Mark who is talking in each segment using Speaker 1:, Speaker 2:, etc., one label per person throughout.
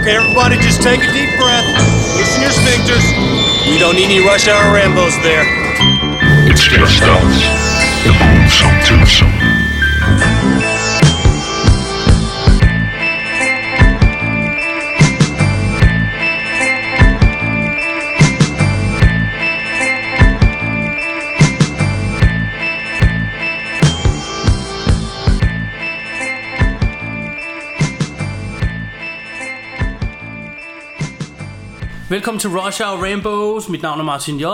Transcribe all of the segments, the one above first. Speaker 1: Okay, everybody, just take a deep breath. Loosen your sphincters. We don't need any rush hour Rambo's there.
Speaker 2: It's just us. The lonesome twosome.
Speaker 3: Velkommen til Rush Hour Rainbows. Mit navn er Martin J.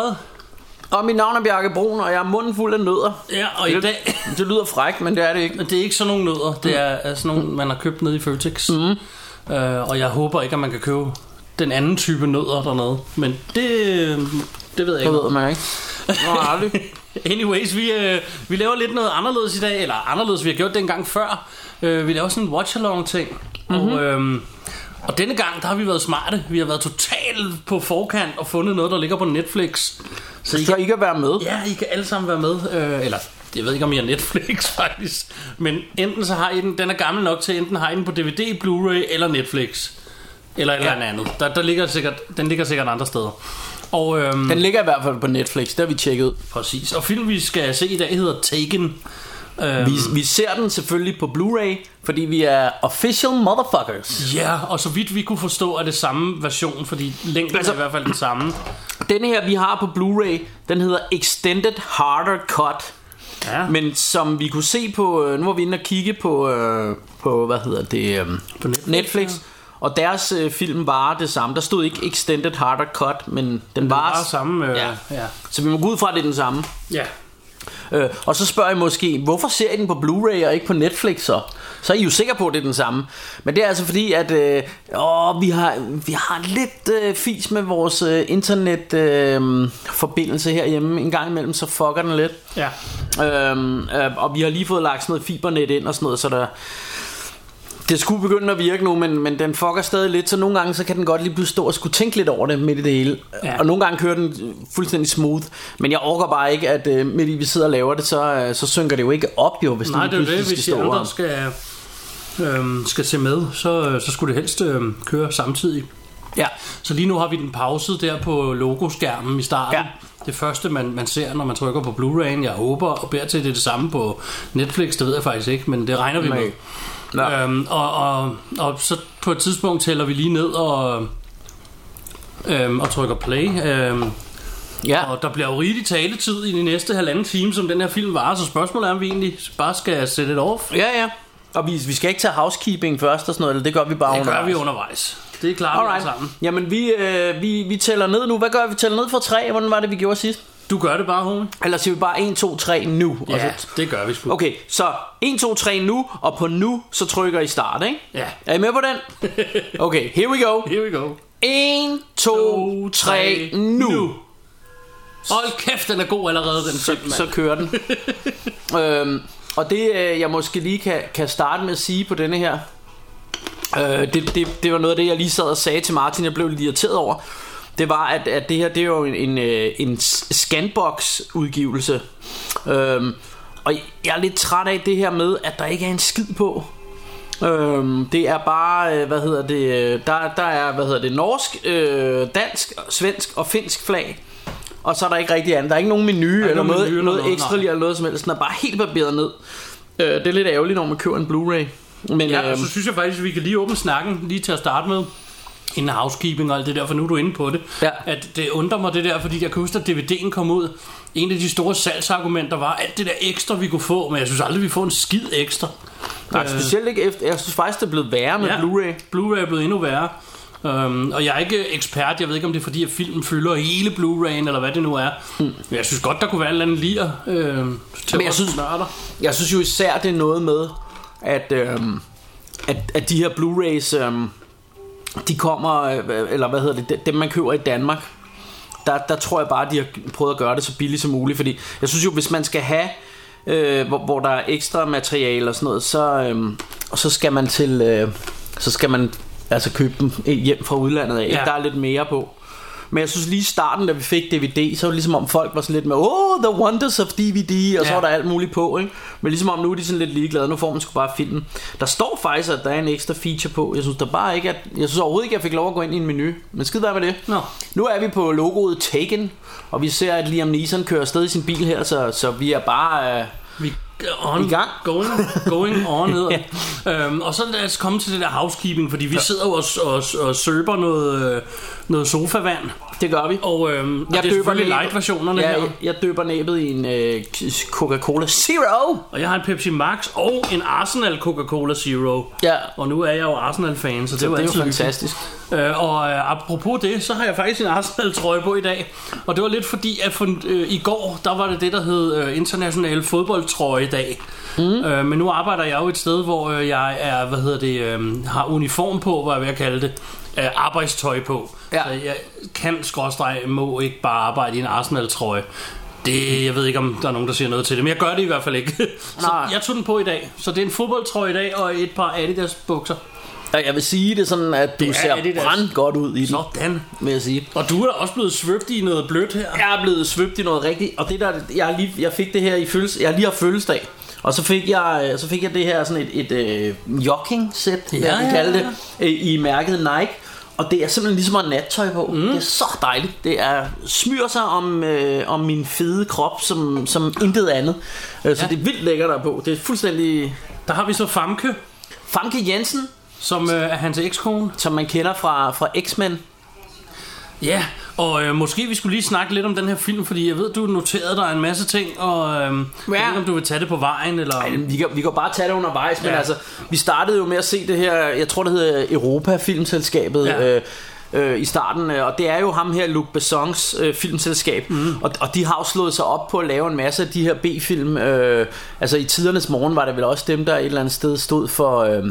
Speaker 4: Og mit navn er Bjarke Brun, og jeg er munden fuld af nødder.
Speaker 3: Ja, og i
Speaker 4: det,
Speaker 3: dag...
Speaker 4: det lyder frækt, men det er det ikke.
Speaker 3: Det er ikke sådan nogle nødder. Det er, er sådan nogle, man har købt nede i Føtex. Mm. Øh, og jeg håber ikke, at man kan købe den anden type nødder dernede. Men det, det ved jeg
Speaker 4: Det
Speaker 3: ikke.
Speaker 4: ved man ikke. Nå, aldrig.
Speaker 3: Anyways, vi, øh, vi laver lidt noget anderledes i dag, eller anderledes, vi har gjort det en gang før. Øh, vi laver sådan en watch-along ting. Mm-hmm. Og, øh, og denne gang, der har vi været smarte. Vi har været totalt på forkant og fundet noget, der ligger på Netflix. Så I
Speaker 4: Så I kan være med.
Speaker 3: Ja, I kan alle sammen være med. Øh, eller, jeg ved ikke, om I har Netflix faktisk. Men enten så har I den, den er gammel nok til, enten har I den på DVD, Blu-ray eller Netflix. Eller et eller andet andet. Der, der ligger sikkert, den ligger sikkert andre steder. Og, øhm,
Speaker 4: Den ligger i hvert fald på Netflix, det har vi tjekket. ud.
Speaker 3: Præcis. Og film, vi skal se i dag, hedder Taken. Øhm,
Speaker 4: Vi, vi ser den selvfølgelig på Blu-ray, fordi vi er official motherfuckers.
Speaker 3: Ja, og så vidt vi kunne forstå, er det samme version, fordi længden altså,
Speaker 4: Altså-
Speaker 3: er i hvert fald den samme.
Speaker 4: Denne her, vi har på Blu-ray, den hedder Extended Harder Cut.
Speaker 3: Ja, men,
Speaker 4: Men som vi kunne se på, øh, nu var vi inde og kigge på, øh, på hvad hedder det, øh,
Speaker 3: På Netflix,
Speaker 4: Netflix
Speaker 3: ja.
Speaker 4: og deres øh, film var det samme. Der stod ikke Extended Harder Cut, men den
Speaker 3: det
Speaker 4: var,
Speaker 3: er samme. Øh,
Speaker 4: Ja.
Speaker 3: ja.
Speaker 4: Så vi må gå ud fra, at det er den samme.
Speaker 3: ja.
Speaker 4: Øh, og så spørger I måske, hvorfor ser I den på Blu-ray og ikke på Netflix så? Så er I jo sikre på, at det er den samme. Men det er altså fordi, at øh, åh, vi, har, vi har lidt øh, fis med vores øh, internetforbindelse øh, forbindelse herhjemme. En gang imellem, så fucker den lidt.
Speaker 3: ja.
Speaker 4: Øhm, øh, og vi har lige fået lagt sådan noget fibernet ind og sådan noget, så der... Det skulle begynde at virke nu, men, men den fucker stadig lidt, så nogle gange så kan den godt lige blive stå og skulle tænke lidt over det midt i det hele.
Speaker 3: Ja.
Speaker 4: Ja. Og nogle gange kører den øh, fuldstændig smooth, men jeg orker bare ikke, at øh, midt i vi sidder og laver det, så, øh, så synker det jo ikke op jo, hvis
Speaker 3: Nej,
Speaker 4: den
Speaker 3: det er jo
Speaker 4: lige
Speaker 3: det,
Speaker 4: pludselig
Speaker 3: hvis
Speaker 4: skal
Speaker 3: de
Speaker 4: stå
Speaker 3: andre
Speaker 4: og-
Speaker 3: skal, øhm, skal se med, så, øh, så skulle det helst øhm, køre samtidig.
Speaker 4: Ja,
Speaker 3: Så lige nu har vi den pauset der på logoskærmen i starten. Ja.
Speaker 4: Ja.
Speaker 3: Det første, man, man ser, når man trykker på Blu-ray'en, jeg håber og beder til, at det er det samme på Netflix, det ved jeg faktisk ikke, men det regner vi
Speaker 4: Nej.
Speaker 3: med.
Speaker 4: Nej.
Speaker 3: Øhm, og, og, og så på et tidspunkt tæller vi lige ned og, øhm, og trykker play. Øhm,
Speaker 4: ja.
Speaker 3: og der bliver jo rigelig taletid i de næste halvanden time, som den her film varer, så spørgsmålet er, om vi egentlig bare skal sætte det off.
Speaker 4: ja, ja. Og vi, vi skal ikke tage housekeeping først og sådan noget, eller det gør vi bare
Speaker 3: Det gør
Speaker 4: undervejs.
Speaker 3: vi undervejs. Det er klart, vi alle
Speaker 4: Alright.
Speaker 3: sammen.
Speaker 4: Jamen, vi, øh, vi, vi tæller ned nu. Hvad gør vi? Vi tæller ned fra 3. Hvordan var det, vi gjorde sidst?
Speaker 3: Du gør det bare, homie.
Speaker 4: Eller siger vi bare 1, 2, 3 nu? Og så
Speaker 3: det gør vi sgu.
Speaker 4: Okay, så 1, 2, 3 nu, og på nu, så trykker I start, ikke?
Speaker 3: Ja.
Speaker 4: Er I med på den? Okay, here we go.
Speaker 3: Here we go.
Speaker 4: 1, 2, 3 nu.
Speaker 3: Hold kæft, den er god allerede, den
Speaker 4: Så,
Speaker 3: film, mand.
Speaker 4: så kører den. øhm, og det, øh, jeg måske lige kan, kan starte med at sige på denne her, øh, det, det, det var noget af det, jeg lige sad og sagde til Martin, jeg blev lidt irriteret over. Det var, at, at det her, det er jo en, en, øh, en Scanbox-udgivelse. Øhm, og jeg er lidt træt af det her med, at der ikke er en skid på. Øhm, det er bare, øh, hvad hedder det, øh, der, der er, hvad hedder det, norsk, øh, dansk, svensk og finsk flag. Og så er der ikke rigtig andet. Der er ikke nogen menu eller
Speaker 3: nogen
Speaker 4: noget,
Speaker 3: menu eller
Speaker 4: noget,
Speaker 3: noget,
Speaker 4: noget ekstra
Speaker 3: nej.
Speaker 4: eller noget som helst. Den er bare helt barberet ned. Øh, det er lidt ærgerligt, når man køber en Blu-ray. Men,
Speaker 3: Ja,
Speaker 4: øhm,
Speaker 3: og så synes jeg faktisk, at vi kan lige åbne snakken, lige til at starte med. Inden housekeeping og alt det der, for nu er du inde på det.
Speaker 4: Ja.
Speaker 3: At det undrer mig det der, fordi jeg kan huske, at DVD'en kom ud. En af de store salgsargumenter var alt det der ekstra, vi kunne få, men jeg synes aldrig, vi får en skid ekstra. øh,
Speaker 4: Nej, specielt ikke efter. Jeg synes faktisk, det er blevet værre med ja. Blu-ray.
Speaker 3: Blu-ray er blevet endnu værre. Um, og jeg er ikke ekspert, jeg ved ikke om det er fordi, at filmen fylder hele Blu-ray'en, eller hvad det nu er. Mm. Men jeg synes godt, der kunne være en eller anden lier øh, til
Speaker 4: Hmm. Men jeg
Speaker 3: os
Speaker 4: synes-
Speaker 3: nørder.
Speaker 4: Jeg synes jo især, det er noget med, at, øhm, at, at de her Blu-rays, øhm, de kommer, øh, eller hvad hedder det, de- dem man køber i Danmark, der, der tror jeg bare, de har prøvet at gøre det så billigt som muligt. Fordi jeg synes jo, hvis man skal have, øh, hvor, hvor der er ekstra materiale og sådan noget, så, øhm, og så skal man til, øh, så skal man altså købe dem hjem fra udlandet af.
Speaker 3: Ja.
Speaker 4: Ja. Der er lidt mere på. Men jeg synes lige i starten, da vi fik DVD, så var det ligesom om folk var sådan lidt med, oh, the wonders of DVD, og så
Speaker 3: Ja.
Speaker 4: var der alt muligt på, ikke? Men ligesom om nu er de sådan lidt ligeglade, nu får man sgu bare filmen. Der står faktisk, at der er en ekstra feature på. Jeg synes der bare ikke, at, jeg synes overhovedet ikke, at jeg fik lov at gå ind i en menu. Men skid være med det.
Speaker 3: Nå.
Speaker 4: Nu er vi på logoet Taken, og vi ser, at Liam Neeson kører afsted i sin bil her, så, så vi er bare... Øh,
Speaker 3: Vi on,
Speaker 4: I gang.
Speaker 3: Going, going on hedder det. øhm, Og så lad os komme til det der housekeeping Fordi vi sidder jo og, og, og søber noget, øh, noget sofavand
Speaker 4: det gør vi.
Speaker 3: Og øhm, og det er
Speaker 4: døber
Speaker 3: selvfølgelig
Speaker 4: næbet-
Speaker 3: light versionerne
Speaker 4: ja,
Speaker 3: her
Speaker 4: Jeg, jeg døber næbet i en øh, Coca-Cola Zero.
Speaker 3: Og jeg har en Pepsi Max og en Arsenal Coca-Cola Zero
Speaker 4: Ja.
Speaker 3: Og nu er jeg jo Arsenal-fan Så det, er jo
Speaker 4: Det er
Speaker 3: altid
Speaker 4: jo
Speaker 3: hyggeligt.
Speaker 4: fantastisk.
Speaker 3: Øh, og øh, apropos det, så har jeg faktisk en Arsenal-trøje på i dag. Og det var lidt fordi, at for, øh, i går, der var det det, der hed øh, International Fodboldtrøjedag. Mm. Øh, men nu arbejder jeg jo et sted, hvor øh, jeg er, hvad hedder det, øh, har uniform på, hvad jeg vil kalde det, øh, arbejdstøj på.
Speaker 4: Ja.
Speaker 3: Så jeg kan, skråstreg, må ikke bare arbejde i en Arsenal-trøje. Det, jeg ved ikke, om der er nogen, der siger noget til det, men jeg gør det i hvert fald ikke. så
Speaker 4: Nej.
Speaker 3: jeg tog den på i dag. Så det er en fodboldtrøje i dag, og et par Adidas bukser.
Speaker 4: Og jeg vil sige det sådan, at du
Speaker 3: Det er
Speaker 4: ser
Speaker 3: Adidas.
Speaker 4: brand godt ud i den,
Speaker 3: Sådan.
Speaker 4: vil jeg sige.
Speaker 3: Og du er da også blevet svøbt i noget blødt her.
Speaker 4: Jeg er blevet svøbt i noget rigtigt, og det der, jeg, har lige, jeg fik det her i følelse, jeg har lige har fødselsdag. Og så fik jeg, øh, så fik jeg det her sådan et, et øh, jogging sæt, ja,
Speaker 3: Ja,
Speaker 4: jeg kan
Speaker 3: ja,
Speaker 4: kalde det, øh, i mærket Nike. Og det er simpelthen ligesom at have nattøj på. Mm. Det er så dejligt. Det er smyrer sig om, øh, om min fede krop som, som intet andet. Øh, så
Speaker 3: Ja.
Speaker 4: det er vildt lækkert der på. Det er fuldstændig...
Speaker 3: Der har vi så Famke,
Speaker 4: Famke Jensen,
Speaker 3: som øh, er hans ekskone.
Speaker 4: som man kender fra, fra X-Men.
Speaker 3: Ja, og øh, måske vi skulle lige snakke lidt om den her film, fordi jeg ved, du noterede dig en masse ting, og øh, ja. jeg ved
Speaker 4: Ja.
Speaker 3: ikke, om du vil tage det på vejen, eller...
Speaker 4: Ej, men vi kan, vi kan bare tage det undervejs, men
Speaker 3: Ja.
Speaker 4: altså, vi startede jo med at se det her, jeg tror det hedder Europa Filmselskabet,
Speaker 3: Ja.
Speaker 4: ja. øh, øh, i starten, øh, og det er jo ham her, Luc Bessons øh, filmselskab, mm. og, og de har jo slået sig op på at lave en masse af de her B-film, øh, altså i tidernes morgen var det vel også dem, der et eller andet sted stod for... Øh,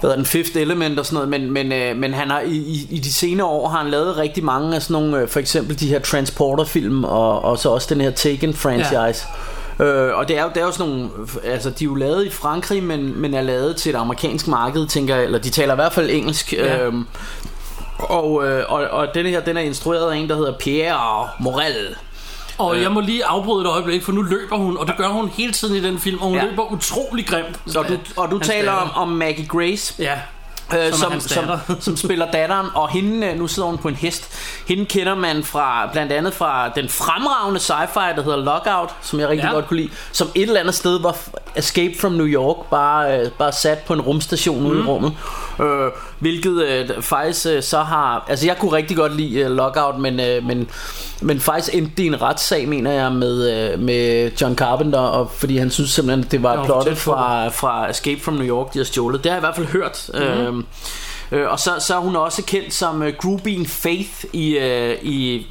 Speaker 4: hvad hedder den, Fifth Element og sådan noget, men, men, øh, men han har, i, i, i de senere år har han lavet rigtig mange af sådan nogle, øh, for eksempel de her Transporter-film, og, og så også den her Taken-franchise. Ja. Øh, og det er, jo, det er jo sådan nogle, altså de er jo lavet i Frankrig, men, men er lavet til et amerikansk marked, tænker jeg, eller de taler i hvert fald engelsk.
Speaker 3: Ja.
Speaker 4: Ja. Øhm, og, øh, og, og denne her, den er instrueret af en, der hedder Pierre Morel. øh.
Speaker 3: Og jeg må lige afbryde et øjeblik, for nu løber hun, og det gør hun hele tiden i den film, og hun
Speaker 4: Ja.
Speaker 3: løber utrolig grimt.
Speaker 4: Og du, og du
Speaker 3: Hans
Speaker 4: taler om,
Speaker 3: datter.
Speaker 4: om Maggie Grace,
Speaker 3: Ja,
Speaker 4: øh,
Speaker 3: som, er
Speaker 4: som,
Speaker 3: hans
Speaker 4: som,
Speaker 3: datter.
Speaker 4: som spiller datteren, og hende, øh, nu sidder hun på en hest, hende kender man fra, blandt andet fra den fremragende sci-fi, der hedder Lockout, som jeg rigtig
Speaker 3: Ja.
Speaker 4: ja. godt kunne lide, som et eller andet sted var f- Escape from New York, bare, øh, bare sat på en rumstation mm. ude
Speaker 3: Mhm.
Speaker 4: i rummet, øh, hvilket øh, faktisk øh, så har, altså jeg kunne rigtig godt lide øh, Lockout, men, øh, men, men faktisk endte det i en retssag, mener jeg, med, øh, med John Carpenter, og, fordi han synes simpelthen, at det var
Speaker 3: var for
Speaker 4: plottet
Speaker 3: tæt på.
Speaker 4: fra fra, fra Escape from New York, de har stjålet. Det har jeg i hvert fald hørt.
Speaker 3: Mhm.
Speaker 4: Mm-hmm. Øhm, øh, og så, så er hun også kendt som uh, Groupie Faith i, øh, i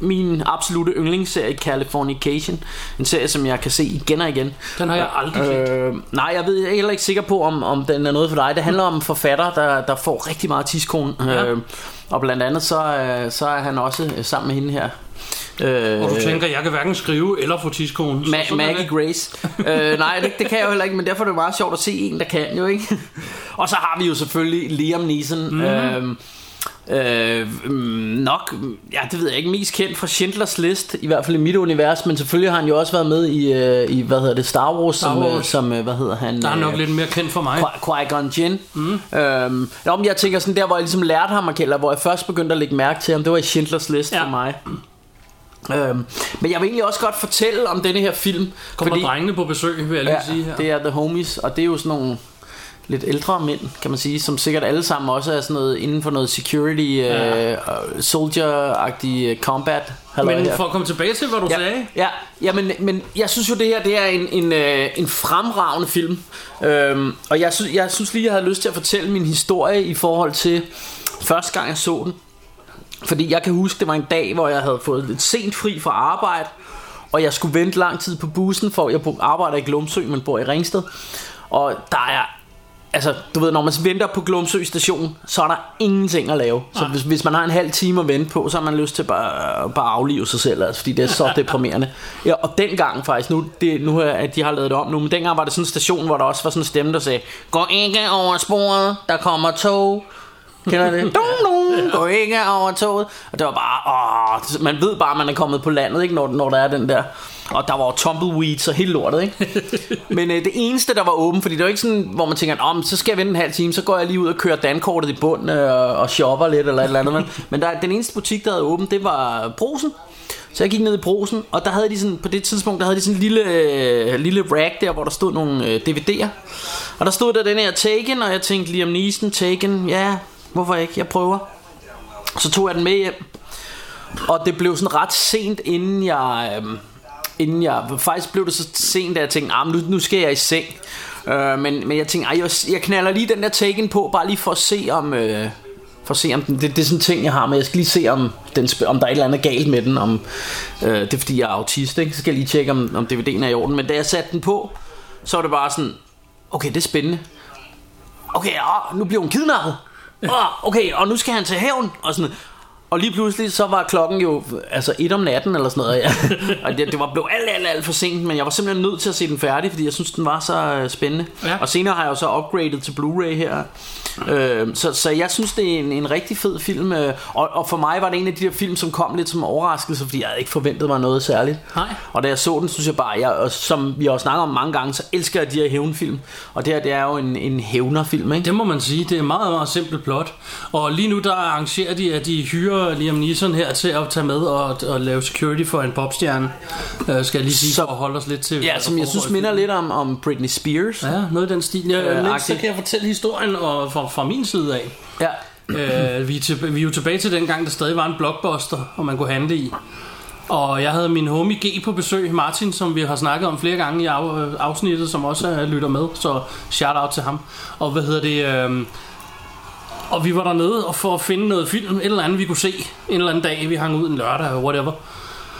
Speaker 4: min absolute yndlingsserie Californication. En serie, som jeg kan se igen og igen.
Speaker 3: Den har jeg aldrig set.
Speaker 4: Øh, nej, jeg ved jeg er heller ikke sikker på, om, om den er noget for dig. Det handler om en forfatter, der, der får rigtig meget tidskone.
Speaker 3: Ja.
Speaker 4: Ja. Øh, og blandt andet så, øh, så er han også øh, sammen med hende her. Øh,
Speaker 3: Og du tænker, jeg kan hverken skrive eller få tidskonen. Så
Speaker 4: Ma-
Speaker 3: sådan er det.
Speaker 4: Maggie Grace. øh, nej, det, det kan jeg jo heller ikke, men derfor er det meget sjovt at se en, der kan jo ikke. og så har vi jo selvfølgelig Liam Neeson. Mm. Øh, Øh, mm, nok, ja det ved jeg ikke, mest kendt fra Schindlers List, i hvert fald i mit univers, men selvfølgelig har han jo også været med i, øh, i hvad hedder det, Star Wars, Star Wars.
Speaker 3: Wars.
Speaker 4: som, øh, som øh, hvad hedder han?
Speaker 3: Der er nok
Speaker 4: øh,
Speaker 3: lidt mere kendt for mig.
Speaker 4: Qui- Qui-Gon Jinn. Mm. Øhm, nå, men jeg tænker sådan der, hvor jeg ligesom lærte ham at kende, eller hvor jeg først begyndte at lægge mærke til ham, det var i Schindlers List
Speaker 3: Ja.
Speaker 4: ja. for mig. Øhm, men jeg vil egentlig også godt fortælle om denne her film.
Speaker 3: Kommer drengene på besøg, vil jeg lige
Speaker 4: ja,
Speaker 3: sige her.
Speaker 4: det er The Homies, og det er jo sådan nogle lidt ældre mænd, kan man sige, som sikkert alle sammen også er sådan noget inden for noget security,
Speaker 3: Ja.
Speaker 4: ja. øh, soldier-agtig øh, combat. halløj
Speaker 3: Men
Speaker 4: her.
Speaker 3: for at komme tilbage til, hvad du sagde,
Speaker 4: Ja, ja men, men jeg synes jo, det her det er en, en, øh, en fremragende film. Øhm, og jeg synes, jeg synes lige, jeg havde lyst til at fortælle min historie i forhold til første gang, jeg så den. Fordi jeg kan huske, det var en dag, hvor jeg havde fået lidt sent fri fra arbejde, og jeg skulle vente lang tid på bussen, for jeg bo- arbejder i Glumsø, men bor i Ringsted. Og der er Altså, du ved, når man venter på Glumsø station, så er der ingenting at lave. Så hvis, hvis man har en halv time at vente på, så har man lyst til bare, bare at aflive sig selv, altså, fordi det er så deprimerende. Ja, og dengang faktisk, nu, det, nu er- at de har lavet det om nu, men dengang var det sådan en station, hvor der også var sådan en stemme, der sagde, gå ikke over sporet, der kommer tog. Kender I det? Dum, dum. mm, gå ikke over toget. Og det var bare, åh, man ved bare, man er kommet på landet, ikke, når, når der er den der. Og der var jo tumbleweeds og hele lortet, ikke? Men øh, det eneste, der var åben, fordi det var ikke sådan, hvor man tænker, om så skal jeg vente en halv time, så går jeg lige ud og kører dankortet i bund øh, og shopper lidt eller et eller andet. Men, men der, den eneste butik, der havde åben, det var Brosen. Så jeg gik ned i brosen, og der havde de sådan, på det tidspunkt, der havde de sådan en lille, øh, lille rack der, hvor der stod nogle øh, DVD'er. Og der stod der den her Taken, og jeg tænkte, Liam Neeson, Taken, ja, hvorfor ikke, jeg prøver. Så tog jeg den med hjem, og det blev sådan ret sent, inden jeg... Øh, inden jeg faktisk blev det så sent, at jeg tænkte, ah, men nu, nu skal jeg i seng. Øh, men, men jeg tænkte, ej, jeg, jeg knaller lige den der Taken på, bare lige for at se om... Øh, for at se om den, det, det er sådan en ting jeg har med Jeg skal lige se om, den, sp- om der er et eller andet galt med den om, øh, Det er fordi jeg er autist ikke? Så skal jeg lige tjekke om, om DVD'en er i orden Men da jeg satte den på Så var det bare sådan Okay det er spændende Okay åh, nu bliver hun kidnappet åh, Okay og nu skal han til hævn Og sådan og lige pludselig så var klokken jo altså et om natten eller sådan noget. Ja. Og det, det var blev alt, alt, alt for sent, men jeg var simpelthen nødt til at se den færdig, fordi jeg synes den var så øh, spændende.
Speaker 3: Ja.
Speaker 4: Og senere har jeg jo så upgradet til Blu-ray her. Øh, så, så jeg synes det er en, en rigtig fed film, øh, og, og for mig var det en af de der film, som kom lidt som overraskelse, fordi jeg havde ikke forventet mig noget særligt.
Speaker 3: Nej.
Speaker 4: Og da jeg så den, synes jeg bare, jeg, og som vi også snakker om mange gange, så elsker jeg de her hævnfilm. Og det her det er jo en, en hævnerfilm, ikke?
Speaker 3: Det må man sige, det er meget, meget simpelt plot. Og lige nu der arrangerer de, at de hyrer Liam Neeson her til at tage med og, og lave security for en popstjerne. Øh, skal jeg lige sige, så
Speaker 4: Som-
Speaker 3: for at holde os lidt til. hvad
Speaker 4: Ja,
Speaker 3: der
Speaker 4: som jeg
Speaker 3: foregår
Speaker 4: synes
Speaker 3: i
Speaker 4: minder
Speaker 3: filmen.
Speaker 4: lidt om, om Britney Spears.
Speaker 3: Ja, noget i den stil. Ja,
Speaker 4: Øh,
Speaker 3: øh, lidt, så
Speaker 4: agtigt.
Speaker 3: kan jeg fortælle historien og fra, fra min side af.
Speaker 4: ja.
Speaker 3: Øh, vi, er til, vi er jo tilbage til dengang, der stadig var en blockbuster, og man kunne handle i. Og jeg havde min homie G på besøg, Martin, som vi har snakket om flere gange i af- afsnittet, som også øh, lytter med, så shout out til ham. Og hvad hedder det... Øh, og vi var dernede og for at finde noget film, et eller andet vi kunne se en eller anden dag. Vi hang ud en lørdag, whatever.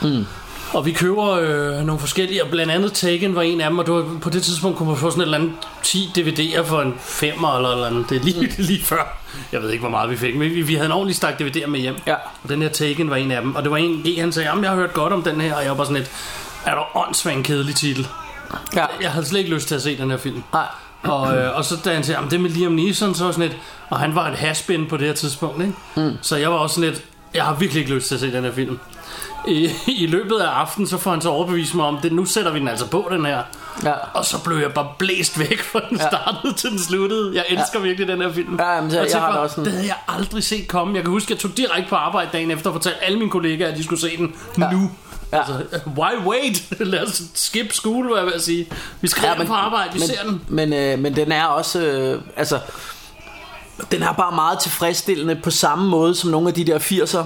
Speaker 4: Hmm.
Speaker 3: Og vi køber øh, nogle forskellige, og blandt andet Taken var en af dem, og det var, på det tidspunkt kunne man få sådan et eller andet 10 DVD'er for en femmer eller et eller andet. Det er
Speaker 4: Hmm.
Speaker 3: lige, lige før. Jeg ved ikke, hvor meget vi fik, men vi, vi havde en ordentlig stak DVD'er med hjem.
Speaker 4: Ja.
Speaker 3: Og den her Taken var en af dem, og det var en, G, han sagde, jamen jeg har hørt godt om den her, og jeg var bare sådan lidt, er der åndssvagt en kedelig titel?
Speaker 4: Ja.
Speaker 3: Jeg havde slet ikke lyst til at se den her film.
Speaker 4: Nej.
Speaker 3: Og, øh, og så da han siger, "Jamen, det er med Liam Neeson, så var jeg sådan lidt, og han var et haspin på det her tidspunkt, ikke? Mm. Så jeg var også sådan lidt, jeg har virkelig ikke lyst til at se den her film. I, I løbet af aftenen, så får han så overbevist mig om, det nu sætter vi den altså på, den her.
Speaker 4: Ja.
Speaker 3: Og så blev jeg bare blæst væk fra den
Speaker 4: Ja.
Speaker 3: startede til den sluttede. Jeg elsker ja. virkelig den her film.
Speaker 4: Ja, jamen, så
Speaker 3: Og
Speaker 4: jeg
Speaker 3: tænk
Speaker 4: har
Speaker 3: bare,
Speaker 4: det også sådan-
Speaker 3: Det havde jeg aldrig set komme. Jeg kan huske, jeg tog direkte på arbejde dagen efter og fortalte alle mine kollegaer, at de skulle se den ja. nu.
Speaker 4: Ja.
Speaker 3: Altså, why wait? Lad os skip skole, hvad jeg vil sige. Vi skal ja, på arbejde, vi
Speaker 4: men,
Speaker 3: ser den.
Speaker 4: Men, øh, men den er også, øh, altså, den er bare meget tilfredsstillende på samme måde som nogle af de der 80'er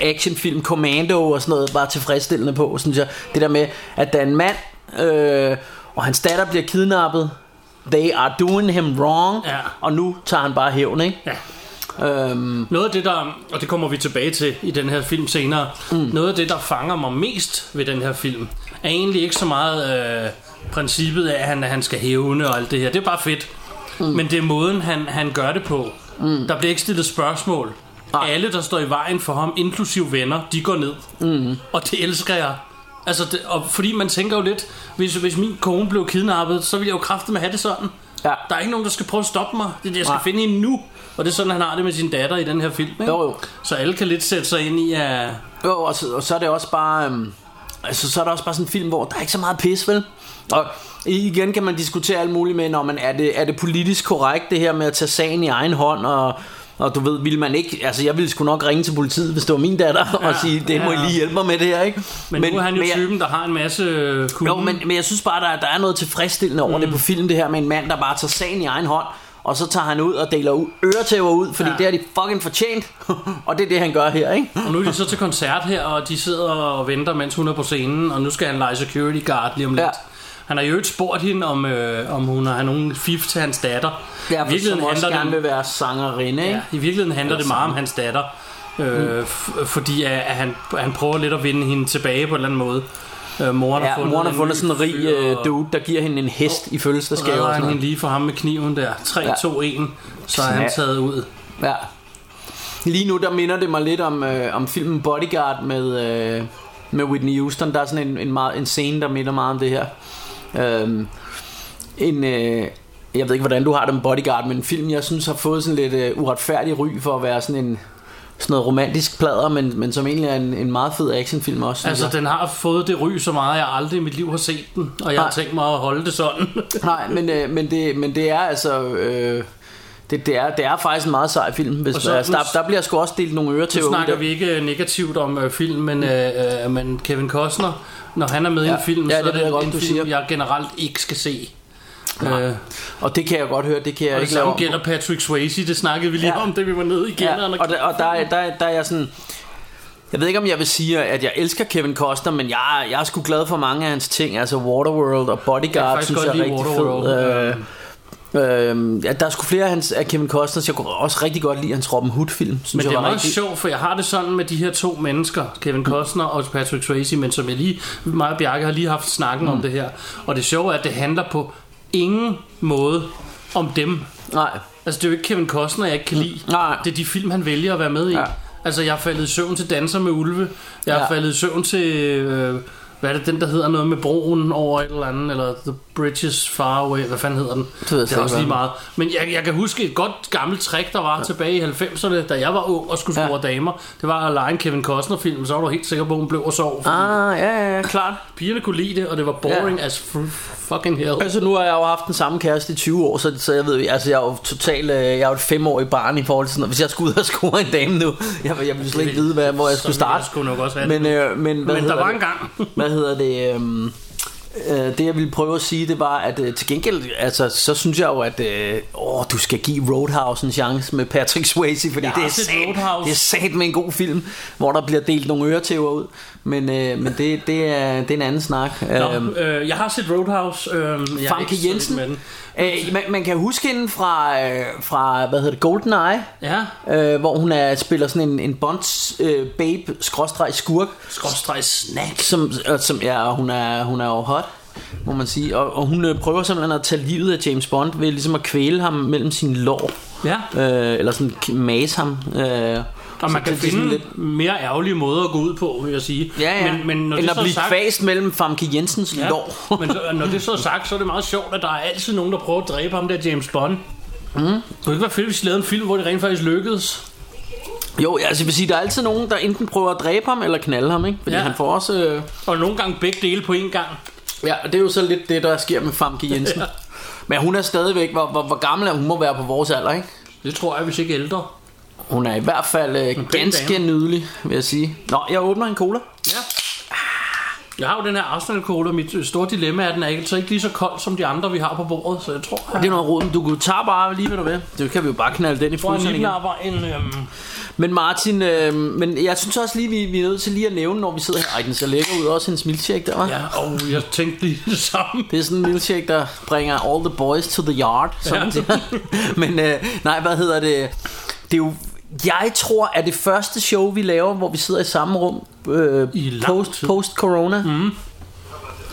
Speaker 4: actionfilm, Commando og sådan noget, var tilfredsstillende på, synes jeg. Det der med, at der er en mand, øh, og hans datter bliver kidnappet, they are doing him wrong,
Speaker 3: Ja.
Speaker 4: og nu tager han bare hævn, ikke?
Speaker 3: Ja.
Speaker 4: Øhm,
Speaker 3: Noget af det, der, og det kommer vi tilbage til i den her film senere, mm. noget af det, der fanger mig mest ved den her film, er egentlig ikke så meget øh, princippet af, at han, at han skal hævne og alt det her. Det er bare fedt. Mm. Men det er måden, han, han gør det på. Mm. Der bliver ikke stillet spørgsmål.
Speaker 4: Nej.
Speaker 3: Alle, der står i vejen for ham, inklusiv venner, de går ned. Mm. Og det elsker jeg. Altså, det, og fordi man tænker jo lidt, hvis, hvis min kone blev kidnappet, så ville jeg jo kraftigt med have det sådan.
Speaker 4: Ja.
Speaker 3: Der er ikke nogen, der skal prøve at stoppe mig. Det er det, jeg skal
Speaker 4: Nej.
Speaker 3: finde hende nu. Og det er sådan, han har det med sin datter i den her film. Ikke?
Speaker 4: Jo, jo.
Speaker 3: Så alle kan lidt sætte sig ind i, at...
Speaker 4: Jo, og så, og så er det også bare... Øhm, altså, så er det også bare sådan en film, hvor der er ikke så meget pis, vel? Og igen kan man diskutere alt muligt med, når man er det, er det politisk korrekt, det her med at tage sagen i egen hånd, og, og du ved, vil man ikke... Altså, jeg ville sgu nok ringe til politiet, hvis det var min datter, ja, og sige, det ja. må I
Speaker 3: ja.
Speaker 4: lige hjælpe mig med det her, ikke?
Speaker 3: Men, men nu er han jo
Speaker 4: men jeg-
Speaker 3: typen, der har en masse øh, kugle.
Speaker 4: jo, men, men jeg synes bare, der, der er noget tilfredsstillende over mm. det på film, det her med en mand, der bare tager sagen i egen hånd, og så tager han ud og deler ud, øretæver ud, fordi
Speaker 3: Ja.
Speaker 4: ja. det har de fucking fortjent, og det er det, han gør her, ikke?
Speaker 3: Og nu er de så til koncert her, og de sidder og venter, mens hun er på scenen, og nu skal han lege security guard lige om lidt.
Speaker 4: Ja.
Speaker 3: Han har jo ikke spurgt hende, om, øh, om hun har nogen fif til hans datter.
Speaker 4: Ja, for som også
Speaker 3: det-
Speaker 4: gerne vil være sangerinde, ikke?
Speaker 3: Ja, I virkeligheden handler det meget om hans datter. Øh, f- fordi at at han, han prøver lidt at vinde hende tilbage på en eller anden måde. Øh, moren
Speaker 4: Ja,
Speaker 3: har fundet,
Speaker 4: moren har
Speaker 3: en
Speaker 4: fundet
Speaker 3: ny
Speaker 4: sådan en rig
Speaker 3: fyr,
Speaker 4: øh,
Speaker 3: og-
Speaker 4: dude, der giver hende en hest i
Speaker 3: Så
Speaker 4: fødselsdagsgave
Speaker 3: redder
Speaker 4: og
Speaker 3: han
Speaker 4: sådan
Speaker 3: hende
Speaker 4: noget.
Speaker 3: lige for ham med kniven der. 3,
Speaker 4: Ja.
Speaker 3: ja. 2, 1. Så er han
Speaker 4: Knald.
Speaker 3: taget ud.
Speaker 4: Ja. Lige nu, der minder det mig lidt om, øh, om filmen Bodyguard med, øh, med Whitney Houston. Der er sådan en, en, meget, en scene, der minder meget om det her. Øhm, en, øh, jeg ved ikke, hvordan du har det med Bodyguard, men en film, jeg synes har fået sådan lidt øh, uretfærdig ry for at være sådan en sådan noget romantisk plader, men, men som egentlig er en, en meget fed actionfilm også. synes
Speaker 3: Altså,
Speaker 4: jeg.
Speaker 3: den har fået det ry så meget, jeg aldrig i mit liv har set den, og jeg har
Speaker 4: Nej.
Speaker 3: tænkt mig at holde det sådan.
Speaker 4: Nej, men, øh, men, det, men det er altså... Øh, det, det, er, det er faktisk en meget sej film. Hvis
Speaker 3: Og
Speaker 4: og
Speaker 3: så-
Speaker 4: så, altså, der, der bliver sgu også delt nogle ører til.
Speaker 3: Nu
Speaker 4: unge
Speaker 3: snakker
Speaker 4: der.
Speaker 3: vi ikke øh, negativt om øh, film, men, øh, øh, men Kevin Costner, når han er med i en
Speaker 4: Mm. Ja.
Speaker 3: film,
Speaker 4: Ja,
Speaker 3: så
Speaker 4: det
Speaker 3: er
Speaker 4: ved
Speaker 3: det
Speaker 4: jeg godt,
Speaker 3: en
Speaker 4: du
Speaker 3: film,
Speaker 4: siger.
Speaker 3: jeg generelt ikke skal se. Øh,
Speaker 4: Og det kan jeg godt høre, det kan jeg
Speaker 3: og det
Speaker 4: ikke lave
Speaker 3: samme
Speaker 4: om på.
Speaker 3: gælder Patrick Swayze, det snakkede vi lige
Speaker 4: Ja.
Speaker 3: om, da vi var nede i
Speaker 4: Ja,
Speaker 3: kælderen.
Speaker 4: og der, og der, er- der, er- der er jeg sådan... Jeg ved ikke, om jeg vil sige, at jeg elsker Kevin Costner, men jeg, jeg er sgu glad for mange af hans ting. Altså Waterworld og
Speaker 3: Jeg kan
Speaker 4: Bodyguard,
Speaker 3: faktisk
Speaker 4: synes jeg
Speaker 3: godt
Speaker 4: er
Speaker 3: lide
Speaker 4: rigtig
Speaker 3: Waterworld, øhm.
Speaker 4: fed. Øh, øh, ja, der er sgu flere af, hans, af Kevin Costners. Jeg kunne også rigtig godt lide hans Robin Hood-film. Synes
Speaker 3: Men
Speaker 4: jeg
Speaker 3: det er
Speaker 4: var
Speaker 3: meget
Speaker 4: rigtig...
Speaker 3: sjovt, for jeg har det sådan med de her to mennesker, Kevin Costner og Patrick Swayze, men som jeg lige, mig og Bjarke har lige haft snakken
Speaker 4: Mm.
Speaker 3: om det her. Og det sjove er, at det handler på ingen måde om dem.
Speaker 4: Nej,
Speaker 3: Altså det er jo ikke Kevin Costner, jeg ikke kan lide.
Speaker 4: Nej.
Speaker 3: Det er de film, han vælger at være med i.
Speaker 4: Ja.
Speaker 3: Altså jeg er faldet i søvn til Danser med Ulve. Jeg er
Speaker 4: Ja.
Speaker 3: faldet i søvn til... Øh, hvad er det den, der hedder noget med broen over et eller andet? Eller The Bridges Far Away? Hvad fanden hedder den?
Speaker 4: ved jeg
Speaker 3: det er også
Speaker 4: ikke,
Speaker 3: lige
Speaker 4: hvad
Speaker 3: meget. Men jeg, jeg kan huske et godt gammelt trick, der var ja. tilbage i 90'erne, da jeg var ung og skulle
Speaker 4: Ja.
Speaker 3: score damer. Det var at lege en Kevin Costner-film, så var du helt sikker på, at hun blev og sov. fordi
Speaker 4: Ah, ja, ja, ja, klart.
Speaker 3: Pigerne kunne lide det, og det var boring ja. as fr- fucking hell.
Speaker 4: Altså, nu har jeg jo haft den samme kæreste i 20 år, så, så jeg ved, altså, jeg er jo totalt, øh, jeg er jo et femårig barn i forhold til sådan noget. Hvis jeg skulle ud og score en dame nu, jeg, jeg ville slet ikke vide, hvad, hvor jeg skulle
Speaker 3: Sådan ville jeg
Speaker 4: starte.
Speaker 3: sgu nok også have
Speaker 4: men, øh, men, hvad
Speaker 3: Men der
Speaker 4: hedder
Speaker 3: var
Speaker 4: det?
Speaker 3: en gang.
Speaker 4: Hvad hedder det? øhm, Øh, det jeg ville prøve at sige Det var at øh, til gengæld altså, Så synes jeg jo at øh, åh, Du skal give Roadhouse en chance Med Patrick Swayze Fordi
Speaker 3: Jeg har
Speaker 4: det, er
Speaker 3: set
Speaker 4: sat,
Speaker 3: Roadhouse.
Speaker 4: det er sat med en god film Hvor der bliver delt nogle øretæver ud Men, øh, men det, det, er, det er en anden snak Øhm,
Speaker 3: Nå, øh, jeg har set Roadhouse. Øh, jeg er ikke
Speaker 4: Famke
Speaker 3: så vild
Speaker 4: Jensen.
Speaker 3: Med den.
Speaker 4: Øh, man, man kan huske hende fra, øh, fra hvad hedder det, GoldenEye,
Speaker 3: Ja,
Speaker 4: øh, hvor hun er, spiller sådan en, en bonds øh, babe skråstreg skurk,
Speaker 3: skråstreg snack.
Speaker 4: som, øh, som ja, og hun er, hun er jo hot, må man sige. Og, og hun øh, prøver simpelthen at tage livet af James Bond ved ligesom at kvæle ham mellem sine lår.
Speaker 3: Ja.
Speaker 4: Øh, eller sådan k- mase ham. Øh,
Speaker 3: Og
Speaker 4: Så
Speaker 3: man kan
Speaker 4: det er sådan
Speaker 3: finde lidt... mere ærgerlige måder at gå ud på, vil jeg sige.
Speaker 4: Ja, ja.
Speaker 3: Men, men når
Speaker 4: End
Speaker 3: det
Speaker 4: at
Speaker 3: så er
Speaker 4: blive
Speaker 3: sagt,
Speaker 4: kvast mellem Famke Jensens ja. lår.
Speaker 3: Ja, men så- når det så er sagt, så er det meget sjovt, at der er altid nogen, der prøver at dræbe ham der James Bond. Mm. Det kunne ikke være fedt, hvis de lavede en film, hvor det rent faktisk lykkedes.
Speaker 4: jo, ja, altså jeg vil sige, der er altid nogen, der enten prøver at dræbe ham eller knalde ham, ikke? Fordi
Speaker 3: Ja.
Speaker 4: ja. han får også... Øh,
Speaker 3: Og nogle gange begge dele på én gang.
Speaker 4: Ja, og det er jo så lidt det, der sker med Famke Jensen. ja. Men hun er stadigvæk, hvor, hvor, hvor gammel er hun? Hun må være på vores alder, ikke?
Speaker 3: Det tror jeg, hvis ikke ældre.
Speaker 4: Hun er i hvert fald øh,
Speaker 3: pæn
Speaker 4: ganske
Speaker 3: dame.
Speaker 4: nydelig, vil jeg sige. Nå, jeg åbner en cola.
Speaker 3: Ja. Jeg har jo den her Arsenal-cola, og mit øh, store dilemma er, at den er ikke, så ikke lige så kold som de andre, vi har på bordet, så jeg tror,
Speaker 4: Det er noget råd, men du kan tager bare lige, hvad du vil. Det kan vi jo bare knalde den i
Speaker 3: tror, jeg
Speaker 4: fryseren
Speaker 3: lige
Speaker 4: igen.
Speaker 3: napper en... Øhm,
Speaker 4: Men Martin, øh, men jeg synes også lige, vi, vi er nødt til lige at nævne, når vi sidder her. Ej, den ser lækker ud, også hendes milkshake der, var. Ja.
Speaker 3: Ja, og jeg tænkte lige det samme.
Speaker 4: Det er sådan en milkshake, der bringer all the boys to the yard. Sådan
Speaker 3: Ja.
Speaker 4: ja. Men øh, nej, hvad hedder det? Det er jo, jeg tror, at det første show, vi laver, hvor vi sidder i samme rum, øh,
Speaker 3: I lang
Speaker 4: post,
Speaker 3: tid.
Speaker 4: post-corona. Mm,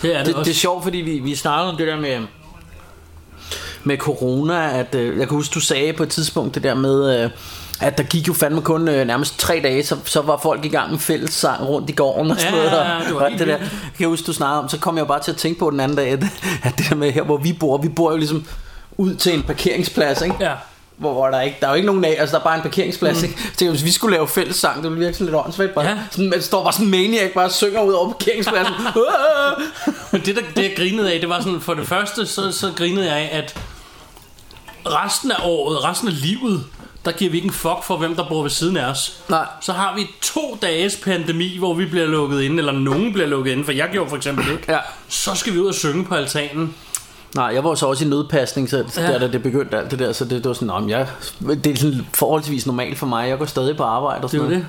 Speaker 3: Det er
Speaker 4: det, det er sjovt, fordi vi, vi snakkede om det der med med corona, at øh, jeg kan huske, du sagde på et tidspunkt det der med, øh, at der gik jo fandme kun øh, nærmest tre dage, så, så var folk i gang med fælles sang rundt i gården og sådan
Speaker 3: Ja,
Speaker 4: noget.
Speaker 3: ja, ja, det var
Speaker 4: og
Speaker 3: helt
Speaker 4: det der. Jeg
Speaker 3: vildt.
Speaker 4: kan huske, du snakkede om, så kom jeg bare til at tænke på den anden dag, at, at det der med her, hvor vi bor, vi bor jo ligesom ud til en parkeringsplads, ikke?
Speaker 3: Ja.
Speaker 4: Hvor, hvor der, ikke, der er jo ikke nogen af, altså der er bare en parkeringsplads, mm. ikke? Så tænkte jeg, hvis vi skulle lave fælles sang, det ville virke sådan lidt åndssvagt. Bare,
Speaker 3: Ja.
Speaker 4: ja. sådan, man står bare sådan en maniac, bare synger ud over parkeringspladsen.
Speaker 3: Men det, der, det jeg grinede af, det var sådan, for det første, så, så grinede jeg af, at resten af året, resten af livet, der giver vi ikke en fuck for, hvem der bor ved siden af os.
Speaker 4: Nej.
Speaker 3: Så har vi to dages pandemi, hvor vi bliver lukket ind, eller nogen bliver lukket ind, for jeg gjorde for eksempel ikke.
Speaker 4: Ja.
Speaker 3: Så skal vi ud og synge på altanen.
Speaker 4: Nej, jeg var jo så også i nødpasning, så
Speaker 3: Ja.
Speaker 4: ja. der, da det begyndte alt det der, så det, det var sådan, om jeg, det er sådan forholdsvis normalt for mig, jeg går stadig på arbejde og
Speaker 3: Det
Speaker 4: sådan
Speaker 3: var
Speaker 4: noget.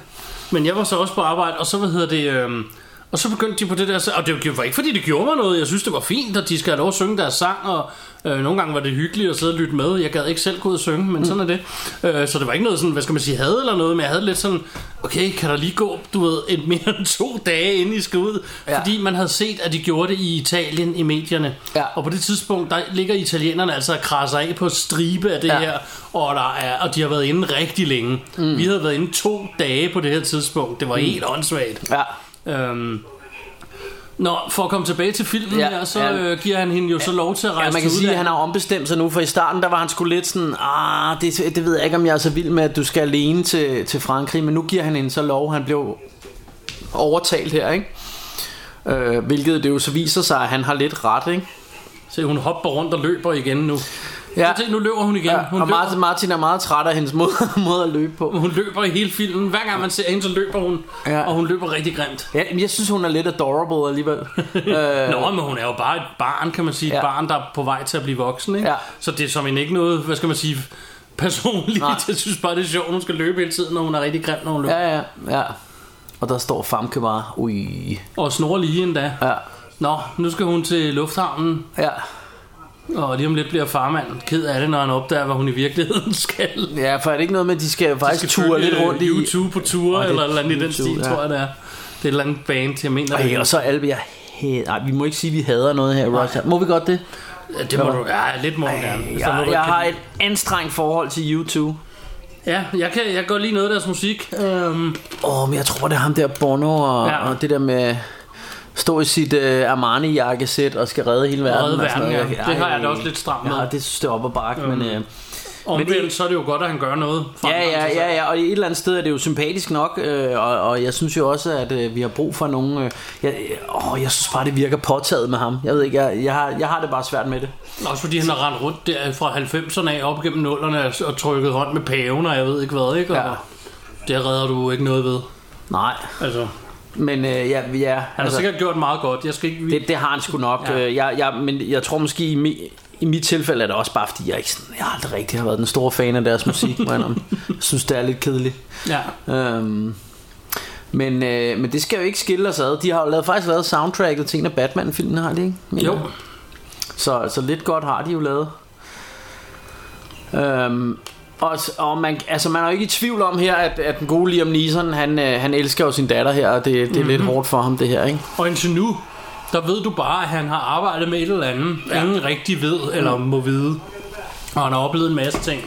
Speaker 3: det. Men jeg var så også på arbejde, og så, hvad hedder det, øhm, og så begyndte de på det der, så- og det var- var ikke fordi, det gjorde mig noget, jeg synes, det var fint, og de skal have lov at synge deres sang, og øh, nogle gange var det hyggeligt at sidde og lytte med, jeg gad ikke selv gå ud og synge, men sådan er det. Øh, så det var ikke noget sådan, hvad skal man sige, had eller noget, men jeg havde lidt sådan, okay, kan der lige gå, du ved, en, mere end to dage, inden I skal ud, ja.
Speaker 4: Ja.
Speaker 3: fordi man havde set, at de gjorde det i Italien i medierne,
Speaker 4: Ja.
Speaker 3: og på det tidspunkt, der ligger italienerne altså og krasser af på stribe af det ja.
Speaker 4: Ja.
Speaker 3: her, og, der er, og de har været inde rigtig længe. Mm. Vi havde været
Speaker 4: Mm.
Speaker 3: inde to dage på det her tidspunkt. Det var helt åndssvagt.
Speaker 4: Ja.
Speaker 3: Øhm, Nå, for at komme tilbage til filmen ja,
Speaker 4: Ja,
Speaker 3: her, så
Speaker 4: ja.
Speaker 3: øh, giver han hende jo så lov til at rejse
Speaker 4: Ja, man kan
Speaker 3: til
Speaker 4: sige, at
Speaker 3: udlandet.
Speaker 4: han har ombestemt sig nu, for i starten der var han sgu lidt sådan, ah, det, det ved jeg ikke, om jeg er så vild med, at du skal alene til, til Frankrig, men nu giver han hende så lov, han blev overtalt her, ikke? Øh, hvilket det jo så viser sig, at han har lidt ret, ikke?
Speaker 3: Se, hun hopper rundt og løber igen nu. Ja.
Speaker 4: Ja.
Speaker 3: Se, nu løber hun igen.
Speaker 4: Ja,
Speaker 3: hun,
Speaker 4: og
Speaker 3: løber,
Speaker 4: Martin, Martin er meget træt af hendes måde, måde at løbe på.
Speaker 3: hun løber i hele filmen. Hver gang man ser hende, så løber hun. Ja.
Speaker 4: Ja.
Speaker 3: Og hun løber rigtig grimt.
Speaker 4: Ja, men jeg synes, hun er lidt adorable alligevel.
Speaker 3: Øh. Nå, men hun er jo bare et barn, kan man sige. Ja. Et
Speaker 4: Ja.
Speaker 3: barn, der er på vej til at blive voksen. Ikke?
Speaker 4: Ja.
Speaker 3: Så det er som en ikke noget, hvad skal man sige, personligt.
Speaker 4: Nej.
Speaker 3: Jeg synes bare, det er sjovt, hun skal løbe hele tiden, når hun er rigtig grim, når hun løber. Ja.
Speaker 4: ja, ja, ja. Og der står Famke bare, ui.
Speaker 3: Og snor lige endda.
Speaker 4: Ja,
Speaker 3: Nå, nu skal hun til lufthavnen,
Speaker 4: ja.
Speaker 3: og lige om lidt bliver farmanden ked af det, når han opdager, hvad hun i virkeligheden skal.
Speaker 4: Ja, for er det ikke noget med, at de skal faktisk
Speaker 3: skal
Speaker 4: ture lidt rundt i...
Speaker 3: YouTube på ture,
Speaker 4: Åh,
Speaker 3: oh,
Speaker 4: det er
Speaker 3: eller et eller andet i den
Speaker 4: YouTube,
Speaker 3: stil, ja.
Speaker 4: ja.
Speaker 3: tror jeg, det er. Det er et eller andet band, jeg mener. det
Speaker 4: Ej,
Speaker 3: er.
Speaker 4: og så Albe, jeg hader... Ej, vi må ikke sige, at vi hader noget her i Russia. Må vi godt det?
Speaker 3: Ja, det må du, ja, lidt må du gerne. hvis der er
Speaker 4: Jeg,
Speaker 3: noget, du
Speaker 4: jeg
Speaker 3: ikke
Speaker 4: har
Speaker 3: kan
Speaker 4: et anstrengt forhold til YouTube.
Speaker 3: lide. Ja, jeg kan, jeg kan godt lide noget af deres musik. Øhm,
Speaker 4: Åh, men jeg tror, det er ham der Bono og,
Speaker 3: Ja.
Speaker 4: ja. og det der med... Stå i sit øh, Armani-jakkesæt og skal redde hele verden.
Speaker 3: Redde
Speaker 4: og
Speaker 3: verden,
Speaker 4: sådan noget.
Speaker 3: ja.
Speaker 4: Jeg-
Speaker 3: Det har
Speaker 4: ej,
Speaker 3: jeg da også lidt stramt med. Mm.
Speaker 4: Ja, det synes jeg er op og bakke, men... Øh,
Speaker 3: omvendt, så er det jo godt, at han gør noget. for
Speaker 4: ja,
Speaker 3: andre,
Speaker 4: ja,
Speaker 3: altså, så-
Speaker 4: ja, ja, og et eller andet sted er det jo sympatisk nok, øh, og, og jeg synes jo også, at øh, vi har brug for nogle... Øh, jeg, åh, jeg synes bare, det virker påtaget med ham. Jeg ved ikke, jeg, jeg, har, jeg har det bare svært med det.
Speaker 3: Også fordi han har rendt rundt der fra 90'erne af op gennem nullerne og trykket hånd med paven, og jeg ved ikke hvad, ikke? Og
Speaker 4: Ja.
Speaker 3: Det redder du ikke noget ved.
Speaker 4: Nej,
Speaker 3: Altså, han
Speaker 4: men øh, ja, ja
Speaker 3: har sikkert gjort meget godt. Jeg skal ikke...
Speaker 4: Det, det har han sgu nok.
Speaker 3: Ja.
Speaker 4: Ja. Jeg, jeg, men jeg tror måske i, mi, i mit tilfælde er det også bare fordi jeg ikke sådan, jeg aldrig rigtig har været den store fan af deres musik. må jeg indrømme. jeg synes det er lidt kedeligt.
Speaker 3: Ja.
Speaker 4: Øhm, men, øh, men det skal jo ikke skille os ad. De har jo lavet, faktisk lavet soundtracket til en af Batman-filmene, har de ikke? Men,
Speaker 3: Jo,
Speaker 4: øh, Så, så lidt godt har de jo lavet. Øhm, og, s- og man, altså man er jo ikke i tvivl om her, at, at den gode Liam Neeson, han, øh, han elsker jo sin datter her, og det, det er mm-hmm. lidt hårdt for ham det her, ikke?
Speaker 3: Og indtil nu, der ved du bare, at han har arbejdet med et eller andet, ja. ingen rigtig ved eller må vide. Og han har oplevet en masse ting.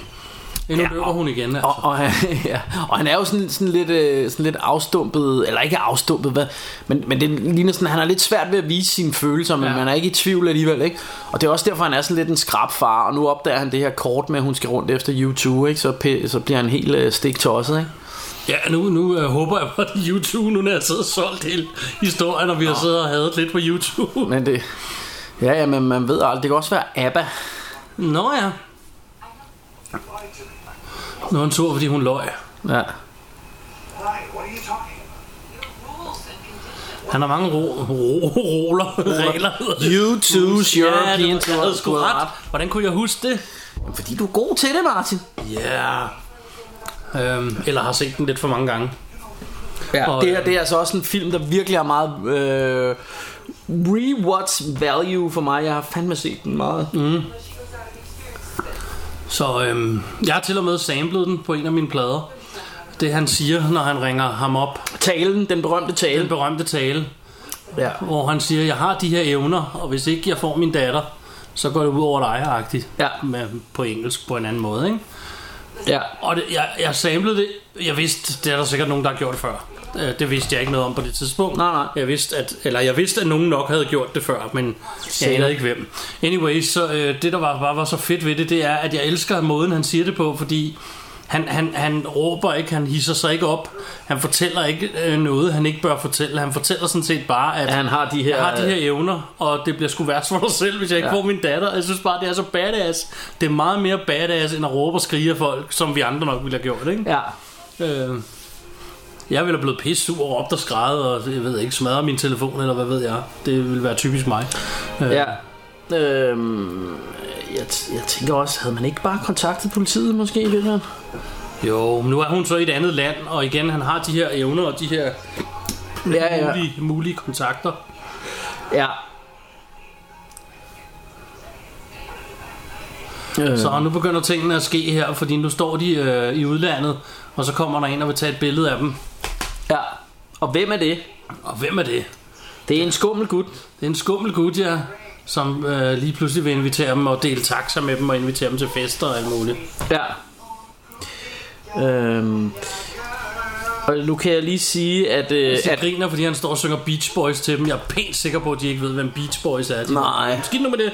Speaker 3: Endnu ja,
Speaker 4: Ja,
Speaker 3: løber
Speaker 4: og-
Speaker 3: hun igen. Altså.
Speaker 4: Og, og, han, ja, og han er jo sådan, sådan, lidt, øh, sådan lidt afstumpet, eller ikke afstumpet, hvad, men, men det ligner sådan, han har lidt svært ved at vise sine følelser, men
Speaker 3: Ja.
Speaker 4: ja. man er ikke i tvivl alligevel, ikke? Og det er også derfor, han er sådan lidt en skrab far, og nu opdager han det her kort med, at hun skal rundt efter U2, ikke? Så, p- så bliver han helt øh, stiktosset, ikke?
Speaker 3: Ja, nu, nu øh, håber jeg på at YouTube, nu når jeg sidder og solgt hele historien, og vi har siddet og hadet lidt på YouTube.
Speaker 4: Men det... Ja, ja, men man ved aldrig. Det kan også være ABBA.
Speaker 3: Nå ja. Nu er hun sur, fordi hun løg.
Speaker 4: Ja.
Speaker 3: Han har mange ro, ro, roller, regler.
Speaker 4: U2's
Speaker 3: ja,
Speaker 4: European
Speaker 3: det, jeg havde sgu
Speaker 4: Tour.
Speaker 3: ret. Hvordan kunne jeg huske det?
Speaker 4: Fordi du er god til det, Martin.
Speaker 3: Ja. Yeah. Øhm, eller har set den lidt for mange gange.
Speaker 4: Ja,
Speaker 3: Og,
Speaker 4: og, det, her,
Speaker 3: øh,
Speaker 4: det er altså også en film, der virkelig har meget øh, rewatch value for mig. Jeg har fandme set den meget. Mm.
Speaker 3: Så øhm, jeg har til og med samlet den på en af mine plader. Det han siger, når han ringer ham op.
Speaker 4: Talen, den berømte
Speaker 3: Den
Speaker 4: tale.
Speaker 3: berømte tale,
Speaker 4: Ja.
Speaker 3: hvor han siger, jeg har de her evner, og hvis ikke jeg får min datter, så går det ud over dig-agtigt.
Speaker 4: Ja.
Speaker 3: Med, på engelsk på en anden måde, ikke?
Speaker 4: ja.
Speaker 3: Og det, jeg, jeg samlede det. Jeg vidste, det er der sikkert nogen, der har gjort før. Øh, Det vidste jeg ikke noget om på det tidspunkt.
Speaker 4: Nej, nej.
Speaker 3: Jeg vidste, at, eller jeg vidste, at nogen nok havde gjort det før, men jeg
Speaker 4: Sikkert.
Speaker 3: anede ikke hvem. Anyway, så øh, det, der var, bare var så fedt ved det, det er, at jeg elsker måden, han siger det på, fordi han, han, han råber ikke, han hisser sig ikke op, han fortæller ikke øh, noget, han ikke bør fortælle. Han fortæller sådan set bare, at
Speaker 4: Han har de her...
Speaker 3: jeg har de her evner, og det bliver sgu værst for dig selv, hvis jeg ikke ja.
Speaker 4: Ja.
Speaker 3: får min datter. Jeg synes bare, det er så badass. Det er meget mere badass, end at råbe og skrige af folk, som vi andre nok ville have gjort, ikke?
Speaker 4: Ja.
Speaker 3: Ja. Øh, jeg ville have blevet pisse sur og råbt og skrædet, og jeg ved ikke, smadret min telefon, eller hvad ved jeg. Det ville være typisk mig. Øh,
Speaker 4: ja. Øhm, jeg, t- jeg tænker også, havde man ikke bare kontaktet politiet måske i virkeligheden?
Speaker 3: Jo, men nu er hun så i et andet land, og igen, han har de her evner og de her
Speaker 4: Ja, ja.
Speaker 3: mulige, mulige kontakter.
Speaker 4: Ja. Øh,
Speaker 3: Så nu begynder tingene at ske her, fordi nu står de øh, i udlandet, og så kommer der en og vil tage et billede af dem.
Speaker 4: ja. Og hvem er det?
Speaker 3: Og hvem er det?
Speaker 4: Det er en skummel gut.
Speaker 3: Det er en skummel gut, ja, som øh, lige pludselig vil invitere dem og dele taxa med dem og invitere dem til fester og alt muligt.
Speaker 4: Ja. Øhm, Og nu kan jeg lige sige, at... Øh,
Speaker 3: Jeg
Speaker 4: at
Speaker 3: griner, fordi han står og synger Beach Boys til dem. Jeg er pænt sikker på, at de ikke ved, hvem Beach Boys er. De
Speaker 4: Nej.
Speaker 3: Skidt nu med det.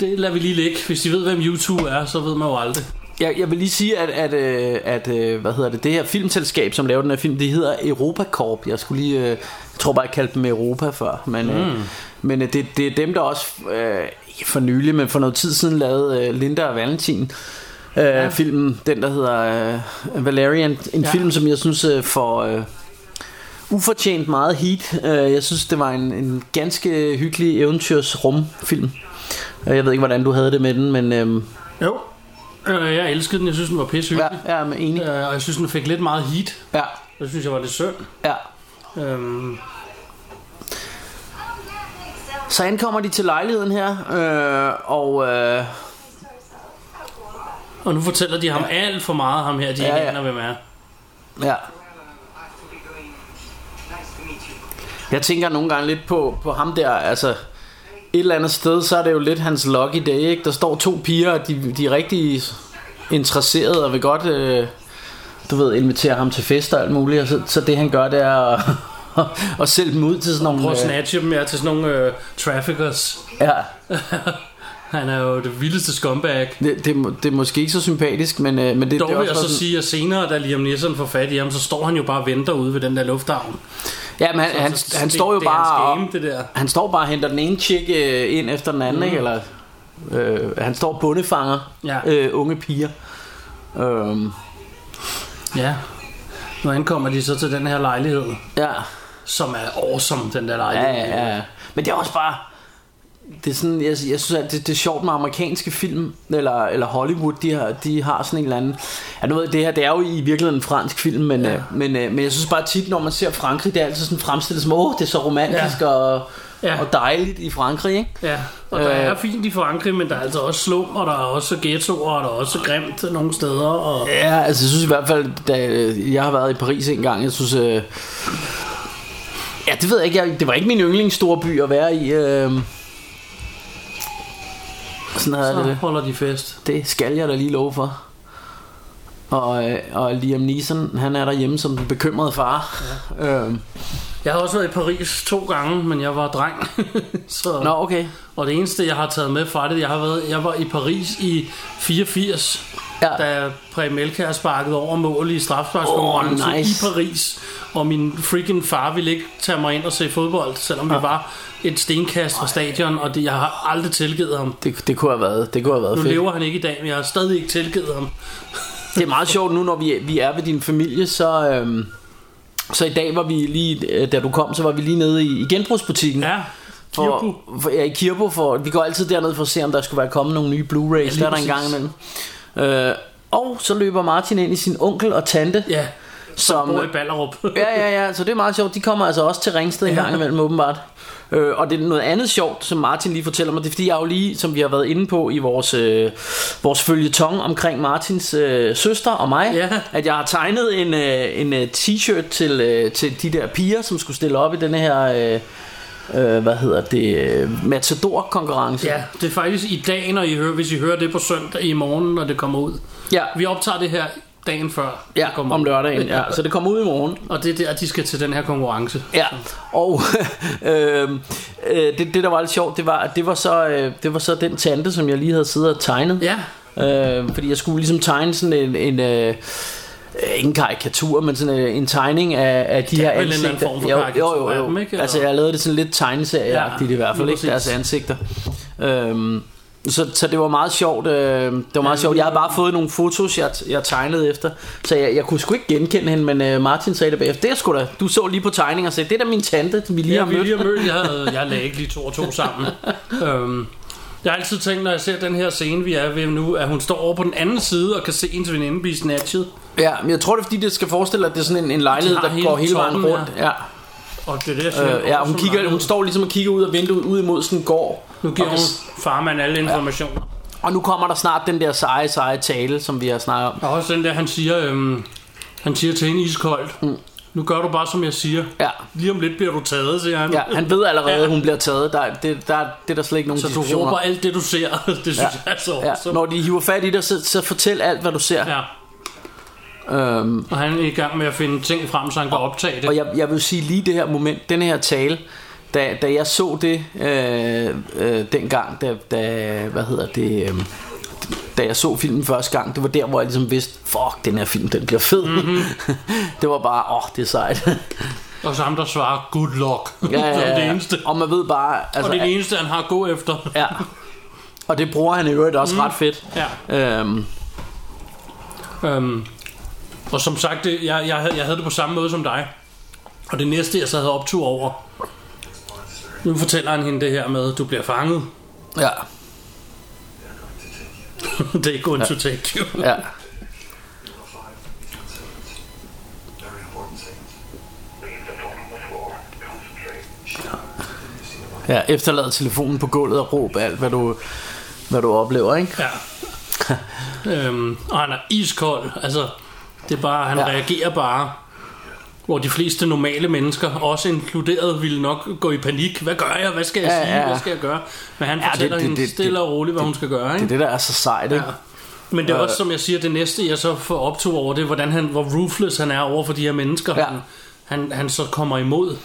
Speaker 3: Det lader vi lige ligge. Hvis de ved, hvem U2 er, så ved man jo aldrig.
Speaker 4: jeg, jeg vil lige sige, at, at, øh, at øh, hvad hedder det, det her filmselskab, som laver den her film, det hedder Europacorp. Jeg skulle lige, øh, jeg tror bare, jeg kaldte dem Europa før, men, øh, men øh, det, det er dem, der også, øh, ikke for nylig, men for noget tid siden lavede øh, Linda og Valentin. Øh, ja. Filmen, den der hedder øh, Valerian, en
Speaker 3: Ja.
Speaker 4: ja. film, som jeg synes øh, får øh, ufortjent meget heat. Øh, jeg synes, det var en, en ganske hyggelig eventyrsrumfilm. Øh, Jeg ved ikke, hvordan du havde det med den, men øh,
Speaker 3: Jo. Øh, jeg elskede den. Jeg synes, den var pissehyggelig.
Speaker 4: ja, jeg er enig.
Speaker 3: Ja. Øh, og jeg synes, den fik lidt meget heat.
Speaker 4: Ja,
Speaker 3: Det synes jeg var lidt synd.
Speaker 4: ja.
Speaker 3: Øhm,
Speaker 4: Så ankommer de til lejligheden her, øh, og øh,
Speaker 3: og nu fortæller de ham ja. alt for meget, ham her, de ja,
Speaker 4: Ja,
Speaker 3: ikke
Speaker 4: ja.
Speaker 3: aner, hvem er.
Speaker 4: ja. Jeg tænker nogle gange lidt på, på ham der, altså et eller andet sted, så er det jo lidt hans lucky day, ikke? Der står to piger, og de, de er rigtig interesserede og vil godt, øh, du ved, invitere ham til fest og alt muligt, og så, så det han gør, det er at, at sælge dem ud til sådan nogle...
Speaker 3: Prøv at
Speaker 4: øh,
Speaker 3: snatche dem her til sådan nogle øh, traffickers.
Speaker 4: ja,
Speaker 3: Han er jo det vildeste scumbag.
Speaker 4: det, det, er må- det er måske ikke så sympatisk, men, øh, men det,
Speaker 3: Dog
Speaker 4: det er
Speaker 3: vil jeg
Speaker 4: også
Speaker 3: så
Speaker 4: sådan-
Speaker 3: sige, at senere, da Liam Neeson får fat i ham, så står han jo bare og venter ude ved den der lufthavn.
Speaker 4: Ja, men han,
Speaker 3: Så-
Speaker 4: han,
Speaker 3: så- så
Speaker 4: han
Speaker 3: det-
Speaker 4: står jo
Speaker 3: det er
Speaker 4: bare
Speaker 3: hans
Speaker 4: og-
Speaker 3: game, det der.
Speaker 4: Han står bare og henter den ene chick øh, ind efter den anden, mm. ikke? Eller, øh, han står og bundefanger
Speaker 3: Ja.
Speaker 4: øh, unge piger. Øhm,
Speaker 3: Ja. Nu ankommer de så til den her lejlighed,
Speaker 4: ja.
Speaker 3: som er awesome, den der
Speaker 4: Ja,
Speaker 3: lejlighed.
Speaker 4: ja, ja. Men det er også bare... Det er sådan, jeg, jeg synes, at det, det er sjovt med amerikanske film, eller, eller Hollywood, de har, de har sådan en eller anden... Ja, nu ved jeg, det her, det er jo i virkeligheden en fransk film, men, ja. øh, men, øh, men jeg synes bare tit, når man ser Frankrig, det er altid sådan fremstillet som, åh, det er så romantisk ja. og,
Speaker 3: Ja.
Speaker 4: ja. og dejligt i Frankrig, ikke?
Speaker 3: Ja, og der
Speaker 4: Øh.
Speaker 3: er fint i Frankrig, men der er altså også slum, og der er også ghettoer, og der er også grimt nogle steder. Og...
Speaker 4: Ja, altså jeg synes i hvert fald, da øh, jeg har været i Paris en gang, jeg synes... Øh, ja, det ved jeg ikke. Jeg, det var ikke min yndlingsstore by at være i. Øh, sådan her er det,
Speaker 3: Så
Speaker 4: det.
Speaker 3: holder de fest.
Speaker 4: Det skal jeg da lige love for. Og, øh, og Liam Neeson, han er derhjemme som den bekymrede far. Ja. Øhm,
Speaker 3: Jeg har også været i Paris to gange, men jeg var dreng. så...
Speaker 4: nå, okay.
Speaker 3: Og det eneste, jeg har taget med fra det, jeg har været, jeg var i Paris i 84, ja.
Speaker 4: Ja.
Speaker 3: da Preben Elkjær sparkede over mål i strafsparkskonkurrencen
Speaker 4: Åh, nice.
Speaker 3: i Paris. Og min freaking far ville ikke tage mig ind og se fodbold, selvom vi var et stenkast fra stadion, og det, jeg har aldrig tilgivet ham.
Speaker 4: Det, det kunne have været, det kunne have været
Speaker 3: Nu
Speaker 4: fedt.
Speaker 3: lever han ikke i dag, men jeg har stadig ikke tilgivet ham.
Speaker 4: Det er meget sjovt nu, når vi, vi er ved din familie, så... Øhm, så i dag var vi lige, øh, da du kom, så var vi lige nede i, i genbrugsbutikken.
Speaker 3: Ja, Kirko.
Speaker 4: for, for, ja, i Kirbo for, Vi går altid derned for at se om der skulle være kommet nogle nye Blu-rays
Speaker 3: lige
Speaker 4: ja, Der er der
Speaker 3: præcis.
Speaker 4: en gang imellem øh, Og så løber Martin ind i sin onkel og tante
Speaker 3: Ja,
Speaker 4: som,
Speaker 3: bor i Ballerup.
Speaker 4: Ja ja ja Så det er meget sjovt De kommer altså også til Ringsted en
Speaker 3: Ja.
Speaker 4: gang imellem åbenbart øh, Og det er noget andet sjovt Som Martin lige fortæller mig Det er fordi jeg jo lige Som vi har været inde på I vores, øh, vores følgetong Omkring Martins øh, søster og mig
Speaker 3: Ja.
Speaker 4: At jeg har tegnet en, øh, en øh, t-shirt til, øh, til de der piger Som skulle stille op i den her øh, øh, hvad hedder det, øh, Matador-konkurrence.
Speaker 3: Ja, det er faktisk i dag, når I hører, hvis I hører det på søndag i morgen, når det kommer ud.
Speaker 4: ja,
Speaker 3: Vi optager det her dagen før det
Speaker 4: ja
Speaker 3: kommer
Speaker 4: om
Speaker 3: ud.
Speaker 4: lørdagen. Ja, så det kommer ud i morgen.
Speaker 3: Og det er der, de skal til den her konkurrence.
Speaker 4: Ja, og øh, øh, det, det, der var lidt sjovt, det var, at det var, så, øh, det var så den tante, som jeg lige havde siddet og tegnet.
Speaker 3: Ja,
Speaker 4: Øh, fordi jeg skulle ligesom tegne sådan en... en øh, øh, ikke en karikatur, men sådan øh, en tegning af, af de her
Speaker 3: vel en eller
Speaker 4: ansigter.
Speaker 3: anden form for
Speaker 4: Jo,
Speaker 3: karikatur
Speaker 4: jo,
Speaker 3: af
Speaker 4: jo,
Speaker 3: dem,
Speaker 4: jo.
Speaker 3: ikke? Eller-
Speaker 4: Altså, jeg lavede det sådan lidt tegneserieagtigt
Speaker 3: Ja,
Speaker 4: ja, i hvert fald,
Speaker 3: lige
Speaker 4: ikke? Deres
Speaker 3: præcis.
Speaker 4: ansigter. Øhm, så, så det var meget sjovt. Øh, det var meget sjovt. Jeg havde bare fået nogle fotos, jeg, jeg tegnede efter. Så jeg, jeg kunne sgu ikke genkende hende, men øh, Martin sagde det bagefter. Det er sgu da. Du så lige på tegningen og sagde, det er da min tante, vi lige
Speaker 3: jeg,
Speaker 4: har
Speaker 3: vi lige
Speaker 4: mødt.
Speaker 3: har mødt. Jeg, havde, jeg lagde ikke lige to og to sammen. øhm, jeg har altid tænkt, når jeg ser den her scene, vi er ved nu, at hun står over på den anden side og kan se ens veninde blive snatchet.
Speaker 4: Ja, men jeg tror, det er fordi, det skal forestille, at det er sådan en, en lejlighed,
Speaker 3: De har
Speaker 4: der
Speaker 3: hele
Speaker 4: går hele vejen
Speaker 3: toppen,
Speaker 4: rundt. Ja.
Speaker 3: Og det er det, jeg siger.
Speaker 4: Øh, ja, hun, kigger, hun står ligesom og kigger ud af vinduet ud imod sådan en gård.
Speaker 3: Nu giver
Speaker 4: Og kan-
Speaker 3: hun farmand alle informationer.
Speaker 4: Og nu kommer der snart den der seje, seje tale, som vi har snakket om.
Speaker 3: Og også den der, han siger, øhm, han siger til hende iskoldt. Mm. Nu gør du bare, som jeg siger.
Speaker 4: Ja.
Speaker 3: Lige om lidt bliver du taget, siger han.
Speaker 4: Ja, han ved allerede,
Speaker 3: Ja.
Speaker 4: at hun bliver taget. Der, det, der, det er der slet ikke nogen
Speaker 3: Så du
Speaker 4: diskussioner.
Speaker 3: råber alt det, du ser. det synes ja. jeg er så
Speaker 4: ja.
Speaker 3: awesome.
Speaker 4: Når de hiver fat i dig, så, så fortæl alt, hvad du ser.
Speaker 3: Ja.
Speaker 4: Øhm,
Speaker 3: Og han er i gang med at finde ting frem, så han kan optage det.
Speaker 4: Og jeg, jeg vil sige lige det her moment, den her tale, da, da jeg så det øh, øh, dengang, da, da, hvad hedder det, øh, da jeg så filmen første gang, det var der, hvor jeg ligesom vidste, fuck, den her film, den bliver fed.
Speaker 3: Mhm.
Speaker 4: Mm-hmm. det var bare, åh, oh, det er sejt.
Speaker 3: Og så ham, der svarer, good luck. Som det eneste. Altså,
Speaker 4: Og man ved bare, altså,
Speaker 3: og det er det eneste, han har at gå efter.
Speaker 4: ja. Og det bruger han i øvrigt også mm. ret fedt.
Speaker 3: Ja.
Speaker 4: Øhm,
Speaker 3: Øhm, og som sagt, det- jeg, jeg, havde, jeg havde det på samme måde som dig. Og det næste, jeg så havde optur over, nu fortæller han hende det her med, du bliver fanget.
Speaker 4: ja,
Speaker 3: det er going to take you.
Speaker 4: ja.
Speaker 5: Very important things. Leave the phone on the floor. Concentrate.
Speaker 4: ja. Efterlad telefonen på gulvet og råb alt, hvad du, hvad du oplever, ikke?
Speaker 3: Ja. øhm, og han er iskold. Altså, det er bare, han
Speaker 4: Ja.
Speaker 3: ja. reagerer bare. Hvor de fleste normale mennesker, også inkluderet, ville nok gå i panik. Hvad gør jeg? Hvad skal jeg
Speaker 4: Ja,
Speaker 3: ja, sige?
Speaker 4: ja, ja.
Speaker 3: Hvad skal jeg gøre? Men han
Speaker 4: Ja, det-
Speaker 3: fortæller
Speaker 4: det-
Speaker 3: hende
Speaker 4: det-
Speaker 3: stille
Speaker 4: det-
Speaker 3: og roligt, hvad hun skal gøre. Ikke?
Speaker 4: Det er det, der er så sejt, ikke?
Speaker 3: Ja. Men det er også, som jeg siger, det næste, jeg så får optog over, det er, hvordan han, hvor ruthless han er over for de her mennesker,
Speaker 4: Ja.
Speaker 3: ja. han, han, han så kommer imod.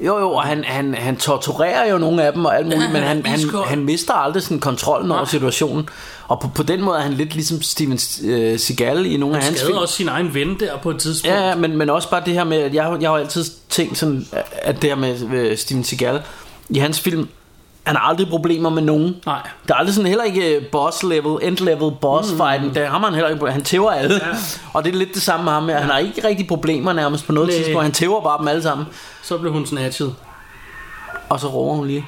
Speaker 4: Jo, jo, og han, han, han torturerer jo nogle af dem og alt muligt, ja,
Speaker 3: Ja,
Speaker 4: men han, han,
Speaker 3: iskold.
Speaker 4: han mister aldrig sådan kontrollen over
Speaker 3: Nej.
Speaker 4: situationen. Og på, på den måde er han lidt ligesom Steven øh, Seagal i nogle af
Speaker 3: Han
Speaker 4: hans
Speaker 3: skader
Speaker 4: film.
Speaker 3: også sin egen ven der på et tidspunkt.
Speaker 4: Ja, ja, men, men også bare det her med, at jeg, har- jeg har jo altid tænkt sådan, at det her med øh, Steven Seagal, i hans film, han har aldrig problemer med nogen.
Speaker 3: Nej.
Speaker 4: Der er aldrig sådan heller ikke øh, boss level, end level boss fighten, mm. der har man heller ikke, han tæver alle. Ja. Og det er lidt det samme med ham, her. han har ikke rigtig problemer nærmest på noget
Speaker 3: Næ.
Speaker 4: tidspunkt, han tæver bare dem alle sammen.
Speaker 3: Så blev hun snatchet.
Speaker 4: Og så råber hun lige.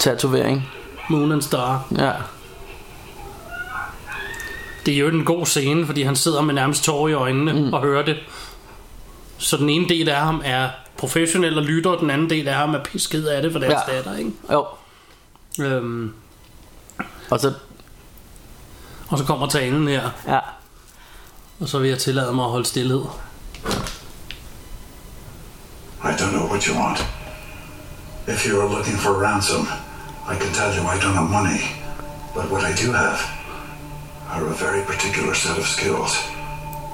Speaker 4: Tatovering.
Speaker 3: Moon and Star.
Speaker 4: Ja.
Speaker 3: Det er jo en god scene, fordi han sidder med nærmest tårer i øjnene mm. og hører det. Så den ene del af ham er professionel og lytter, og den anden del af ham er pisket af det for deres
Speaker 4: Ja.
Speaker 3: ja. datter, ikke?
Speaker 4: Jo.
Speaker 3: Øhm,
Speaker 4: Og så...
Speaker 3: og så kommer talen her,
Speaker 4: Ja.
Speaker 3: og så vil jeg tillade mig at holde stillhed.
Speaker 5: I don't know what you want. If you are looking for ransom, I can tell you I don't have money. But what I do have are a very particular set of skills.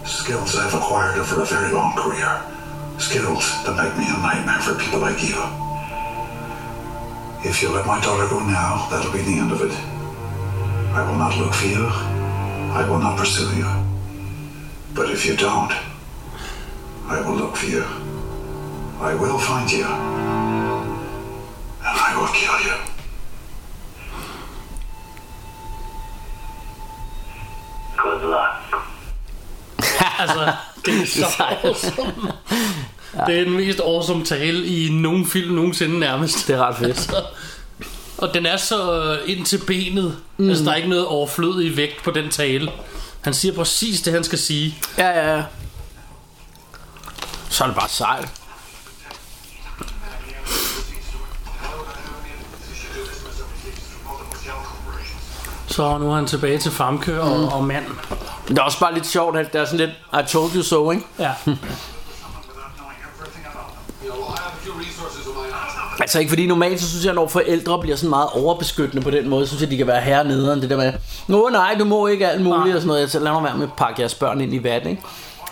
Speaker 5: Skills I've acquired over a very long career. Skills that make me a nightmare for people like you. If you let my daughter go now, that'll be the end of it. I will not look for you. I will not pursue you. But if you don't, I will look for you. I will find you. And I will kill you. Good luck.
Speaker 3: Altså, det er så awesome. Det er den mest awesome tale i nogen film nogensinde nærmest. Altså,
Speaker 4: Det er ret fedt.
Speaker 3: Og den er så øh, ind til benet. Mm. Altså, der er ikke noget overflødig vægt på den tale. Han siger præcis det, han skal sige.
Speaker 4: Ja, ja, ja. Så er det bare sejt.
Speaker 3: Så nu er han tilbage til Famke og, mm. og mand.
Speaker 4: Det er også bare lidt sjovt, at der er sådan lidt, I told you so, ikke?
Speaker 3: Ja.
Speaker 4: Altså ikke fordi normalt, så synes jeg, når forældre bliver sådan meget overbeskyttende på den måde, så synes jeg, de kan være herre nederen. Det der med, nå nej, du må ikke alt muligt
Speaker 3: Nej.
Speaker 4: og sådan noget. Jeg siger, lad mig være med at pakke jeres børn ind i vand, ikke?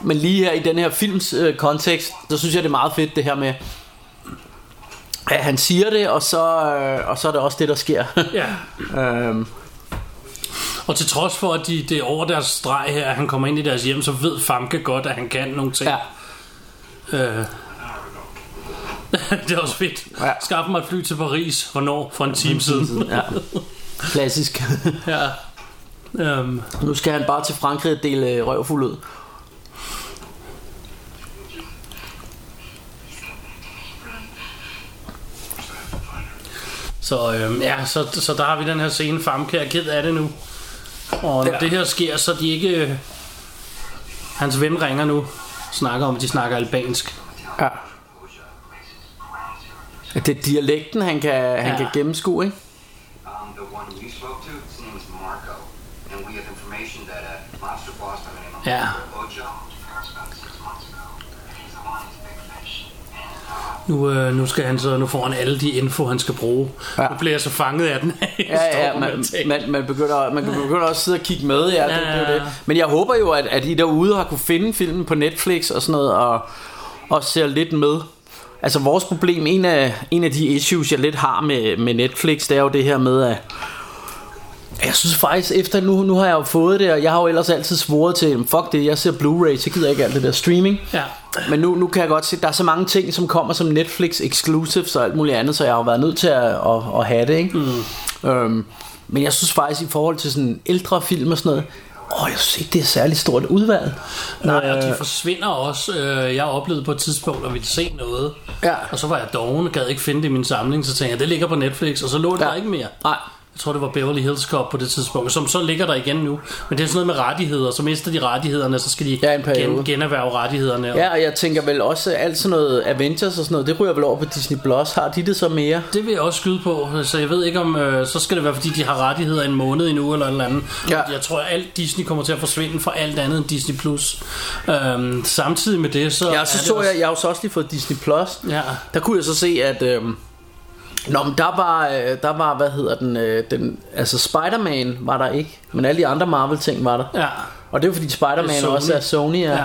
Speaker 4: Men lige her i den her films øh, kontekst, der synes jeg, det er meget fedt det her med, at han siger det, og så, øh, og så er det også det, der sker.
Speaker 3: ja.
Speaker 4: øhm,
Speaker 3: Og til trods for, at de, det er over deres streg her, at han kommer ind i deres hjem, så ved Famke godt, at han kan nogle ting.
Speaker 4: ja.
Speaker 3: Øh. det er også fedt.
Speaker 4: Ja.
Speaker 3: Ja. Skaf mig et fly til Paris. Hvornår? For en time siden.
Speaker 4: ja. Klassisk.
Speaker 3: ja. Øhm,
Speaker 4: nu skal han bare til Frankrig og dele øh, røvfuld ud.
Speaker 3: så øhm, ja, så, så der har vi den her scene. Famke er ked af det nu. Og når
Speaker 4: Ja.
Speaker 3: ja. det her sker, så er de ikke... øh, Hans ven ringer nu. Snakker om, at de snakker albansk.
Speaker 4: Ja. Det er dialekten, han kan, han
Speaker 3: Ja.
Speaker 4: kan gennemskue, ikke?
Speaker 6: Um, the one we spoke to, his name is Marco, and we have information that a lobster boss by the name of
Speaker 3: Yeah.
Speaker 6: Marco Ojo, about six months ago, and uh, he's a honest big fish.
Speaker 3: Nu, øh, nu, skal han så, nu får han alle de info, han skal bruge.
Speaker 4: Ja.
Speaker 3: Ja. Nu bliver jeg så fanget af den.
Speaker 4: Ja, ja, man, man, man, begynder, man begynder også at sidde og kigge med, ja, det, det, er jo det. Men jeg håber jo, at, at I derude har kunne finde filmen på Netflix og sådan noget, og, og ser lidt med. Altså vores problem, en af, en af de issues, jeg lidt har med, med Netflix, det er jo det her med, at jeg synes faktisk, efter nu, nu har jeg jo fået det, og jeg har jo ellers altid svoret til, "Jamen, fuck det, jeg ser Blu-ray, så gider jeg ikke alt det der streaming.
Speaker 3: Ja.
Speaker 4: Men nu, nu kan jeg godt se, at der er så mange ting, som kommer som Netflix exclusives og alt muligt andet, så jeg har jo været nødt til at, at, at have det, ikke? Mm. Øhm, men jeg synes faktisk, i forhold til sådan ældre film og sådan noget, åh, jeg synes ikke, det er særlig stort udvalg.
Speaker 3: Nej, og de forsvinder også. Øh, Jeg oplevede på et tidspunkt at ville se noget.
Speaker 4: Ja.
Speaker 3: Og så var jeg doven og gad ikke finde det i min samling. Så tænkte jeg, det ligger på Netflix, og så lå det
Speaker 4: Ja.
Speaker 3: ja. der ikke mere.
Speaker 4: Nej.
Speaker 3: Jeg tror, det var Beverly Hills Cop på det tidspunkt, som så ligger der igen nu. Men det er sådan noget med rettigheder. Så mister de rettighederne, så skal de
Speaker 4: Ja, en periode.
Speaker 3: gen, generhverve rettighederne.
Speaker 4: Ja, og jeg tænker vel også, alt sådan noget Avengers og sådan noget, det ryger vel over på Disney+. Plus. Har de det så mere?
Speaker 3: Det vil jeg også skyde på, så jeg ved ikke om, øh, så skal det være fordi de har rettigheder en måned endnu eller en eller anden.
Speaker 4: Ja.
Speaker 3: Jeg tror alt Disney kommer til at forsvinde fra alt andet end Disney+. Plus. Øhm, samtidig med det, så
Speaker 4: Ja, så
Speaker 3: det
Speaker 4: så
Speaker 3: også-
Speaker 4: jeg, jeg har jo så også lige fået Disney+. Plus.
Speaker 3: Ja.
Speaker 4: Der kunne jeg så se, at... Øh, Nå, men der var, øh, der var, hvad hedder den, øh, den altså Spider-Man var der ikke, men alle de andre Marvel-ting var der.
Speaker 3: Ja.
Speaker 4: Og det er jo fordi
Speaker 3: Det er
Speaker 4: Spider-Man
Speaker 3: Sony.
Speaker 4: også er Sony, ja. ja.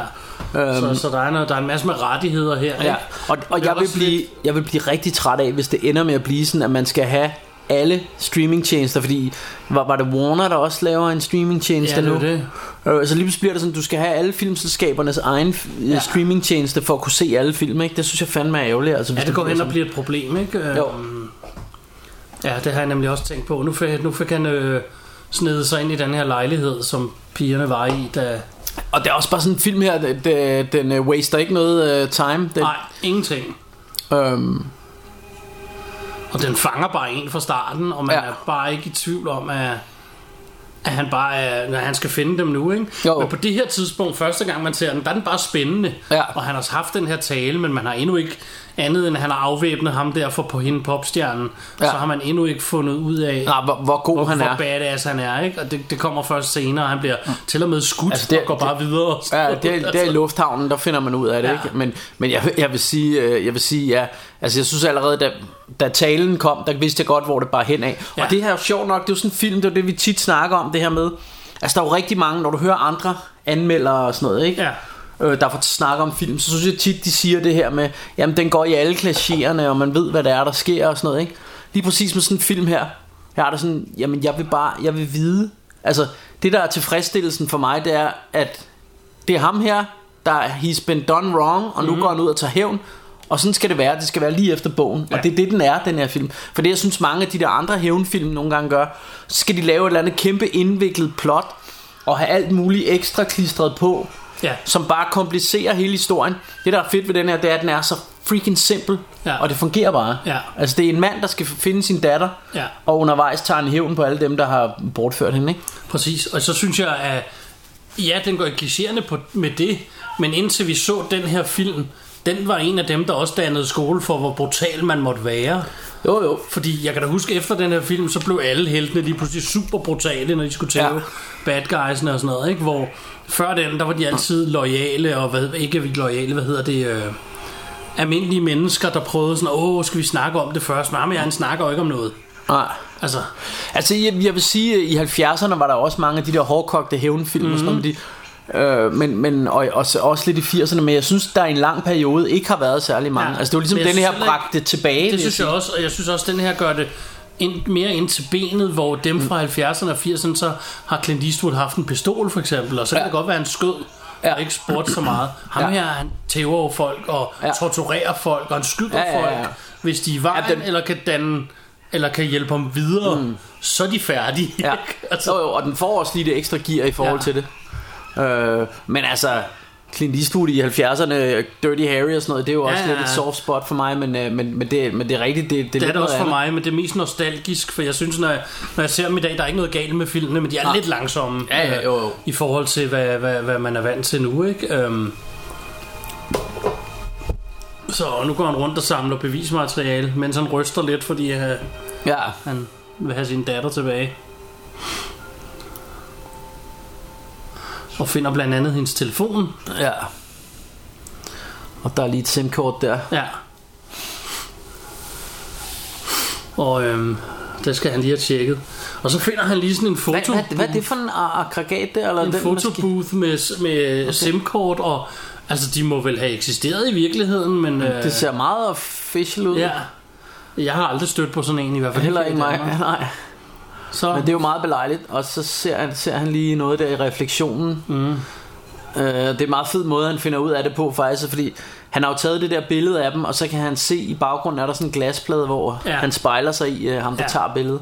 Speaker 3: ja. Øhm, så, så der, er noget, der er en masse med rettigheder her.
Speaker 4: ja.
Speaker 3: Ikke?
Speaker 4: Og, og
Speaker 3: Det er
Speaker 4: jeg, vil
Speaker 3: også
Speaker 4: blive,
Speaker 3: lidt-
Speaker 4: jeg vil blive rigtig træt af, hvis det ender med at blive sådan, at man skal have alle streamingtjenester, fordi var, var det Warner, der også laver en streamingtjeneste
Speaker 3: Ja, det er
Speaker 4: nu?
Speaker 3: jo det.
Speaker 4: Øh, så lige pludselig bliver det sådan, at du skal have alle filmselskabernes egen ja. streamingtjeneste for at kunne se alle film, ikke? Det synes jeg fandme er ærgerligt. Altså, hvis
Speaker 3: Ja, det går hen og
Speaker 4: sådan.
Speaker 3: bliver et problem, ikke? Øhm,
Speaker 4: Jo.
Speaker 3: Ja, det har jeg nemlig også tænkt på. Nu fik, nu fik han øh, snedet sig ind i den her lejlighed, som pigerne var i, da...
Speaker 4: Og det er også bare sådan en film her, det- det- den øh, waster ikke noget øh, time. Den,
Speaker 3: Nej, ingenting.
Speaker 4: Øhm,
Speaker 3: Og den fanger bare en fra starten, og man
Speaker 4: Ja.
Speaker 3: ja. er bare ikke i tvivl om, at, at han bare er, når han skal finde dem nu. Ikke?
Speaker 4: Jo.
Speaker 3: Men på det her tidspunkt, første gang man ser den, der er den bare spændende.
Speaker 4: Ja.
Speaker 3: Og han har også haft den her tale, men man har endnu ikke andet end, at han har afvæbnet ham derfor på hende popstjernen.
Speaker 4: Ja.
Speaker 3: Ja. Så har man endnu ikke fundet ud af,
Speaker 4: nej, hvor, hvor god han
Speaker 3: hvor
Speaker 4: er.
Speaker 3: badass han er. Ikke? Og det, det kommer først senere, og han bliver til og med skudt
Speaker 4: Altså,
Speaker 3: altså,
Speaker 4: det-
Speaker 3: det, og går bare videre.
Speaker 4: Ja, det, er, det er i lufthavnen, der finder man ud af det, ja.
Speaker 3: altså. Ja.
Speaker 4: ikke? Men, men jeg, jeg vil sige, øh, jeg vil sige, ja, altså jeg synes allerede, da, da talen kom, der vidste jeg godt, hvor det bare hen af. Ja.
Speaker 3: Ja.
Speaker 4: Og det her er jo sjovt nok, det er jo sådan en film, det er jo det, vi tit snakker om, det her med, altså der er jo rigtig mange, når du hører andre anmeldere og sådan noget, ikke?
Speaker 3: Ja.
Speaker 4: Øh, der får snakker om film, så synes jeg tit, de siger det her med, jamen den går i alle klichéerne, og man ved, hvad der er, der sker og sådan noget, ikke? Lige præcis med sådan en film her, her er der sådan, jamen jeg vil bare, jeg vil vide, altså det der er tilfredsstillelsen for mig, det er, at det er ham her, der er- he's been done wrong, og nu mm. går han ud og tager hævn. Og sådan skal det være. Det skal være lige efter bogen. Ja. Og det er det, den er, den her film. For det, jeg synes, mange af de der andre hævnfilm nogle gange gør, så skal de lave et eller andet kæmpe indviklet plot, og have alt muligt ekstra klistret på,
Speaker 3: Ja.
Speaker 4: som bare komplicerer hele historien. Det, der er fedt ved den her, det er, at den er så freaking simpel,
Speaker 3: Ja.
Speaker 4: og det fungerer bare.
Speaker 3: Ja.
Speaker 4: Altså, det er en mand, der skal finde sin datter,
Speaker 3: Ja.
Speaker 4: og undervejs tager han hævn på alle dem, der har bortført hende, ikke?
Speaker 3: Præcis, og så synes jeg, at ja, den går i klichéerne på, med det, men indtil vi så den her film, den var en af dem, der også dannede skole for, hvor brutal man måtte være.
Speaker 4: Jo, jo.
Speaker 3: Fordi jeg kan da huske, efter den her film, så blev alle heltene lige pludselig super brutale, når de skulle tage
Speaker 4: Ja.
Speaker 3: ja. bad guysene og sådan noget, ikke? Hvor før den, der var de altid lojale, og hvad, ikke lojale, hvad hedder det... Øh, almindelige mennesker, der prøvede sådan, åh, skal vi snakke om det først? Men ham her, han snakker jo ikke om noget.
Speaker 4: Nej.
Speaker 3: Altså,
Speaker 4: Altså, jeg, jeg vil sige, i 70'erne var der også mange af de der hårdkogte hævnfilm mm. og sådan
Speaker 3: Mhm.
Speaker 4: noget, men de, øh, men, men, og, og så- også lidt i 80'erne, men jeg synes, der i en lang periode ikke har været særlig mange. Ja,
Speaker 3: Ja,
Speaker 4: altså, det var ligesom
Speaker 3: men jeg
Speaker 4: den her
Speaker 3: synes heller ikke-
Speaker 4: bragte tilbage. vil
Speaker 3: Det synes
Speaker 4: sige.
Speaker 3: jeg også, og jeg synes også, at den her gør det ind, mere ind til benet, hvor dem
Speaker 4: Mm.
Speaker 3: fra 70'erne og 80'erne, så har Clint Eastwood haft en pistol for eksempel, og så kan
Speaker 4: Ja.
Speaker 3: det godt være en skød,
Speaker 4: Ja.
Speaker 3: ja. og ikke spurgt så meget. Ham
Speaker 4: Ja.
Speaker 3: ja. her, han tæver jo folk, og
Speaker 4: Ja.
Speaker 3: ja. torturerer folk, og han skygger
Speaker 4: Ja,
Speaker 3: ja,
Speaker 4: ja,
Speaker 3: ja,
Speaker 4: ja.
Speaker 3: folk, hvis de er i vejen,
Speaker 4: Ja,
Speaker 3: ja,
Speaker 4: den-
Speaker 3: den... eller kan danne eller kan hjælpe ham videre, mm. så er de færdige.
Speaker 4: Ja.
Speaker 3: ikke?
Speaker 4: altså. jo, jo, og den får også lige det ekstra gear i forhold ja.
Speaker 3: Ja.
Speaker 4: til det. Øh, men altså, Clint Eastwood i 70'erne, Dirty Harry og sådan noget, det er jo også
Speaker 3: Ja, ja,
Speaker 4: ja, lidt et
Speaker 3: ja.
Speaker 4: soft spot for mig, men, øh, men, men, det, men det er rigtigt, det, det,
Speaker 3: Det er
Speaker 4: lidt
Speaker 3: det også
Speaker 4: noget
Speaker 3: for
Speaker 4: andet.
Speaker 3: mig, men det er mest nostalgisk, for jeg synes, når jeg, når jeg ser dem i dag, der er ikke noget galt med filmene, men de er
Speaker 4: Nej.
Speaker 3: lidt langsomme
Speaker 4: Ja, ja,
Speaker 3: øh,
Speaker 4: jo, jo.
Speaker 3: i forhold til, hvad, hvad, hvad man er vant til nu. Ikke? Øhm. Så nu går han rundt og samler bevismateriale, mens han ryster lidt, fordi øh,
Speaker 4: Ja,
Speaker 3: han vil have sin datter tilbage. Og finder blandt andet hendes telefon.
Speaker 4: ja. Og der er lige et SIM-kort der.
Speaker 3: Ja. Og øhm, det skal han lige have tjekket. Og så finder han lige sådan en foto.
Speaker 4: Hvad, hvad, hvad er det for en a- aggregat der? Eller
Speaker 3: en
Speaker 4: den
Speaker 3: fotobooth med, med okay. SIM-kort og... Altså, de må vel have eksisteret i virkeligheden, men... Øh,
Speaker 4: Det ser meget official ud.
Speaker 3: Ja. Jeg har aldrig stødt på sådan en i hvert fald.
Speaker 4: Heller
Speaker 3: her i
Speaker 4: ikke mig.
Speaker 3: Danmark.
Speaker 4: Nej.
Speaker 3: Så,
Speaker 4: Men det er jo meget belejligt. Og så ser han, ser han lige noget der i refleksionen. Mm. Øh, det er en meget fed måde, han finder ud af det på faktisk. Fordi han har jo taget det der billede af dem, og så kan han se i baggrunden, er der sådan en glasplade, hvor
Speaker 3: Ja.
Speaker 4: ja. han spejler sig i øh, ham,
Speaker 3: Ja.
Speaker 4: der ja. tager billedet.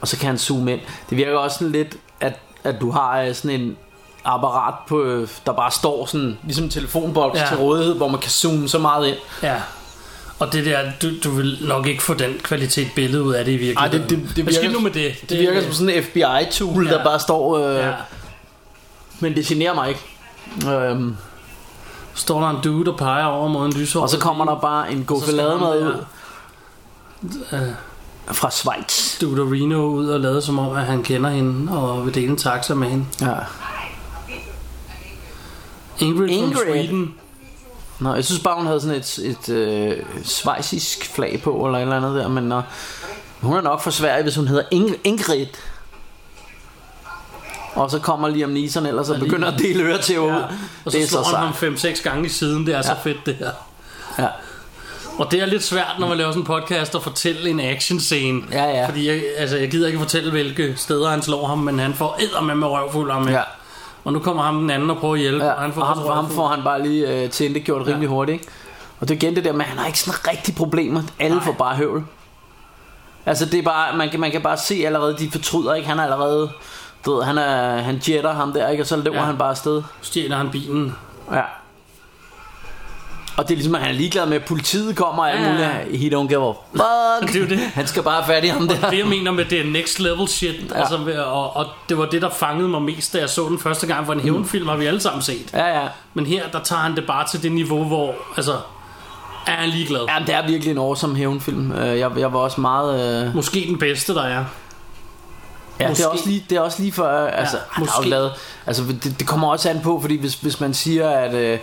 Speaker 4: Og så kan han zoome ind. Det virker også sådan lidt, at, at du har øh, sådan en apparat, på, øh, der bare står sådan, ligesom en telefonboks
Speaker 3: Ja.
Speaker 4: ja. til rådighed, hvor man kan zoome så meget ind.
Speaker 3: Ja. Og det der, du, du vil nok ikke få den kvalitet billede ud af det i
Speaker 4: Ej,
Speaker 3: virkeligheden.
Speaker 4: det, det, det,
Speaker 3: Hvad skal
Speaker 4: virker,
Speaker 3: nu med det?
Speaker 4: det virker som sådan en FBI-tool,
Speaker 3: Ja.
Speaker 4: ja. der bare står... Øh,
Speaker 3: Ja.
Speaker 4: ja. Men det generer mig ikke. Øhm,
Speaker 3: Står der en dude, der peger over mod en lysår.
Speaker 4: og så kommer der bare en
Speaker 3: så skal
Speaker 4: gofalademad
Speaker 3: ham
Speaker 4: ud fra Schweiz.
Speaker 3: Dude og Reno ud og lade som om, at han kender hende og vil dele en taxa med hende.
Speaker 4: Ja.
Speaker 3: Ingrid, Ingrid.
Speaker 4: Ingrid.
Speaker 3: from Sweden.
Speaker 4: Nå, jeg synes bare, hun havde sådan et, et øh, svejsisk flag på, eller et eller andet der, men nå, hun er nok fra Sverige, hvis hun hedder Ing- Ingrid. Og så kommer Liam Neeson ellers og begynder at dele øretæver ja. ud.
Speaker 3: Og så
Speaker 4: det er
Speaker 3: slår
Speaker 4: så
Speaker 3: han ham
Speaker 4: sejt.
Speaker 3: 5-6 gange i siden. Det er ja. så fedt, det her.
Speaker 4: Ja.
Speaker 3: Og det er lidt svært, når man laver sådan en podcast, at fortælle en actionscene.
Speaker 4: Ja, ja.
Speaker 3: Fordi jeg, altså, jeg gider ikke fortælle, hvilke steder han slår ham, men han får æder med med røvfuld ham.
Speaker 4: Ja.
Speaker 3: Og nu kommer ham den anden og prøver at hjælpe,
Speaker 4: Ja,
Speaker 3: og han får
Speaker 4: og ham,
Speaker 3: også
Speaker 4: og ham
Speaker 3: røvfuld.
Speaker 4: får han bare lige øh, til gjort rimelig hurtigt, ikke? Og det er igen det der med, at han har ikke sådan rigtig problemer. Alle
Speaker 3: Nej.
Speaker 4: får bare høvl. Altså det er bare, man kan, man kan bare se allerede, de fortryder, ikke? Han er allerede, du ved, han, er, han jetter ham der, ikke? Og så løber
Speaker 3: Ja.
Speaker 4: ja. han bare afsted.
Speaker 3: stjæler han bilen.
Speaker 4: Ja. Og det er ligesom, at han er ligeglad med, at politiet kommer og alt
Speaker 3: Ja.
Speaker 4: muligt. He don't give a fuck.
Speaker 3: Det er jo det.
Speaker 4: Han skal bare have fat i ham der.
Speaker 3: Det jeg mener med det er next level shit ja. altså, og, og det var det der fangede mig mest Da jeg så den første gang For en hævnfilm har vi alle sammen set
Speaker 4: Ja, ja.
Speaker 3: Men her der tager han det bare til det niveau Hvor altså er han ligeglad
Speaker 4: Jamen, det er virkelig en awesome hævnfilm. Øh, Jeg, jeg var også meget... Øh,
Speaker 3: Måske den bedste der er
Speaker 4: Ja, det
Speaker 3: Måske.
Speaker 4: er, også lige, det er også lige for... øh, Altså, ja, han har
Speaker 3: måske.
Speaker 4: jo lavet, altså det, det kommer også an på, fordi hvis, hvis man siger, at, øh,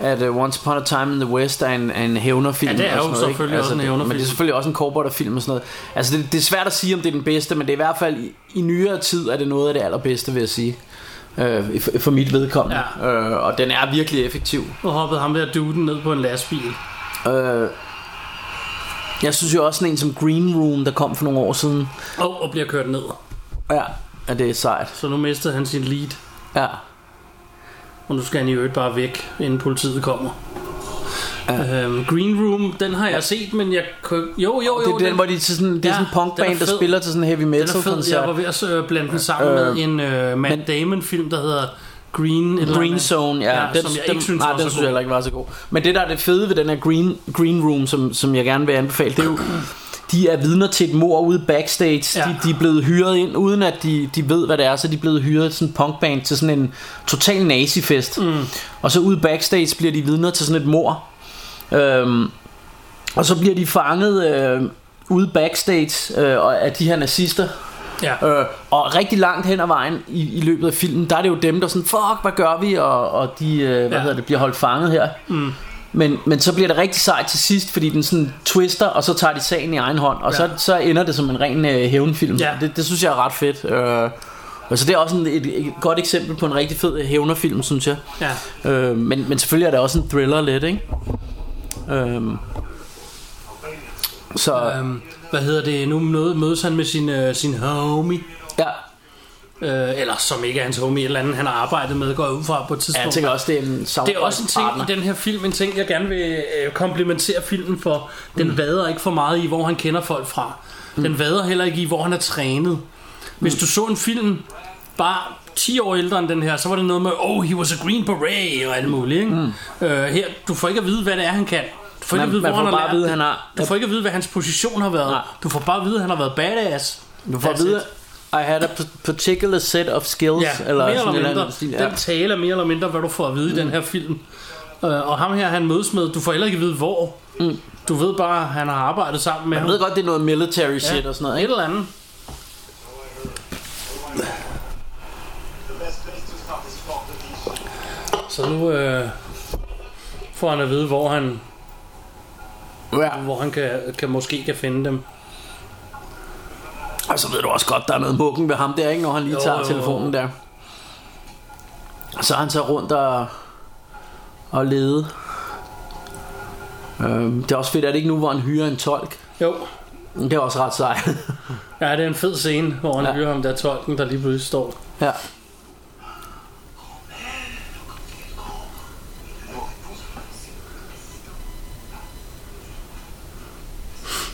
Speaker 4: at øh, Once Upon a Time in the West er en, er en hævnerfilm...
Speaker 3: Ja, det er
Speaker 4: og sådan
Speaker 3: jo
Speaker 4: noget, ikke? Altså,
Speaker 3: selvfølgelig også en
Speaker 4: det-
Speaker 3: hævnerfilm.
Speaker 4: Men det er selvfølgelig også en cowboyfilm og sådan noget. Altså, det, det er svært at sige, om det er den bedste, men det er i hvert fald i, i nyere tid, er det noget af det allerbedste, vil jeg sige. Øh, i- for, for mit vedkommende.
Speaker 3: Ja.
Speaker 4: Øh, og den er virkelig effektiv.
Speaker 3: Nu hoppede ham der duden ned på en lastbil
Speaker 4: Øh, jeg synes jo også sådan en som Green Room, der kom for nogle år siden.
Speaker 3: og, og bliver kørt ned
Speaker 4: Ja, at det er sejt.
Speaker 3: Så nu mistede han sin lead
Speaker 4: Ja.
Speaker 3: Og nu skal han i øvrigt bare væk Inden politiet kommer ja. øhm, Green Room Den har jeg set Men jeg kunne- Jo jo jo
Speaker 4: Det er den, hvor de til sådan, det er
Speaker 3: Ja,
Speaker 4: sådan en punkband,
Speaker 3: den er
Speaker 4: der
Speaker 3: fed.
Speaker 4: spiller til sådan en heavy
Speaker 3: Den er
Speaker 4: metal
Speaker 3: fed. Jeg var
Speaker 4: koncert.
Speaker 3: ved at øh, blande den sammen øh, med en øh, Matt men, Damon film der hedder Green et eller
Speaker 4: øhm, Green
Speaker 3: andet.
Speaker 4: Zone, ja,
Speaker 3: ja den, som jeg ikke synes
Speaker 4: nej,
Speaker 3: var
Speaker 4: den
Speaker 3: så
Speaker 4: synes jeg
Speaker 3: god.
Speaker 4: heller ikke var så god. Men det der er det fede ved den her Green, green Room, som, som jeg gerne vil anbefale, det er jo, de er vidner til et mor ude backstage.
Speaker 3: Ja.
Speaker 4: Ja. De, de er blevet hyret ind, uden at de, de ved, hvad det er, så de er blevet hyret til sådan en punkband til sådan en total nazifest. Mm. Og så ude backstage bliver de vidner til sådan et mor. Øhm, og så bliver de fanget øh, ude backstage øh, og af de her nazister.
Speaker 3: Ja.
Speaker 4: Øh, og rigtig langt hen ad vejen i, i løbet af filmen, der er det jo dem, der sådan, fuck, hvad gør vi? Og, og de, øh, hvad
Speaker 3: Ja.
Speaker 4: ja. hedder det, bliver holdt fanget her. Mm. Men, men så bliver det rigtig sejt til sidst, fordi den sådan twister, og så tager de sagen i egen hånd. Og
Speaker 3: Ja.
Speaker 4: så, så ender det som en ren øh, hævnfilm.
Speaker 3: Ja.
Speaker 4: Det, det synes jeg er ret fedt. Øh, og så det er også en, et, et godt eksempel på en rigtig fed hævnerfilm, synes jeg.
Speaker 3: Ja.
Speaker 4: Øh, men, men selvfølgelig er det også en thriller lidt, ikke? Øh, så
Speaker 3: Øhm, hvad hedder det nu møde- mødes han med sin øh, sin homie
Speaker 4: ja,
Speaker 3: øh, eller som ikke er hans homie et eller andet han har arbejdet med går jeg ud fra på et
Speaker 4: jeg
Speaker 3: tidspunkt.
Speaker 4: tænker også, det er en
Speaker 3: det er også en ting i den her film, en ting jeg gerne vil øh, komplimentere filmen for. Den mm. vader ikke for meget i, hvor han kender folk fra.
Speaker 4: Mm.
Speaker 3: Den vader heller ikke i, hvor han er trænet. Hvis du så en film bare 10 år ældre end den her, så var det noget med, oh, he was a green beret og alt muligt. Ikke? Mm. Øh, her, du får ikke at vide, hvad det er, han kan. Du får ikke
Speaker 4: Man-
Speaker 3: at vide,
Speaker 4: man
Speaker 3: hvor
Speaker 4: får
Speaker 3: han har
Speaker 4: bare
Speaker 3: lært
Speaker 4: at vide,
Speaker 3: det.
Speaker 4: han har-
Speaker 3: Du får ikke at vide, hvad hans position har været.
Speaker 4: Nej.
Speaker 3: Du får bare at vide, at han har været badass.
Speaker 4: Du får at
Speaker 3: That's
Speaker 4: vide,
Speaker 3: it.
Speaker 4: I had a p- particular set of skills,
Speaker 3: Ja,
Speaker 4: eller
Speaker 3: mere
Speaker 4: sådan
Speaker 3: eller
Speaker 4: et
Speaker 3: mindre.
Speaker 4: andet stil.
Speaker 3: ja. Den taler mere eller mindre, hvad du får at vide mm. i den her film. Øh, og ham her, han mødes med, du får heller ikke at vide, hvor. Mm. Du ved bare, han har arbejdet sammen med
Speaker 4: Jeg
Speaker 3: ham.
Speaker 4: ved godt, det er noget military shit og sådan noget,
Speaker 3: Et
Speaker 4: ikke?
Speaker 3: eller andet. Så nu øh, får han at vide, hvor han,
Speaker 4: Ja.
Speaker 3: hvor han kan, kan måske kan finde dem.
Speaker 4: Og så ved du også godt, der er noget mukken ved ham der, ikke? Når han lige
Speaker 3: Jo,
Speaker 4: tager
Speaker 3: jo, jo.
Speaker 4: telefonen der. Og så er han så rundt og, og lede. Øhm, det er også fedt, er det ikke nu, hvor han hyrer en tolk?
Speaker 3: Jo.
Speaker 4: Det er også ret sejt.
Speaker 3: Ja, det er en fed scene, hvor han
Speaker 4: Ja.
Speaker 3: ja. hører ham der tolken, der lige pludselig står.
Speaker 4: ja.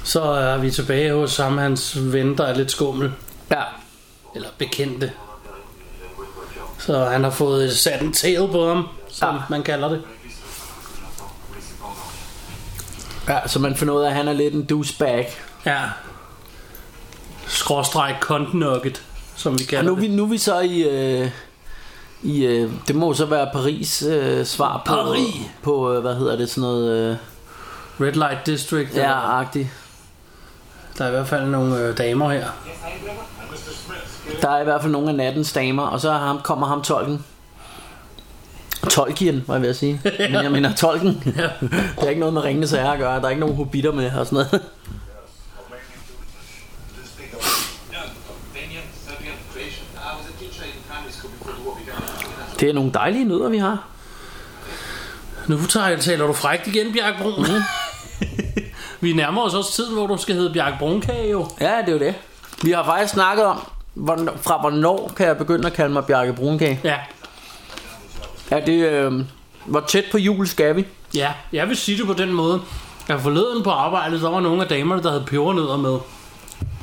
Speaker 3: Så er vi tilbage hos ham, hans ven, der er lidt skummel.
Speaker 4: Ja.
Speaker 3: Eller bekendte. Så han har fået sat en tail på ham, som
Speaker 4: Ja.
Speaker 3: ja. man kalder det.
Speaker 4: ja, så man finder ud af, at han er lidt en douchebag.
Speaker 3: Ja. Skråstreg contnugget, som vi
Speaker 4: Og
Speaker 3: kalder
Speaker 4: nu er vi, nu er vi så i... Øh, i øh, det må så være Paris øh, svar på...
Speaker 3: Paris!
Speaker 4: På, øh, hvad hedder det, sådan noget... Øh,
Speaker 3: det. Red Light District. eller-
Speaker 4: ja-agtigt.
Speaker 3: Der er i hvert fald nogle øh, damer her.
Speaker 4: Der er i hvert fald nogle af nattens damer, og så er ham, kommer ham tolken. Tolkien, var jeg ved at sige. Men jeg mener tolken. det er ikke noget med ringende sager at gøre. Der er ikke nogen hobitter med og sådan noget. Det er nogle dejlige nødder, vi har.
Speaker 3: Nu tager, taler du frækt igen, Bjarke Brun. vi nærmer os også tiden, hvor du skal hedde Bjarke Brunkage jo.
Speaker 4: Ja, det er jo det. Vi har faktisk snakket om, hvornår, fra hvornår kan jeg begynde at kalde mig Bjarke Brunkage.
Speaker 3: Ja.
Speaker 4: Er det, øh, hvor tæt på jul skal vi?
Speaker 3: ja, jeg vil sige det på den måde. Jeg forleden på arbejdet, der var nogle af damerne, der havde pebernødder med.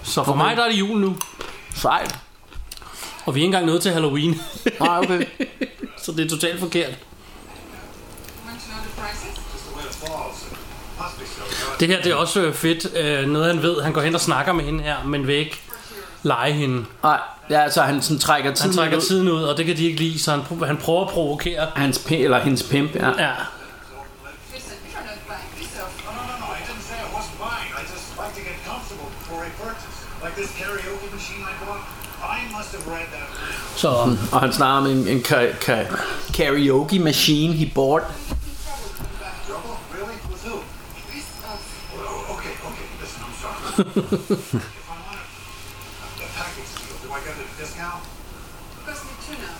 Speaker 3: Så for okay. mig der er det jul nu,
Speaker 4: Sejt.
Speaker 3: og vi er ikke engang nået til Halloween.
Speaker 4: Nej, okay.
Speaker 3: så det er totalt forkert.
Speaker 7: Want to know the prices?
Speaker 3: Det her det er også øh, fedt. Øh, Noget han ved, han går hen og snakker med hende her, men vil ikke lege hende.
Speaker 4: Nej, ja, altså han sådan trækker tiden
Speaker 3: Han trækker
Speaker 4: ud.
Speaker 3: tiden ud, og det kan de ikke lide, så han, pr- han prøver at provokere.
Speaker 4: Hans pimp, eller hendes pimp, ja.
Speaker 3: Ja,
Speaker 7: Listen, you're not buying this off.
Speaker 8: No, no, no, I didn't say I wasn't buying. I just like to get comfortable before I purchase. Like this karaoke machine I bought, I must have read that.
Speaker 3: så
Speaker 4: Mm, Og han snakker om en, en ka- ka- karaoke machine, he bought.
Speaker 8: Trouble? Really? With who?
Speaker 7: This off.
Speaker 8: Oh, okay, okay, listen, I'm sorry. if I want a, a package deal, do I get a discount?
Speaker 7: Cost me two now.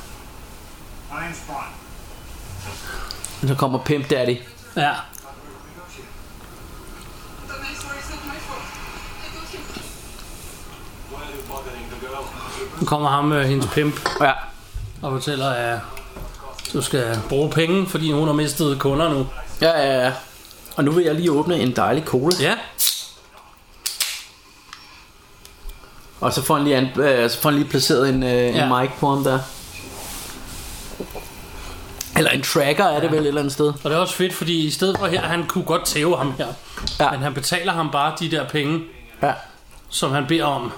Speaker 8: My name's Brian.
Speaker 4: Og så kommer Pimp Daddy.
Speaker 3: ja.
Speaker 7: But I'm sorry, it's not my fault. I told him.
Speaker 8: Why are you bothering the girl?
Speaker 3: Nu kommer ham, øh, hendes pimp,
Speaker 4: Ja.
Speaker 3: og fortæller, at øh, du skal bruge penge, fordi hun har mistet kunder nu.
Speaker 4: Ja, ja, ja. Og nu vil jeg lige åbne en dejlig cola.
Speaker 3: Ja,
Speaker 4: Og så får han lige, an, øh, så får han lige placeret en, øh, ja. en
Speaker 3: Ja.
Speaker 4: mic på ham der. Eller en tracker er det vel et eller andet sted.
Speaker 3: og det er også fedt, fordi i stedet for her, han kunne godt tæve ham her.
Speaker 4: Ja.
Speaker 3: Ja. Men han betaler ham bare de der penge,
Speaker 4: Ja.
Speaker 3: som han beder om.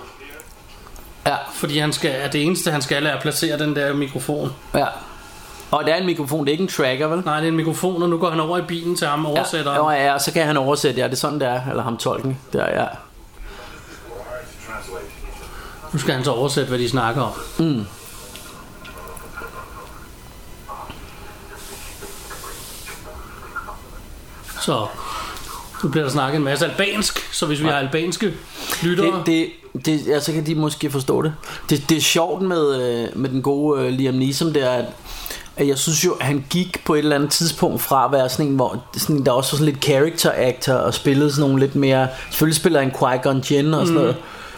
Speaker 4: Ja.
Speaker 3: Fordi han skal, at det eneste, han skal, er at placere den der mikrofon.
Speaker 4: Ja. Og det er en mikrofon, det er ikke en tracker, vel?
Speaker 3: Nej, det er en mikrofon, og nu går han over i bilen til ham og oversætter.
Speaker 4: Ja, Nå,
Speaker 3: Ja.
Speaker 4: ja, og så kan han oversætte, ja, det er sådan, det er. Eller ham tolken, der, ja.
Speaker 3: Nu skal han så oversætte, hvad de snakker om.
Speaker 4: Mm.
Speaker 3: Så nu bliver der snakket en masse albansk, så hvis vi har albanske lyttere...
Speaker 4: Det, det, det, ja, så kan de måske forstå det. Det, det er sjovt med, øh, med den gode øh, Liam Neeson, det er, at, at jeg synes jo, at han gik på et eller andet tidspunkt fra at være sådan en, hvor sådan, en, der også var sådan lidt character actor, og spillede sådan nogle lidt mere... Selvfølgelig spiller han Qui-Gon Jinn og sådan mm. noget,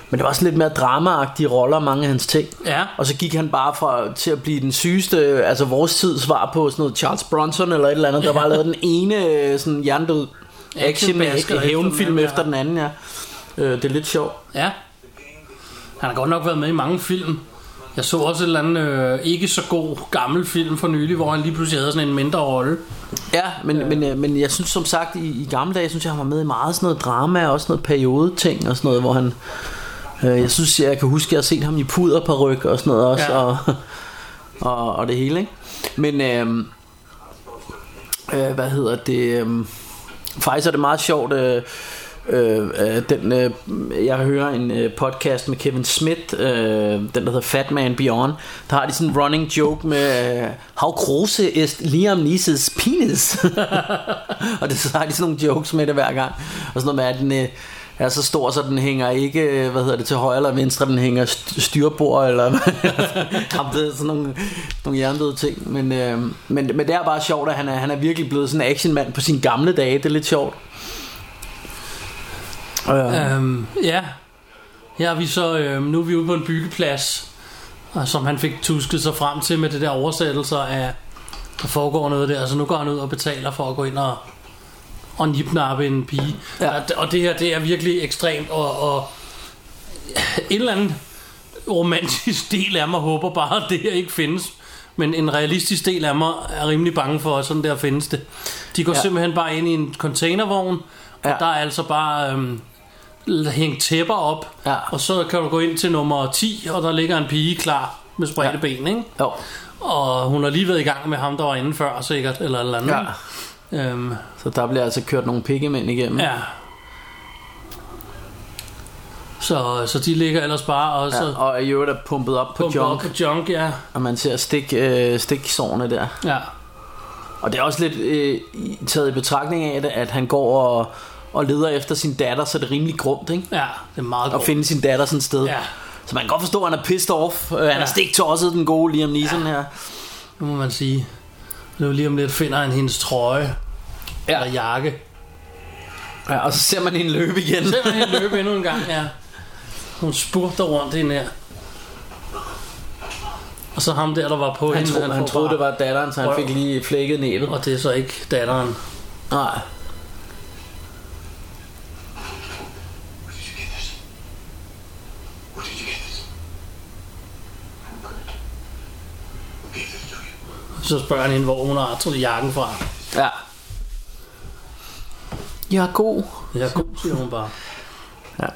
Speaker 4: men det var sådan lidt mere dramaagtige roller, mange af hans ting.
Speaker 3: Ja.
Speaker 4: Og så gik han bare fra, til at blive den sygeste, øh, altså vores tids svar på sådan noget Charles Bronson eller et eller andet, der bare lavede den ene øh, sådan jerndød action
Speaker 3: Actionbasker efter den
Speaker 4: hævnfilm
Speaker 3: anden,
Speaker 4: efter den anden, ja. Øh, det er lidt sjovt.
Speaker 3: Ja. Han har godt nok været med i mange film. Jeg så også en eller anden øh, ikke så god gammel film for nylig, hvor han lige pludselig havde sådan en mindre rolle.
Speaker 4: Ja, men, men, øh, men jeg synes som sagt, i, i gamle dage, synes jeg, han var med i meget sådan noget drama, og sådan noget periodeting og sådan noget, hvor han... Øh, jeg synes, jeg kan huske, at jeg har set ham i puderparyk og sådan noget også, ja.
Speaker 3: Ja.
Speaker 4: og, og, og det hele, ikke? Men, øh, øh, hvad hedder det... Øh, faktisk er det meget sjovt... Øh, Øh, øh, den, øh, jeg hører en øh, podcast med Kevin Smith, øh, den der hedder Fat Man Beyond. Der har de sådan en running joke med, øh, how große ist Liam Neesons penis? og det, så har de sådan nogle jokes med det hver gang. Og sådan noget med, at den, øh, er så stor, så den hænger ikke, hvad hedder det, til højre eller venstre, den hænger st- styrbord, eller Jamen, det er sådan nogle, nogle jerndøde ting. Men, øh, men, men det er bare sjovt, at han er, han er virkelig blevet sådan en actionmand på sine gamle dage, det er lidt sjovt. Øh,
Speaker 3: Øhm, ja. Her er vi så, øhm, nu er vi ude på en byggeplads, og som han fik tusket sig frem til med det der oversættelser af, der foregår noget der, så nu går han ud og betaler for at gå ind og, og nipnappe en pige.
Speaker 4: Ja.
Speaker 3: Ja. Og, og det her, det er virkelig ekstremt, og, og en eller anden romantisk del af mig håber bare, at det her ikke findes. Men en realistisk del af mig er rimelig bange for, at sådan der findes det. De går
Speaker 4: Ja.
Speaker 3: ja. simpelthen bare ind i en containervogn, og
Speaker 4: Ja.
Speaker 3: ja. der er altså bare øhm, hængt tæpper op,
Speaker 4: Ja.
Speaker 3: og så kan du gå ind til nummer 10, og der ligger en pige klar med spredte
Speaker 4: Ja.
Speaker 3: ja. ben, ikke?
Speaker 4: jo.
Speaker 3: Og hun har lige været i gang med ham, der var inde før, sikkert, eller et eller andet. Ja. Øhm,
Speaker 4: Så der bliver altså kørt nogle pikkemænd igennem.
Speaker 3: ja. Så, så de ligger ellers bare og så
Speaker 4: Ja,
Speaker 3: ja,
Speaker 4: og i øvrigt er pumpet op på junk,
Speaker 3: på junk, ja.
Speaker 4: og man ser stik, øh, stiksårene der.
Speaker 3: ja.
Speaker 4: Og det er også lidt øh, i- taget i betragtning af det, at han går og, og leder efter sin datter, så det er rimelig grumt, ikke?
Speaker 3: Ja, det er meget
Speaker 4: At
Speaker 3: godt.
Speaker 4: finde sin datter sådan et sted.
Speaker 3: Ja.
Speaker 4: Så man kan godt forstå, at han er pissed off. Øh, han ja. er
Speaker 3: Ja.
Speaker 4: stik tosset, den gode Liam Neeson her.
Speaker 3: Nu må man sige. Nu lige om lidt finder han hendes trøje. Ja. Eller jakke.
Speaker 4: Ja, og så ser man hende løbe igen.
Speaker 3: Selv han løbe endnu en gang, ja. Hun spurgte rundt ind her. Og så ham der, der var på
Speaker 4: Han,
Speaker 3: hende.
Speaker 4: tro, han,
Speaker 3: får
Speaker 4: troede,
Speaker 3: bare-
Speaker 4: det var datteren, så han
Speaker 3: Røv.
Speaker 4: fik lige flækket næbet.
Speaker 3: Og det er så ikke datteren.
Speaker 4: Nej.
Speaker 5: Where did you get this? Where did you get this? Who got it? Who gave this to you?
Speaker 3: Så spørger han hende, hvor hun har taget jakken fra.
Speaker 4: Ja. Jeg er god.
Speaker 3: Det er god, siger hun bare.
Speaker 4: Ja.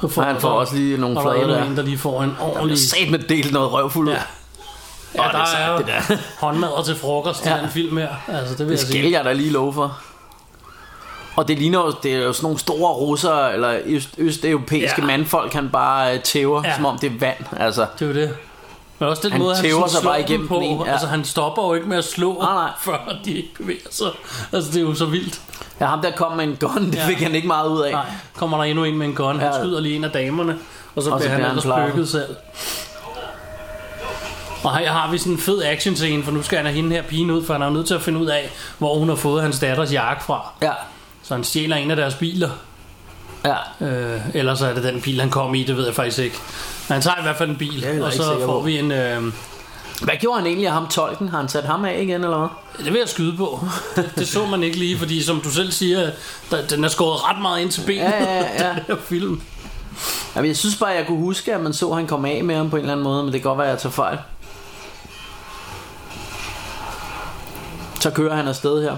Speaker 3: Så
Speaker 4: Og han får også lige nogle
Speaker 3: og der er
Speaker 4: flader
Speaker 3: endnu
Speaker 4: der.
Speaker 3: en, der lige får en
Speaker 4: Jeg
Speaker 3: ordentlig...
Speaker 4: sat med delt noget røvfuld ud.
Speaker 3: Ja. Ja,
Speaker 4: Åh, det
Speaker 3: der
Speaker 4: er sejt,
Speaker 3: er
Speaker 4: det der.
Speaker 3: jo håndmad til frokost til
Speaker 4: Ja.
Speaker 3: den film her. Altså, det vil
Speaker 4: Det
Speaker 3: jeg
Speaker 4: skal
Speaker 3: sige.
Speaker 4: jeg da lige love for. Og det ligner jo, det er jo sådan nogle store russer eller øst, østeuropæiske ja.
Speaker 3: Ja.
Speaker 4: mandfolk, han bare øh, tæver, ja.
Speaker 3: Ja.
Speaker 4: som om det er vand. Altså,
Speaker 3: Det er jo det. Men også den
Speaker 4: Han
Speaker 3: måde, han
Speaker 4: tæver
Speaker 3: sådan
Speaker 4: sig
Speaker 3: slår
Speaker 4: bare
Speaker 3: dem
Speaker 4: igennem
Speaker 3: på.
Speaker 4: den ene, ja.
Speaker 3: Ja. Altså, han stopper jo ikke med at slå,
Speaker 4: Nej, nej.
Speaker 3: før de ikke bevæger sig. Altså, det er jo så vildt.
Speaker 4: ja, ham der kom med en gun, det
Speaker 3: Ja.
Speaker 4: fik han ikke meget ud af.
Speaker 3: Nej, kommer der endnu en med en gun. Han
Speaker 4: Ja.
Speaker 3: skyder lige en af damerne, og så,
Speaker 4: Og så
Speaker 3: bliver han
Speaker 4: bliver han
Speaker 3: ellers
Speaker 4: klaret.
Speaker 3: plukket selv. Og her har vi sådan en fed action scene, for nu skal han have hende her pigen ud, for han er jo nødt til at finde ud af, hvor hun har fået hans datters jakke fra.
Speaker 4: Ja,
Speaker 3: Så han stjæler en af deres biler.
Speaker 4: ja.
Speaker 3: Øh, eller så er det den bil, han kom i, det ved jeg faktisk ikke. Men han tager i hvert fald en bil,
Speaker 4: er heller
Speaker 3: og
Speaker 4: ikke
Speaker 3: så
Speaker 4: sikker
Speaker 3: får
Speaker 4: på.
Speaker 3: vi en... Øh,
Speaker 4: Hvad gjorde han egentlig af ham tolken? Har han sat ham af igen, eller hvad?
Speaker 3: Det vil jeg skyde på. Det, det så man ikke lige, fordi som du selv siger, der, den er skåret ret meget ind til benet,
Speaker 4: Ja, ja, ja.
Speaker 3: den her film.
Speaker 4: Jamen, jeg synes bare, jeg kunne huske, at man så, at han kom af med ham på en eller anden måde, men det kan godt være, at jeg tager fejl. Så kører han afsted her.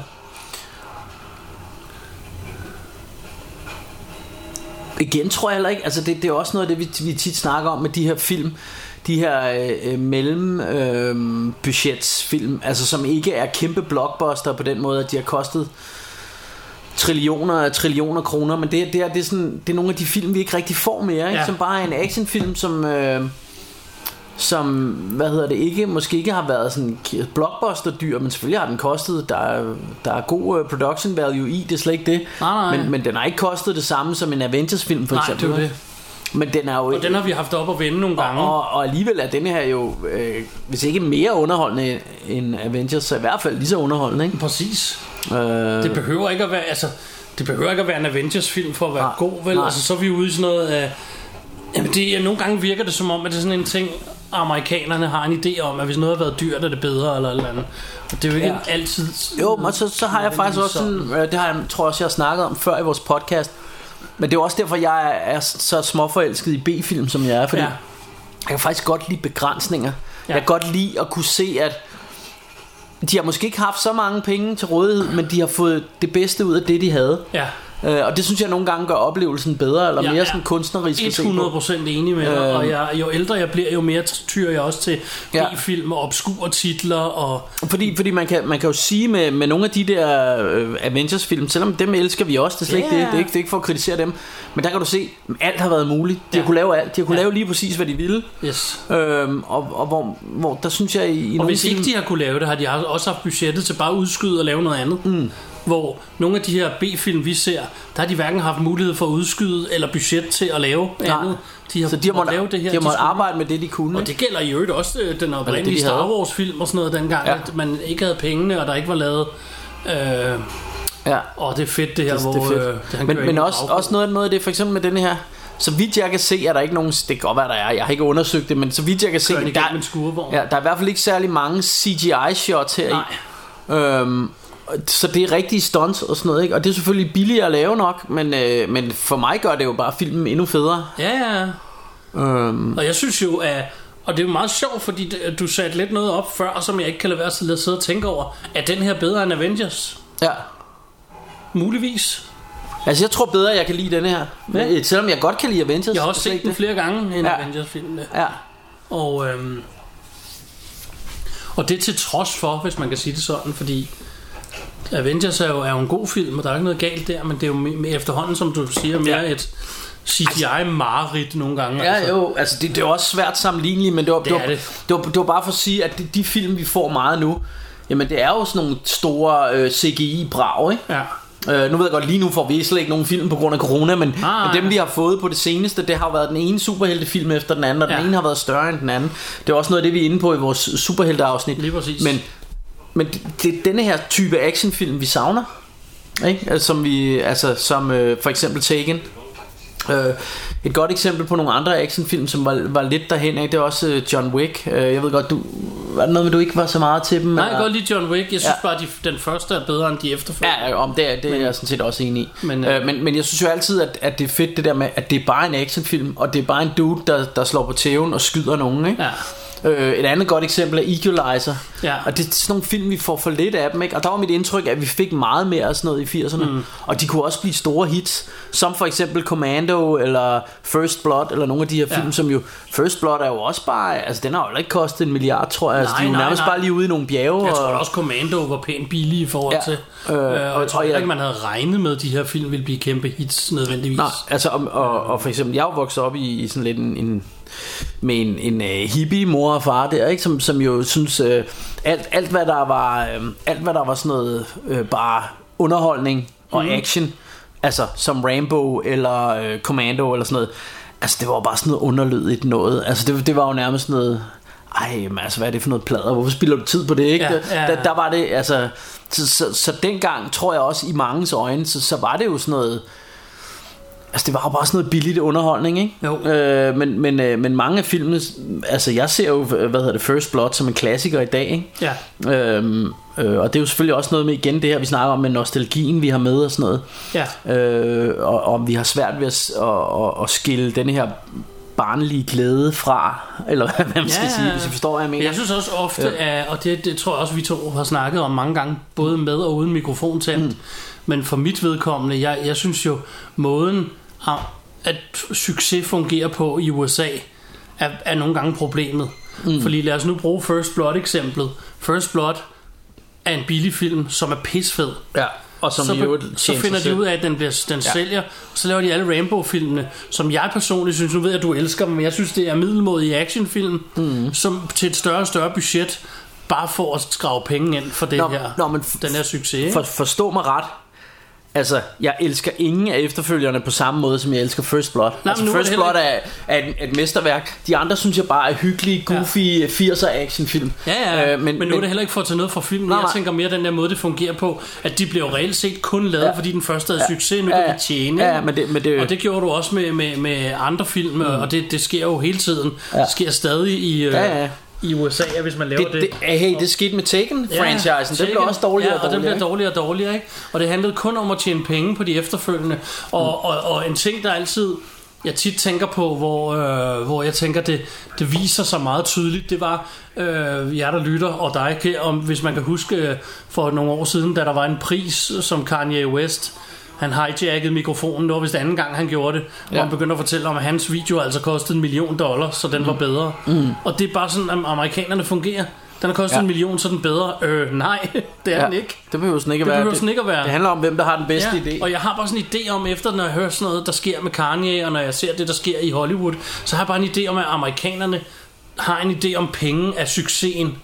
Speaker 4: Igen tror jeg heller ikke, altså det, det er også noget af det, vi, vi tit snakker om med de her film, de her øh, øh, mellem øh, budgetsfilm, altså som ikke er kæmpe blockbuster på den måde, at de har kostet trillioner og trillioner kroner, men det, det, er, det, er sådan, det er nogle af de film, vi ikke rigtig får mere, ikke? Ja.
Speaker 3: Ja.
Speaker 4: som bare er en actionfilm, som, øh, som hvad hedder det, ikke, måske ikke har været sådan blockbuster dyr, men selvfølgelig har den kostet, der er, der er god øh, production value i, det er slet ikke det,
Speaker 3: Nej, nej.
Speaker 4: Men, men den har ikke kostet det samme som en Avengers film for
Speaker 3: Nej,
Speaker 4: eksempel.
Speaker 3: det er jo
Speaker 4: vel? Men den er jo
Speaker 3: Og den har vi haft op at vende nogle gange.
Speaker 4: og, og alligevel er denne her jo, øh, hvis ikke mere underholdende end Avengers, så i hvert fald lige så underholdende. Ikke?
Speaker 3: Præcis.
Speaker 4: Øh,
Speaker 3: Det behøver ikke at være, altså, det behøver ikke at være en Avengers-film for at være
Speaker 4: Nej,
Speaker 3: nej, god, vel?
Speaker 4: nej.
Speaker 3: Nej. Altså, så er vi ude i sådan noget... Øh, jamen, det, ja, nogle gange virker det som om, at det er sådan en ting, amerikanerne har en idé om, at hvis noget har været dyrt, er det bedre, eller et eller andet. Og det er jo ikke
Speaker 4: Ja.
Speaker 3: ja. altid...
Speaker 4: jo, og så, så har jeg faktisk også
Speaker 3: sådan.
Speaker 4: sådan, øh, det har jeg, tror jeg også, jeg har snakket om før i vores podcast, men det er jo også derfor, jeg er, er så småforelsket i B-film, som jeg er, fordi ja.
Speaker 3: Ja.
Speaker 4: jeg kan faktisk godt lide begrænsninger. Ja.
Speaker 3: Ja.
Speaker 4: Jeg kan godt lide at kunne se, at de har måske ikke haft så mange penge til rådighed, men de har fået det bedste ud af det, de havde.
Speaker 3: Ja,
Speaker 4: Øh, og det synes jeg nogle gange gør oplevelsen bedre, eller
Speaker 3: Jeg
Speaker 4: mere
Speaker 3: er
Speaker 4: sådan kunstnerisk. at se på. Øhm.
Speaker 3: 100% enig med dig, og jeg, jo ældre jeg bliver, jo mere tyrer jeg også til
Speaker 4: Ja.
Speaker 3: B-film og obskure titler, og
Speaker 4: Fordi, fordi man, kan, man kan jo sige med, med nogle af de der øh, Avengers-film, selvom dem elsker vi også, det er slet ikke det,
Speaker 3: Ja.
Speaker 4: det er ikke, det er ikke for at kritisere dem, men der kan du se, alt har været muligt. De ja. har
Speaker 3: Ja.
Speaker 4: kunne lave alt, de har kunne ja.
Speaker 3: Ja.
Speaker 4: lave lige præcis, hvad de ville,
Speaker 3: yes.
Speaker 4: øhm, og, og hvor, hvor der synes jeg i, i
Speaker 3: Og
Speaker 4: nogle
Speaker 3: hvis
Speaker 4: film,
Speaker 3: ikke de har kunne lave det, har de også haft budgettet til bare at udskyde og lave noget andet. Mm. hvor nogle af de her B-film, vi ser, der har de hverken haft mulighed for at udskyde eller budget til at lave
Speaker 4: Nej.
Speaker 3: andet. De har,
Speaker 4: Så de har måttet,
Speaker 3: lave det her.
Speaker 4: de har måttet
Speaker 3: skulle-
Speaker 4: arbejde med det, de kunne.
Speaker 3: og det gælder i øvrigt også øh, den
Speaker 4: Eller det,
Speaker 3: oprindelige
Speaker 4: de havde.
Speaker 3: Star Wars film og sådan noget dengang,
Speaker 4: Ja.
Speaker 3: ja. at man ikke havde pengene, og der ikke var lavet... Øh,
Speaker 4: ja.
Speaker 3: og det er fedt det her,
Speaker 4: det,
Speaker 3: hvor
Speaker 4: Altså, det er fedt.
Speaker 3: Øh, det, han
Speaker 4: men
Speaker 3: kører
Speaker 4: men
Speaker 3: ind i
Speaker 4: også,
Speaker 3: baggrunden.
Speaker 4: også noget, noget af det, for eksempel med denne her. Så vidt jeg kan se, er der ikke nogen... Det kan godt være, der er. Jeg har ikke undersøgt det, men så vidt jeg kan se...
Speaker 3: Kører han
Speaker 4: der,
Speaker 3: igennem en skurvogn.
Speaker 4: ja, der er i hvert fald ikke særlig mange CGI-shots her
Speaker 3: Nej.
Speaker 4: Øhm, og- så det er rigtige stunts og sådan noget, ikke? Og det er selvfølgelig billigere at lave nok, men, øh, men for mig gør det jo bare filmen endnu federe.
Speaker 3: Ja, ja.
Speaker 4: Øhm,
Speaker 3: Og jeg synes jo, at... Og det er jo meget sjovt, fordi det- du satte lidt noget op før, som jeg ikke kan lade være til at sidde og tænke over. Er den her bedre end Avengers?
Speaker 4: ja.
Speaker 3: Muligvis.
Speaker 4: Altså, jeg tror bedre, jeg kan lide denne her.
Speaker 3: Ja.
Speaker 4: Men, øh, selvom jeg godt kan lide Avengers.
Speaker 3: Jeg har også
Speaker 4: slet
Speaker 3: set
Speaker 4: ikke
Speaker 3: den
Speaker 4: det.
Speaker 3: flere gange end
Speaker 4: Ja.
Speaker 3: ja. Avengers-filmene.
Speaker 4: Ja.
Speaker 3: Og, øhm, og det er til trods for, hvis man kan sige det sådan, fordi Avengers er jo, er jo en god film, og der er jo ikke noget galt der, men det er jo me- me- efterhånden, som du siger, mere
Speaker 4: Ja.
Speaker 3: ja. et CGI-mareridt nogle gange.
Speaker 4: Ja, jo, altså det, det er også svært sammenligneligt, men det var, det,
Speaker 3: Det
Speaker 4: var,
Speaker 3: er
Speaker 4: det.
Speaker 3: det.
Speaker 4: Det, var, det var bare for at sige, at de, de film, vi får meget nu, jamen det er jo sådan nogle store øh, CGI-brag, ikke?
Speaker 3: Ja.
Speaker 4: Øh, nu ved jeg godt, lige nu får vi slet ikke nogen film på grund af corona, men,
Speaker 3: Nej.
Speaker 4: men dem vi har fået på det seneste, det har jo været den ene superheltefilm efter den anden, og den
Speaker 3: Ja.
Speaker 4: ene har været større end den anden. Det er også noget af det, vi er inde på i vores superhelteafsnit.
Speaker 3: Lige præcis.
Speaker 4: Men, men det, det er denne her type actionfilm, vi savner. Ikke? Altså, Som, vi, altså, som øh, for eksempel Taken. Øh, et godt eksempel på nogle andre actionfilm, som var, var lidt derhen af, det er også øh, John Wick. Øh, jeg ved godt, du, var det noget med, du ikke var så meget til dem?
Speaker 3: Nej, jeg
Speaker 4: eller?
Speaker 3: kan godt lide John Wick. Jeg synes
Speaker 4: øh, Ja.
Speaker 3: ja. bare, at de, den første er bedre end de efterfølgende.
Speaker 4: Ja, ja, om det, er, det er jeg sådan set også enig i. Men,
Speaker 3: Men,
Speaker 4: øh, men, men jeg synes jo altid, at, at det er fedt det der med, at det er bare en actionfilm, og det er bare en dude, der, der slår på tæven og skyder nogen. Ikke?
Speaker 3: Ja.
Speaker 4: Øh, et andet godt eksempel er Equalizer.
Speaker 3: Ja.
Speaker 4: Og det er sådan nogle film, vi får for lidt af dem. Ikke? Og der var mit indtryk, at vi fik meget mere af sådan noget i 80'erne. Mm. Og de kunne også blive store hits, som for eksempel Commando eller First Blood, eller nogle af de her
Speaker 3: Ja.
Speaker 4: film, som jo... First Blood er jo også bare... Altså, den har jo heller ikke kostet en milliard, tror jeg. altså,
Speaker 3: Nej,
Speaker 4: de er jo
Speaker 3: nej,
Speaker 4: nærmest
Speaker 3: nej.
Speaker 4: bare lige ude i nogle bjerge.
Speaker 3: Jeg
Speaker 4: og...
Speaker 3: tror da også Commando var pænt billig i forhold
Speaker 4: Øh. Ja,
Speaker 3: ja. til.
Speaker 4: øh,
Speaker 3: Øh, og
Speaker 4: og-
Speaker 3: jeg tror
Speaker 4: og
Speaker 3: heller
Speaker 4: jeg-
Speaker 3: ikke, man havde regnet med, at de her film ville blive kæmpe hits nødvendigvis.
Speaker 4: Nej, altså og, og, og for eksempel, jeg er jo vokset op i, i sådan lidt en, en med en, en uh, hippie mor og far der, ikke? Som, som jo synes uh, alt, alt hvad der var uh, alt hvad der var sådan noget uh, bare underholdning og
Speaker 3: Mhm.
Speaker 4: mm. action, altså som Rambo eller uh, Commando eller sådan noget. Altså det var jo bare sådan noget underlydigt noget. Altså det, det var jo nærmest sådan noget ej, men altså, hvad er det for noget plader? Hvorfor spilder du tid på det, ikke?
Speaker 3: Ja, ja,
Speaker 4: Der,
Speaker 3: ja.
Speaker 4: der var det, altså... Så, så, så dengang, tror jeg også, i mangens øjne, så, så var det jo sådan noget... Altså det var jo bare sådan noget billigt underholdning, ikke?
Speaker 3: Jo.
Speaker 4: Øh, men, men, øh, men mange af filmene, altså jeg ser jo, hvad hedder det, First Blood som en klassiker i dag, ikke?
Speaker 3: Ja.
Speaker 4: Øhm, øh, og det er jo selvfølgelig også noget med igen det her vi snakker om med nostalgien vi har med og sådan
Speaker 3: Ja.
Speaker 4: noget øh, og om vi har svært ved at, s- at, at, at skille den her barnlige glæde fra eller hvad man skal sige hvis I forstår hvad jeg mener
Speaker 3: Men Jeg synes også ofte, ja. og det, det tror jeg også, vi to har snakket om mange gange, både med og uden mikrofon tændt, mm. men for mit vedkommende, jeg, jeg synes jo, måden at, at succes fungerer på i USA, er, er nogle gange problemet. Mm. Fordi lad os nu bruge First Blood-eksemplet. First Blood er en billig film, som er pisfed.
Speaker 4: ja, og som
Speaker 3: så,
Speaker 4: i
Speaker 3: be-
Speaker 4: øvrigt
Speaker 3: så
Speaker 4: tjener
Speaker 3: finder
Speaker 4: sig selv.
Speaker 3: de ud af, at den, bliver, den ja. sælger, og så laver de alle Rambo-filmene, som jeg personligt synes, nu ved jeg, at du elsker dem, men jeg synes, det er middelmodige actionfilm, mm. som til et større og større budget, bare for at skrave penge ind for den
Speaker 4: Nå,
Speaker 3: her,
Speaker 4: nå, men f-
Speaker 3: den her succes. ikke?
Speaker 4: For, forstå mig ret. Altså, jeg elsker ingen af efterfølgerne på samme måde, som jeg elsker First Blood. Nej, altså,
Speaker 3: nu er det
Speaker 4: First
Speaker 3: heller
Speaker 4: Blood er, er et, et mesterværk. De andre synes jeg bare er hyggelige, goofy ja. 80'er actionfilm.
Speaker 3: Ja, ja,
Speaker 4: Øh, men,
Speaker 3: men nu er det heller ikke for at tage noget fra filmen.
Speaker 4: Nej,
Speaker 3: Nej, jeg
Speaker 4: nej.
Speaker 3: tænker mere den der måde, det fungerer på, at de blev jo reelt set kun lavet,
Speaker 4: Ja.
Speaker 3: ja. fordi den første havde
Speaker 4: Ja.
Speaker 3: succes, nu
Speaker 4: Ja,
Speaker 3: ja.
Speaker 4: ja.
Speaker 3: kan de tjene.
Speaker 4: Ja, ja, men det- men det-
Speaker 3: Og det gjorde du også med, med, med andre film, mm. og det, det sker jo hele tiden. Ja. Det sker stadig i, øh,
Speaker 4: Ja, ja.
Speaker 3: i USA, ja, hvis man laver
Speaker 4: det, det, hey, det skete med Taken-franchisen. Ja, den blev
Speaker 3: Taken.
Speaker 4: også dårligere
Speaker 3: ja, og
Speaker 4: og dårligere.
Speaker 3: den blev
Speaker 4: ikke?
Speaker 3: dårligere og dårligere, ikke? Og det handlede kun om at tjene penge på de efterfølgende. Og, og, og en ting, der altid jeg tit tænker på, hvor, øh, hvor jeg tænker, det, det viser sig meget tydeligt, det var øh, jer, der lytter, og dig, Kjær, om, hvis man kan huske øh, for nogle år siden, da der var en pris, som Kanye West, han hijackede mikrofonen, det var vist anden gang, han gjorde det, ja.
Speaker 4: Ja.
Speaker 3: hvor han begyndte at fortælle om, at hans video altså kostede en million dollar, så den mm. var bedre. Mm. Og det er bare sådan, at amerikanerne fungerer. Den har kostet
Speaker 4: Ja.
Speaker 3: ja. en million, så er den bedre. Øh, nej, det er ja. den ikke.
Speaker 4: Det behøver sådan ikke at
Speaker 3: Det
Speaker 4: være.
Speaker 3: behøver sådan ikke at være.
Speaker 4: Det handler om, hvem der har den bedste idé.
Speaker 3: og jeg har bare sådan en idé om, efter når jeg hører sådan noget, der sker med Kanye, og når jeg ser det, der sker i Hollywood, så har jeg bare en idé om, at amerikanerne har en idé om penge af succesen.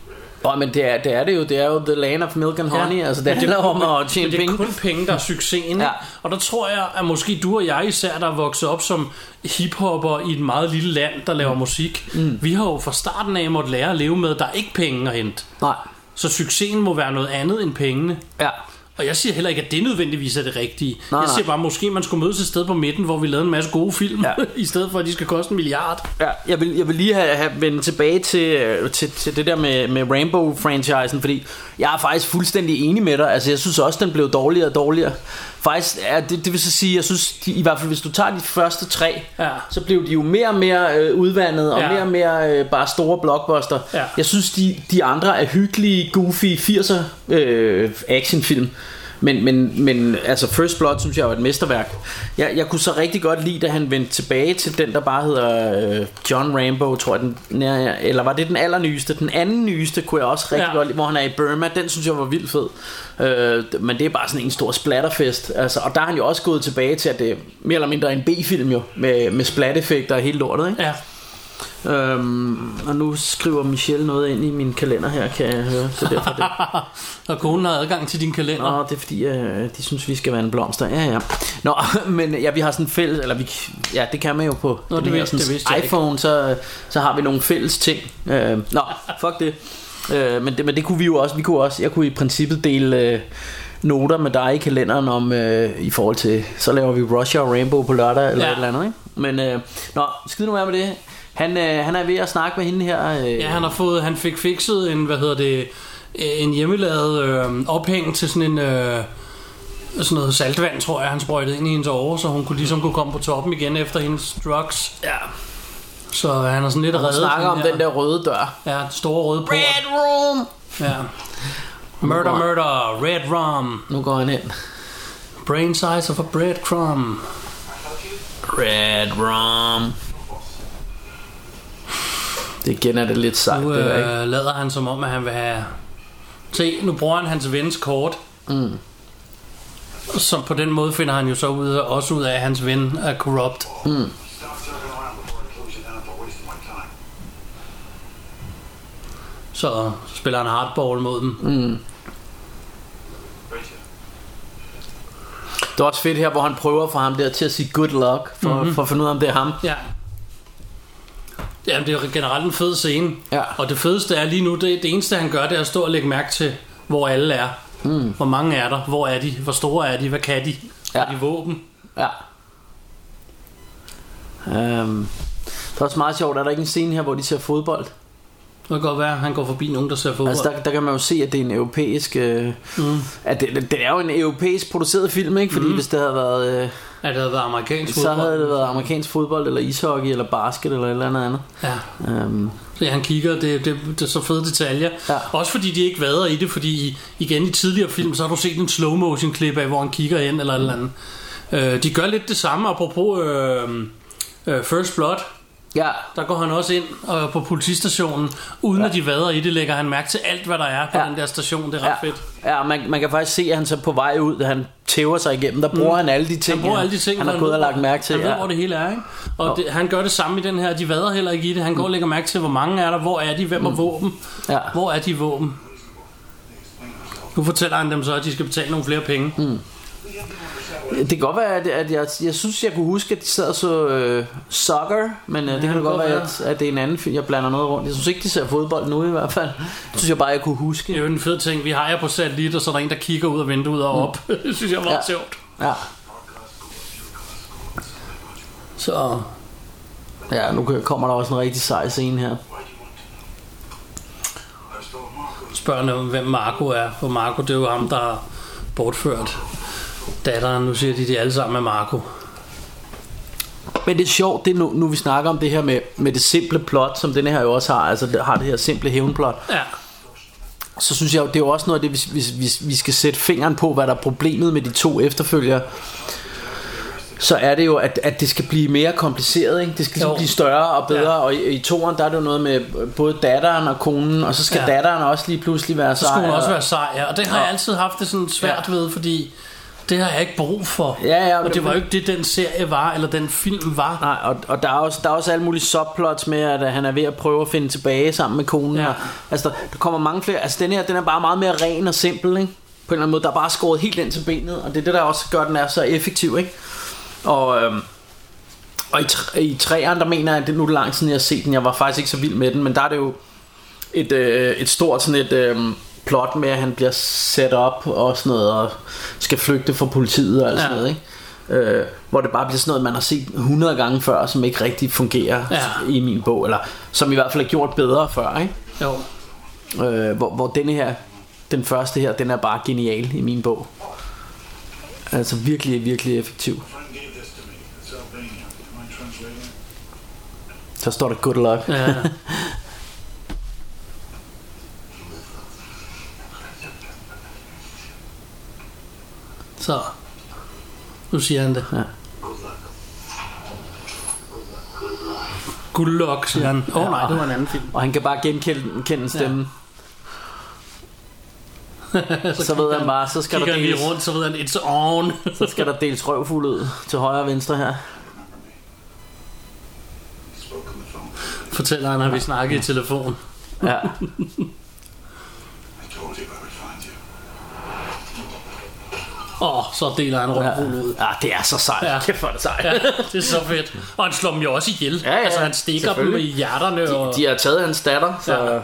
Speaker 4: Åh, men det er, det er det jo. Det er jo the land of milk and honey. Ja. Altså, det handler om at tjene
Speaker 3: Men det er
Speaker 4: penge.
Speaker 3: kun penge, der er succesen.
Speaker 4: Ja.
Speaker 3: ja. Og der tror jeg, at måske du og jeg især, der er vokset op som hiphopper i et meget lille land, der laver musik. Mm. Vi har jo fra starten af måttet lære at leve med, at der er ikke penge at hente.
Speaker 4: Nej.
Speaker 3: Så succesen må være noget andet end pengene.
Speaker 4: Ja.
Speaker 3: Og jeg siger heller ikke, at det nødvendigvis er det rigtige.
Speaker 4: Nej,
Speaker 3: Nej, jeg
Speaker 4: nej.
Speaker 3: siger bare, at måske man skulle mødes et sted på midten, hvor vi lavede en masse gode film,
Speaker 4: Ja.
Speaker 3: ja. i stedet for at de skal koste en milliard.
Speaker 4: Ja, jeg vil, jeg vil lige have, have vendt tilbage til, øh, til, til det der med, med Rainbow-franchisen, fordi jeg er faktisk fuldstændig enig med dig. Altså, jeg synes også, den blev dårligere og dårligere. Faktisk, ja, det, det vil så sige, jeg synes, de, i hvert fald hvis du tager de første tre,
Speaker 3: Ja.
Speaker 4: så blev de jo mere og mere øh, udvandet, og
Speaker 3: Ja.
Speaker 4: mere og mere øh, bare store blockbuster.
Speaker 3: Ja.
Speaker 4: Jeg synes, de, de andre er hyggelige, goofy 80'er øh, actionfilm. Men, men, men altså First Blood synes jeg var et mesterværk jeg, jeg kunne så rigtig godt lide Da han vendte tilbage til den der bare hedder øh, John Rambo tror jeg den, ja, Eller var det den allernyeste Den anden nyeste kunne jeg også rigtig ja.
Speaker 3: Ja.
Speaker 4: godt lide Hvor han er i Burma Den synes jeg var vildt fed øh, Men det er bare sådan en stor splatterfest altså, Og der er han jo også gået tilbage til At det er mere eller mindre en B-film jo Med, med splat-effekter og hele lortet ikke?
Speaker 3: Ja.
Speaker 4: Øhm, og nu skriver Michelle noget ind i min kalender her, kan jeg høre. Så derfor er det.
Speaker 3: og konen har adgang til din kalender.
Speaker 4: Nå, det er fordi, øh, de synes, vi skal være en blomster. Ja, ja. Nå, men ja, vi har sådan en fælles... Eller vi, ja, det kan man jo på
Speaker 3: Nå,
Speaker 4: den
Speaker 3: det
Speaker 4: her,
Speaker 3: vidste-
Speaker 4: sådan
Speaker 3: det vidste jeg
Speaker 4: iPhone, så, så har vi nogle fælles ting. Øh, nå, fuck det. Øh, men det. Men det kunne vi jo også. Vi kunne også jeg kunne i princippet dele... Øh, noter med dig i kalenderen om øh, i forhold til så laver vi Russia og Rainbow på lørdag eller ja.
Speaker 3: Ja.
Speaker 4: et eller andet, ikke? Men øh, nå, skid nu være med det. Han, øh, han er ved at snakke med hende her. Øh,
Speaker 3: Ja, han har fået, han fik fikset en, hvad hedder det, øh, en hjemmelavet øh, ophæng til sådan en, øh, sådan noget saltvand, tror jeg, han sprøjtede ind i hendes åre, så hun kunne ligesom kunne komme på toppen igen efter hendes drugs. Ja. Så han er sådan lidt
Speaker 4: han
Speaker 3: reddet.
Speaker 4: snakker om
Speaker 3: her-
Speaker 4: den der røde dør.
Speaker 3: Ja, den store røde port.
Speaker 4: Red room!
Speaker 3: Ja. Murder, murder, red rum,
Speaker 4: Nu går han ind.
Speaker 3: brain size of a breadcrumb.
Speaker 4: Red Rum. Det igen er det lidt sejt,
Speaker 3: Nu
Speaker 4: det der, ikke?
Speaker 3: øh, lader han som om, at han vil have... Se, nu bruger han hans vens kort. Mm. Så på den måde finder han jo så ud, også ud af, at hans ven er corrupt.
Speaker 8: Stop juggling around before I close you down for wasting my time.
Speaker 3: Så spiller han hardball mod dem. Mm.
Speaker 8: Rachel.
Speaker 4: Det er også fedt her, hvor han prøver for ham der til at sige good luck, for, mm-hmm. for at finde ud af, om det er ham.
Speaker 3: Ja. Jamen, det er generelt en fed scene.
Speaker 4: Ja.
Speaker 3: Og det fedeste er lige nu, det, det eneste han gør, det er at stå og lægge mærke til, hvor alle er. Mm. Hvor mange er der? Hvor er de? Hvor store er de? Hvad kan de?
Speaker 4: Ja.
Speaker 3: Har de våben?
Speaker 4: Ja. Øhm, det er også meget sjovt, er der ikke en scene her, hvor de ser fodbold?
Speaker 3: Det kan godt være, han går forbi nogen, der ser fodbold.
Speaker 4: Altså der, der kan man jo se, at det er en europæisk... Øh, mm. at det, det, er jo en europæisk produceret film, ikke? Fordi mm. hvis det havde været... Øh,
Speaker 3: At det havde været amerikansk
Speaker 4: så
Speaker 3: fodbold.
Speaker 4: havde det været amerikansk fodbold, eller ishockey, eller basket, eller et eller andet andet.
Speaker 3: Ja.
Speaker 4: Øhm,
Speaker 3: Ja, han kigger, det, det, det er så fede detaljer.
Speaker 4: Ja.
Speaker 3: Ja. Også fordi de ikke vader i det, fordi i, igen i tidligere film, så har du set en slow motion klip af, hvor han kigger hen eller et eller andet. Øh, de gør lidt det samme, apropos øh, øh, First Blood.
Speaker 4: ja,
Speaker 3: Der går han også ind øh, på politistationen, uden ja. at de vader i det, lægger han mærke til alt, hvad der er på
Speaker 4: Ja.
Speaker 3: ja. den der station. Det er ret ja. fedt.
Speaker 4: Ja, man, man kan faktisk se, at han så er på vej ud, da han tæver sig igennem. Der bruger mm. han alle de ting,
Speaker 3: Han bruger alle de ting,
Speaker 4: han
Speaker 3: hvor
Speaker 4: har gået
Speaker 3: ved,
Speaker 4: og lagt mærke til.
Speaker 3: Han ved,
Speaker 4: ja.
Speaker 3: hvor det hele er, ikke? Og det, han gør det samme i den her. De vader heller ikke i det. Han går og lægger mærke til, hvor mange er der, hvor er de, hvem er våben,
Speaker 4: Mm. Ja.
Speaker 3: hvor er de våben. Nu fortæller han dem så, at de skal betale nogle flere penge. Mm.
Speaker 4: det kan godt være, at, at jeg, jeg synes, jeg kunne huske, at de sad og så øh, soccer, men øh, det kan godt være, at, at det er en anden film, jeg blander noget rundt. Jeg synes ikke, de ser fodbold nu i hvert fald. Det synes jeg bare, jeg kunne huske.
Speaker 3: Det er jo en fed ting. Vi har jer på satellit, og så er der en, der kigger ud af vinduet og op. det synes jeg var
Speaker 4: Mm. Ja.
Speaker 3: ja. sjovt.
Speaker 4: Ja,
Speaker 3: Så
Speaker 4: ja nu kan- kommer der også en rigtig sej scene her.
Speaker 8: Why do you want to know? I stole Marco's.
Speaker 3: spørger han, hvem Marco er. For Marco, det er jo ham, der har bortført datteren. Nu siger de, de alle sammen er Marco.
Speaker 4: Men det er sjovt, det er nu, nu vi snakker om det her med, med det simple plot, som den her jo også har. Altså det- har det her simple hævnplot.
Speaker 3: Ja,
Speaker 4: så synes jeg jo, det er jo også noget af det, hvis, hvis, hvis vi skal sætte fingeren på, hvad der er problemet med de to efterfølgere, så er det jo, at, at det skal blive mere kompliceret, ikke? Det skal ligesom
Speaker 3: Jo.
Speaker 4: blive større og bedre, ja.
Speaker 3: Ja.
Speaker 4: og i, i toren, der er det jo noget med både datteren og konen, og så skal ja.
Speaker 3: Ja.
Speaker 4: datteren også lige pludselig være
Speaker 3: så skulle hun
Speaker 4: sej,
Speaker 3: også
Speaker 4: og-
Speaker 3: være sej. ja. Og det har jeg altid haft det sådan svært
Speaker 4: Ja.
Speaker 3: ved, fordi det har jeg ikke brug for.
Speaker 4: Ja, ja,
Speaker 3: og det
Speaker 4: men-
Speaker 3: var jo ikke det, den serie var, eller den film var.
Speaker 4: Nej, og, og der, er også, der er også alle mulige subplots med, at øh, han er ved at prøve at finde tilbage sammen med konen.
Speaker 3: Ja.
Speaker 4: Ja. Og, altså, der, der kommer mange flere. Altså, den her, den er bare meget mere ren og simpel, ikke? På en eller anden måde, der er bare skåret helt ind til benet, og det er det, der også gør, at den er så effektiv, ikke? Og, øhm, og i, tr- i træerne, der mener jeg, at det er nu lang siden, jeg har set den. Jeg var faktisk ikke så vild med den, men der er det jo et, øh, et stort sådan et øh, plot med, at han bliver sat op og sådan noget, og skal flygte fra politiet og alt ja.
Speaker 3: Ja.
Speaker 4: sådan noget, ikke? Øh, hvor det bare bliver sådan noget, man har set 100 gange før, som ikke rigtig fungerer
Speaker 3: Ja.
Speaker 4: i min bog, eller som i hvert fald er gjort bedre før, ikke?
Speaker 3: Jo.
Speaker 4: Øh, hvor, hvor denne her, den første her, den er bare genial i min bog. Altså virkelig, virkelig effektiv.
Speaker 8: friend gave this to me. It's Albania. Am I translating?
Speaker 4: Så står der good luck.
Speaker 3: Ja. Så. Nu siger han det.
Speaker 4: Ja.
Speaker 3: Good luck, siger han. Åh oh, nej, det var en anden film.
Speaker 4: Og han kan bare genkende kende stemmen. så, så ved han bare, så skal,
Speaker 3: Kigger
Speaker 4: der
Speaker 3: han lige
Speaker 4: deles,
Speaker 3: rundt, så ved han, it's on.
Speaker 4: så skal der deles røvfuld ud til højre og venstre her.
Speaker 5: He spoke on the phone.
Speaker 3: Fortæller han, at vi snakkede i telefon.
Speaker 4: Ja.
Speaker 5: I told you I would find you.
Speaker 3: Åh, oh, så deler han røvfuld ud.
Speaker 4: ja. Ah, det er så sejt.
Speaker 3: Ja.
Speaker 4: Kæft for det sejt.
Speaker 3: Ja, det er så fedt. Og han slår dem jo også ihjel.
Speaker 4: Ja, ja,
Speaker 3: altså, han stikker dem i
Speaker 4: selvfølgelig.
Speaker 3: hjerterne. Og...
Speaker 4: De har taget hans datter, så...
Speaker 3: ja.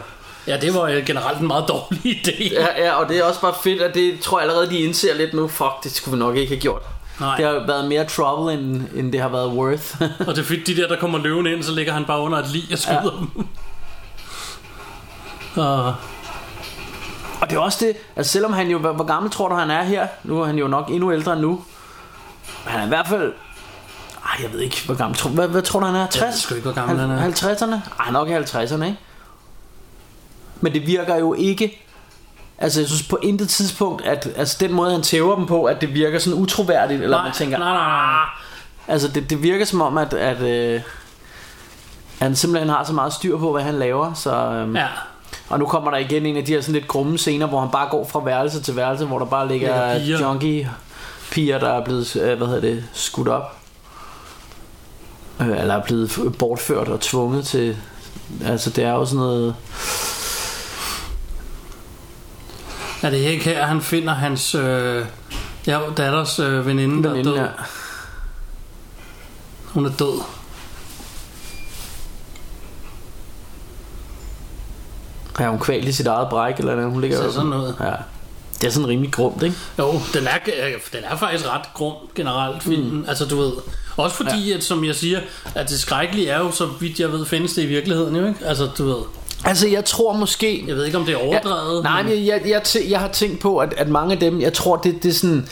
Speaker 3: ja, det var øh, generelt en meget dårlig idé.
Speaker 4: Ja, ja, og det er også bare fedt, at det tror jeg allerede, de indser lidt nu. Fuck, det skulle vi nok ikke have gjort.
Speaker 3: Nej.
Speaker 4: Det har været mere trouble, end, end det har været worth.
Speaker 3: Og det er fedt, de der, der kommer løvende ind, så ligger han bare under et lig og skyder ja. dem. Og,
Speaker 4: og det er også det, altså selvom han jo, hvor, hvor gammel tror du han er her? Nu er han jo nok endnu ældre end nu. Men han er i hvert fald, ej, jeg ved ikke, hvor gammel tror hvad, hvad tror du han er? 60?
Speaker 3: ved sgu ikke, hvor gammel han er.
Speaker 4: 50'erne? Ej, nok i 50'erne, ikke? Men det virker jo ikke Altså jeg synes på intet tidspunkt At altså, den måde han tæver dem på At det virker sådan utroværdigt Eller man tænker
Speaker 3: nej, nej,
Speaker 4: Altså det, det virker som om at, at øh, han simpelthen har så meget styr på hvad han laver så, øhm,
Speaker 3: nej. Ja.
Speaker 4: Og nu kommer der igen en af de her sådan lidt grumme scener Hvor han bare går fra værelse til værelse Hvor der bare ligger
Speaker 3: Ligger piger.
Speaker 4: junkie piger Der er blevet øh, hvad hedder det, skudt op øh, Eller er blevet f- bortført og tvunget til Altså det er jo sådan noget
Speaker 3: Er det ikke her, han finder hans øh, ja, datters øh, veninde, der er
Speaker 4: veninde
Speaker 3: død?
Speaker 4: her.
Speaker 3: Hun er død.
Speaker 4: Ja, hun kvalt i sit eget bræk eller noget. Hun ligger
Speaker 3: Ser
Speaker 4: jo-
Speaker 3: sådan ud.
Speaker 4: Ja. Det er sådan rimelig grumt, ikke?
Speaker 3: Jo, den er, øh, den er faktisk ret grum generelt, filmen. Mm. Altså, du ved. Også fordi, ja. at, som jeg siger, at det skrækkelige er jo, så vidt jeg ved, findes det i virkeligheden jo, ikke? Altså, du ved.
Speaker 4: Altså, jeg tror måske...
Speaker 3: Jeg ved ikke, om det er overdrevet.
Speaker 4: Ja, nej,
Speaker 3: men-
Speaker 4: men jeg, jeg, jeg, tæ- jeg har tænkt på, at, at mange af dem, jeg tror, det, det er sådan...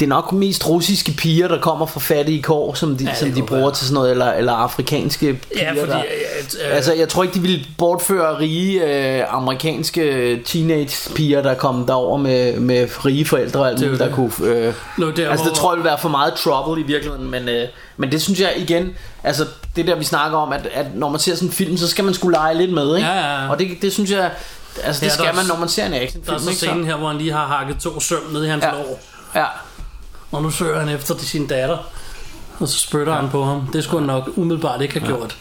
Speaker 4: Det er nok mest russiske piger, der kommer fra fattige kår, som de,
Speaker 3: det
Speaker 4: ja, som de
Speaker 3: kunne
Speaker 4: bruger
Speaker 3: være.
Speaker 4: til sådan noget, eller, eller afrikanske piger.
Speaker 3: Ja, fordi...
Speaker 4: der,
Speaker 3: Øh, øh,
Speaker 4: altså, jeg tror ikke, de ville bortføre rige øh, amerikanske teenage-piger, der kom derover med, med rige forældre og alt
Speaker 3: Det er jo
Speaker 4: muligt, der kunne...
Speaker 3: det.
Speaker 4: Øh,
Speaker 3: Nå, det er,
Speaker 4: altså, det
Speaker 3: hvor-
Speaker 4: tror jeg ville være for meget trouble i virkeligheden, men, øh, men det synes jeg igen... Altså, det der, vi snakker om, at, at når man ser sådan en film, så skal man skulle lege lidt med, ikke?
Speaker 3: Ja, ja, ja.
Speaker 4: Og det, det synes jeg... Altså, det
Speaker 3: Ja,
Speaker 4: ja,
Speaker 3: der er
Speaker 4: skal man,
Speaker 3: s-
Speaker 4: når man ser en
Speaker 3: Der er
Speaker 4: actionfilm,
Speaker 3: så
Speaker 4: ikke?
Speaker 3: scenen
Speaker 4: Så,
Speaker 3: her, hvor han lige har hakket to søm ned i hans ja.
Speaker 4: Ja.
Speaker 3: lår.
Speaker 4: ja.
Speaker 3: Og nu søger han efter sin datter. Og så spytter ja. han på ham. Det skulle han nok umiddelbart ikke have ja. gjort.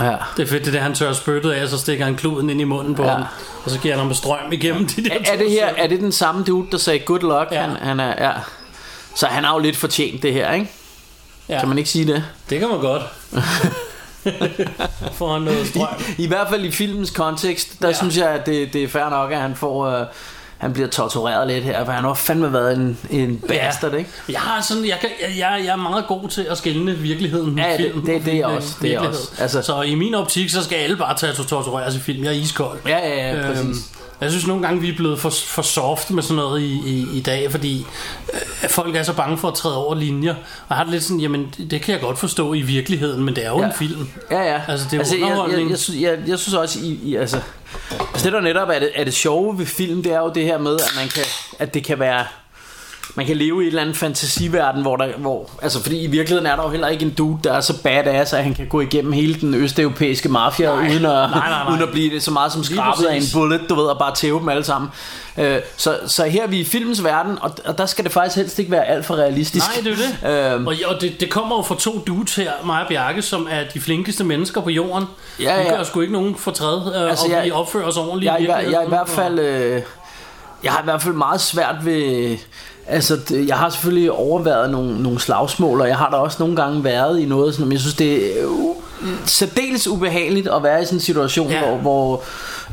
Speaker 4: ja.
Speaker 3: Det er fedt, det er det, han tør spyttet af, og så stikker han kluden ind i munden på ja.
Speaker 4: Ja.
Speaker 3: ham. Og så giver han ham strøm igennem de der
Speaker 4: Er, er, det her, er det den samme dude, der sagde good luck?
Speaker 3: Ja.
Speaker 4: Ja. Han, han er, ja. Så han har jo lidt fortjent det her, ikke?
Speaker 3: Ja.
Speaker 4: Kan man ikke sige det?
Speaker 3: Det kan man godt. Får han noget strøm.
Speaker 4: I hvert fald i filmens kontekst, der
Speaker 3: Ja.
Speaker 4: ja. synes jeg, at det, det er fair nok, at han får... Øh, han bliver tortureret lidt her, for han har fandme været en, en bastard, ikke?
Speaker 3: Jeg, har sådan, jeg, kan, jeg, jeg, jeg er meget god til at skelne virkeligheden
Speaker 4: Ja,
Speaker 3: med
Speaker 4: det-
Speaker 3: film.
Speaker 4: det- det er
Speaker 3: og virkelig-
Speaker 4: også- det er
Speaker 3: virkelighed.
Speaker 4: også. Altså-
Speaker 3: Så i min optik, så skal alle bare tage tortureres i film. Jeg er iskold. Øhm,
Speaker 4: Ja, ja, ja, præcis.
Speaker 3: jeg synes nogle gange, vi er blevet for, for soft med sådan noget i, i, i dag, fordi øh, folk er så bange for at træde over linjer. Og jeg har det lidt sådan, jamen det kan jeg godt forstå i virkeligheden, men det er jo ja.
Speaker 4: Ja.
Speaker 3: en film.
Speaker 4: Ja, ja.
Speaker 3: Altså, det er jo
Speaker 4: jeg,
Speaker 3: underholdning.
Speaker 4: jeg, jeg, synes, jeg, jeg synes også, I, I altså... Altså, det der netop er det, er det sjove ved film, det er jo det her med, at man kan... At det kan være... man kan leve i et eller andet fantasiverden, hvor der, hvor, altså fordi i virkeligheden er der jo heller ikke en dude, der er så badass, at han kan gå igennem hele den østeuropæiske mafia, nej, uden, at, nej, nej, nej. uden at blive så meget som skrabet af en
Speaker 3: præcis.
Speaker 4: bullet, du ved, og bare tæve dem alle sammen. Øh, så, så her er vi i filmens verden, og, og der skal det faktisk helst ikke være alt for realistisk.
Speaker 3: Nej, det
Speaker 4: Øh,
Speaker 3: er jo det. Øhm. Og, og det, det kommer jo fra to dudes her, mig og Bjarke, som er de flinkeste mennesker på jorden.
Speaker 4: Ja,
Speaker 3: Vi
Speaker 4: ja.
Speaker 3: gør sgu ikke nogen fortræd, øh, altså,
Speaker 4: Altså,
Speaker 3: og
Speaker 4: jeg-
Speaker 3: vi opfører os ordentligt.
Speaker 4: jeg,
Speaker 3: i
Speaker 4: er i hver- jeg, er
Speaker 3: virkeligheden.
Speaker 4: i hvert fald øh, jeg har i hvert fald meget svært ved altså det- jeg har selvfølgelig overværet nogle, nogle slagsmål og jeg har da også nogle gange været i noget sådan, men jeg synes det er u- særdeles ubehageligt at være i sådan en situation
Speaker 3: Ja.
Speaker 4: ja. hvor, hvor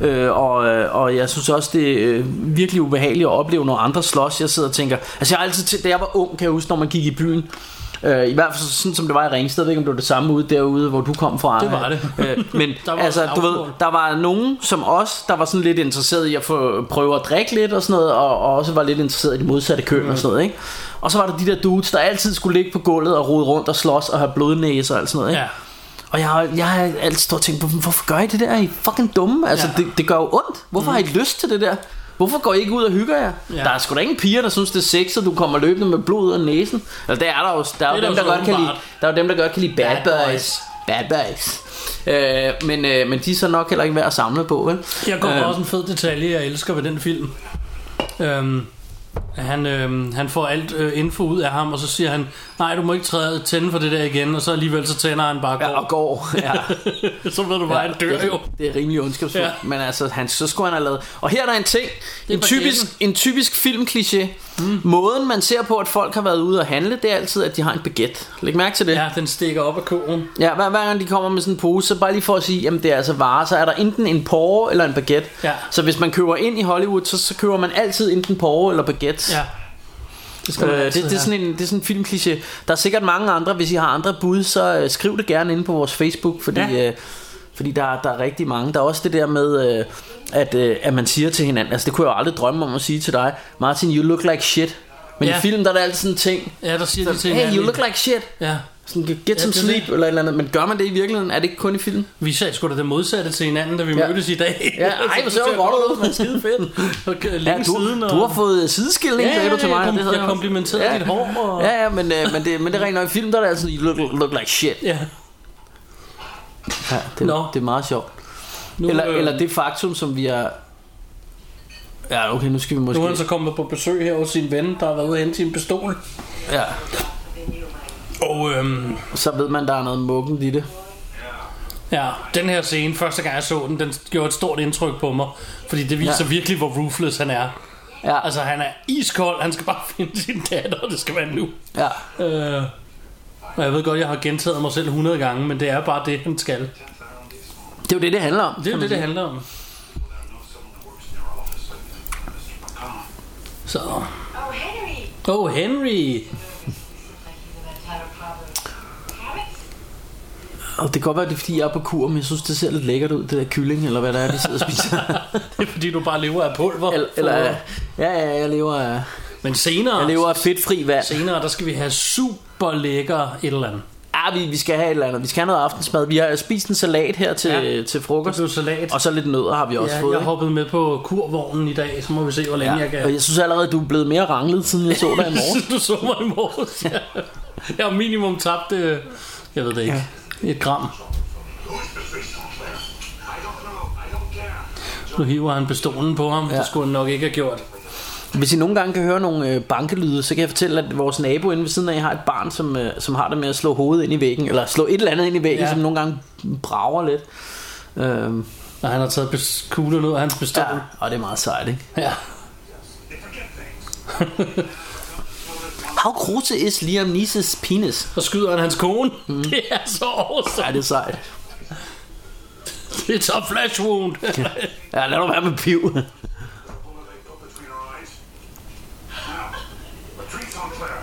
Speaker 4: øh, og, øh, og jeg synes også det er øh, virkelig ubehageligt at opleve når andre slås jeg sidder og tænker altså jeg har altid til- da jeg var ung kan jeg huske når man gik i byen øh, I hvert fald sådan som det var i Ringsted Jeg ved ikke om det var det samme ude derude hvor du kom fra
Speaker 3: Det var det.
Speaker 4: øh, Men
Speaker 3: Der var
Speaker 4: altså du ved
Speaker 3: slagsmål.
Speaker 4: der var nogen som os, der var sådan lidt interesseret i at få prøve at drikke lidt og sådan noget, og, og også var lidt interesseret i det modsatte køn og sådan noget, ikke? Og så var der de der dudes, der altid skulle ligge på gulvet og rode rundt og slås og have blodnæse og alt sådan noget, ikke?
Speaker 3: Ja.
Speaker 4: Og jeg har, jeg har altid stået og tænkt, "Hvor- hvorfor gør I det der? I er fucking dumme. Altså,
Speaker 3: Ja.
Speaker 4: ja. det, det gør jo ondt. Hvorfor mm. har I lyst til det der? Hvorfor går I ikke ud og hygger jer?
Speaker 3: Ja.
Speaker 4: Ja. Der er sgu da ingen piger, der synes, det er sex, at du kommer løbende med blod ud af næsen. Altså, det er der jo. Der er jo
Speaker 3: Det er
Speaker 4: dem,
Speaker 3: der
Speaker 4: der
Speaker 3: jo så
Speaker 4: godt kan lide,
Speaker 3: åbenbart.
Speaker 4: der er jo dem, der godt kan lide bad,
Speaker 3: Bad boys.
Speaker 4: boys. Bad boys. Øh, men, øh, men de er så nok heller ikke værd at samle på, vel?
Speaker 3: Jeg kommer øh. også en fed detalje, jeg elsker ved den film. Øhm, han, øhm, han får alt øh, info ud af ham, og så siger han, nej, du må ikke træde, tænde for det der igen, og så alligevel så tænder han bare
Speaker 4: Ja, og går. Ja.
Speaker 3: så ved du bare, han dør
Speaker 4: det,
Speaker 3: jo.
Speaker 4: Det er rimelig ondskabsfuldt.
Speaker 3: Ja.
Speaker 4: Ja. Men altså, han, så skulle han have lavet... Og her er der en ting. En
Speaker 3: baguetten.
Speaker 4: typisk, en typisk filmkliché. Mm. Måden, man ser på, at folk har været ude og handle, det er altid, at de har en baguette. Læg mærke til det.
Speaker 3: Ja, den stikker op af kogen.
Speaker 4: Ja, hver, hver gang de kommer med sådan en pose, så bare lige for at sige, jamen det er altså varer, så er der enten en porre eller en baguette.
Speaker 3: Ja.
Speaker 4: Så hvis man køber ind i Hollywood, så, så køber man altid enten porre eller baguette.
Speaker 3: Ja. Det skal man
Speaker 4: Øh, det,
Speaker 3: altid
Speaker 4: det, er
Speaker 3: have.
Speaker 4: sådan en, det er sådan en filmkliché. Der er sikkert mange andre. Hvis I har andre bud, så øh, skriv det gerne inde på vores Facebook, fordi,
Speaker 3: Ja.
Speaker 4: ja. øh, fordi der, er- der er rigtig mange. Der er også det der med, øh, at, øh, at man siger til hinanden, altså det kunne jeg jo aldrig drømme om at sige til dig, Martin, you look like shit. Men
Speaker 3: Ja.
Speaker 4: ja. i film, der er der altid sådan en ting.
Speaker 3: Ja, der siger de til
Speaker 4: Hey, you
Speaker 3: hinanden.
Speaker 4: look like shit.
Speaker 3: Ja.
Speaker 4: Sådan, get some
Speaker 3: det er det.
Speaker 4: sleep, eller et eller andet. Men gør man det i virkeligheden? Er det ikke kun i film?
Speaker 3: Vi sagde sgu da det modsatte til hinanden, da vi ja.
Speaker 4: Ja.
Speaker 3: mødtes i dag.
Speaker 4: Ja, ej, hvor ser du godt ud.
Speaker 3: Det er skide fedt. Okay, længe
Speaker 4: du,
Speaker 3: siden.
Speaker 4: du har fået sideskilling,
Speaker 3: Ja,
Speaker 4: sagde
Speaker 3: ja,
Speaker 4: du til
Speaker 3: ja,
Speaker 4: mig.
Speaker 3: jeg
Speaker 4: og
Speaker 3: kom-
Speaker 4: havde
Speaker 3: jeg
Speaker 4: også-
Speaker 3: komplimenterede dit hår, og-
Speaker 4: Ja, ja, men, øh, men, det, men det er rent nok i film, der er det altid, you look, look like shit.
Speaker 3: Ja,
Speaker 4: Ja, det,
Speaker 3: Nå.
Speaker 4: det er meget sjovt.
Speaker 3: nu,
Speaker 4: Eller,
Speaker 3: øh,
Speaker 4: eller det faktum, som vi er... Ja, okay, nu skal vi
Speaker 3: nu
Speaker 4: måske...
Speaker 3: er han så kommet på besøg her hos sin ven, der har været ude og hente sin pistol.
Speaker 4: ja,
Speaker 3: Og øhm,
Speaker 4: så ved man, der er noget mukken i det.
Speaker 3: ja, den her scene, første gang jeg så den, den gjorde et stort indtryk på mig. Fordi det viser ja.
Speaker 4: Ja.
Speaker 3: virkelig, hvor ruthless han er.
Speaker 4: Ja,
Speaker 3: Altså, han er iskold. Han skal bare finde sin datter, og det skal være nu.
Speaker 4: ja.
Speaker 3: Øh, og jeg ved godt, jeg har gentaget mig selv 100 gange, men det er bare det, han skal.
Speaker 4: Det er jo det, det handler om.
Speaker 3: Det er jo det, det handler om. Så.
Speaker 9: Oh, Henry!
Speaker 3: Oh, Henry.
Speaker 9: Like he's about to have a problem. Habits?
Speaker 4: Og det kan godt være, det er, fordi jeg er på kur, men jeg synes, det ser lidt lækkert ud, det der kylling, eller hvad der er, vi sidder og spiser.
Speaker 3: Det er fordi, du bare lever af pulver.
Speaker 4: eller, eller, ja, ja, jeg lever af,
Speaker 3: Men senere,
Speaker 4: jeg lever af fedtfri vand.
Speaker 3: senere, der skal vi have super lækker et eller andet.
Speaker 4: Ah, vi, vi skal have et eller andet. Vi skal have noget aftensmad. Vi har spist en salat her til,
Speaker 3: Ja.
Speaker 4: ja. til
Speaker 3: Det
Speaker 4: frokost.
Speaker 3: blev salat.
Speaker 4: Og så lidt nødder har vi også
Speaker 3: Ja,
Speaker 4: fået.
Speaker 3: jeg
Speaker 4: ikke?
Speaker 3: hoppede med på kurvognen i dag, så må vi se, hvor længe ja. jeg kan.
Speaker 4: Og jeg synes allerede, du er blevet mere ranglet, siden jeg så dig i morges.
Speaker 3: du så mig i morges. Ja. Jeg har minimum tabt, øh, jeg ved det ikke, et gram. Nu hiver han pistolen på ham, ja. det skulle han nok ikke have gjort.
Speaker 4: Hvis I nogle gange kan høre nogle øh, bankelyde, så kan jeg fortælle, at vores nabo inde ved siden af har et barn, som, øh, som har det med at slå hovedet ind i væggen, eller slå et eller andet ind i væggen,
Speaker 3: Ja.
Speaker 4: ja. som nogle gange brager lidt. Øhm,
Speaker 3: Og han har taget pis- kuglen ud af hans pistol.
Speaker 4: ja. Og det er meget sejt, ikke?
Speaker 3: Ja. ja.
Speaker 4: How grote is Liam Neesons penis?
Speaker 3: Så skyder han hans kone. Mm. Det er så
Speaker 4: Ja,
Speaker 3: awesome.
Speaker 4: det er sejt.
Speaker 3: Det er flash wound.
Speaker 4: Ja, lad nu være med piv.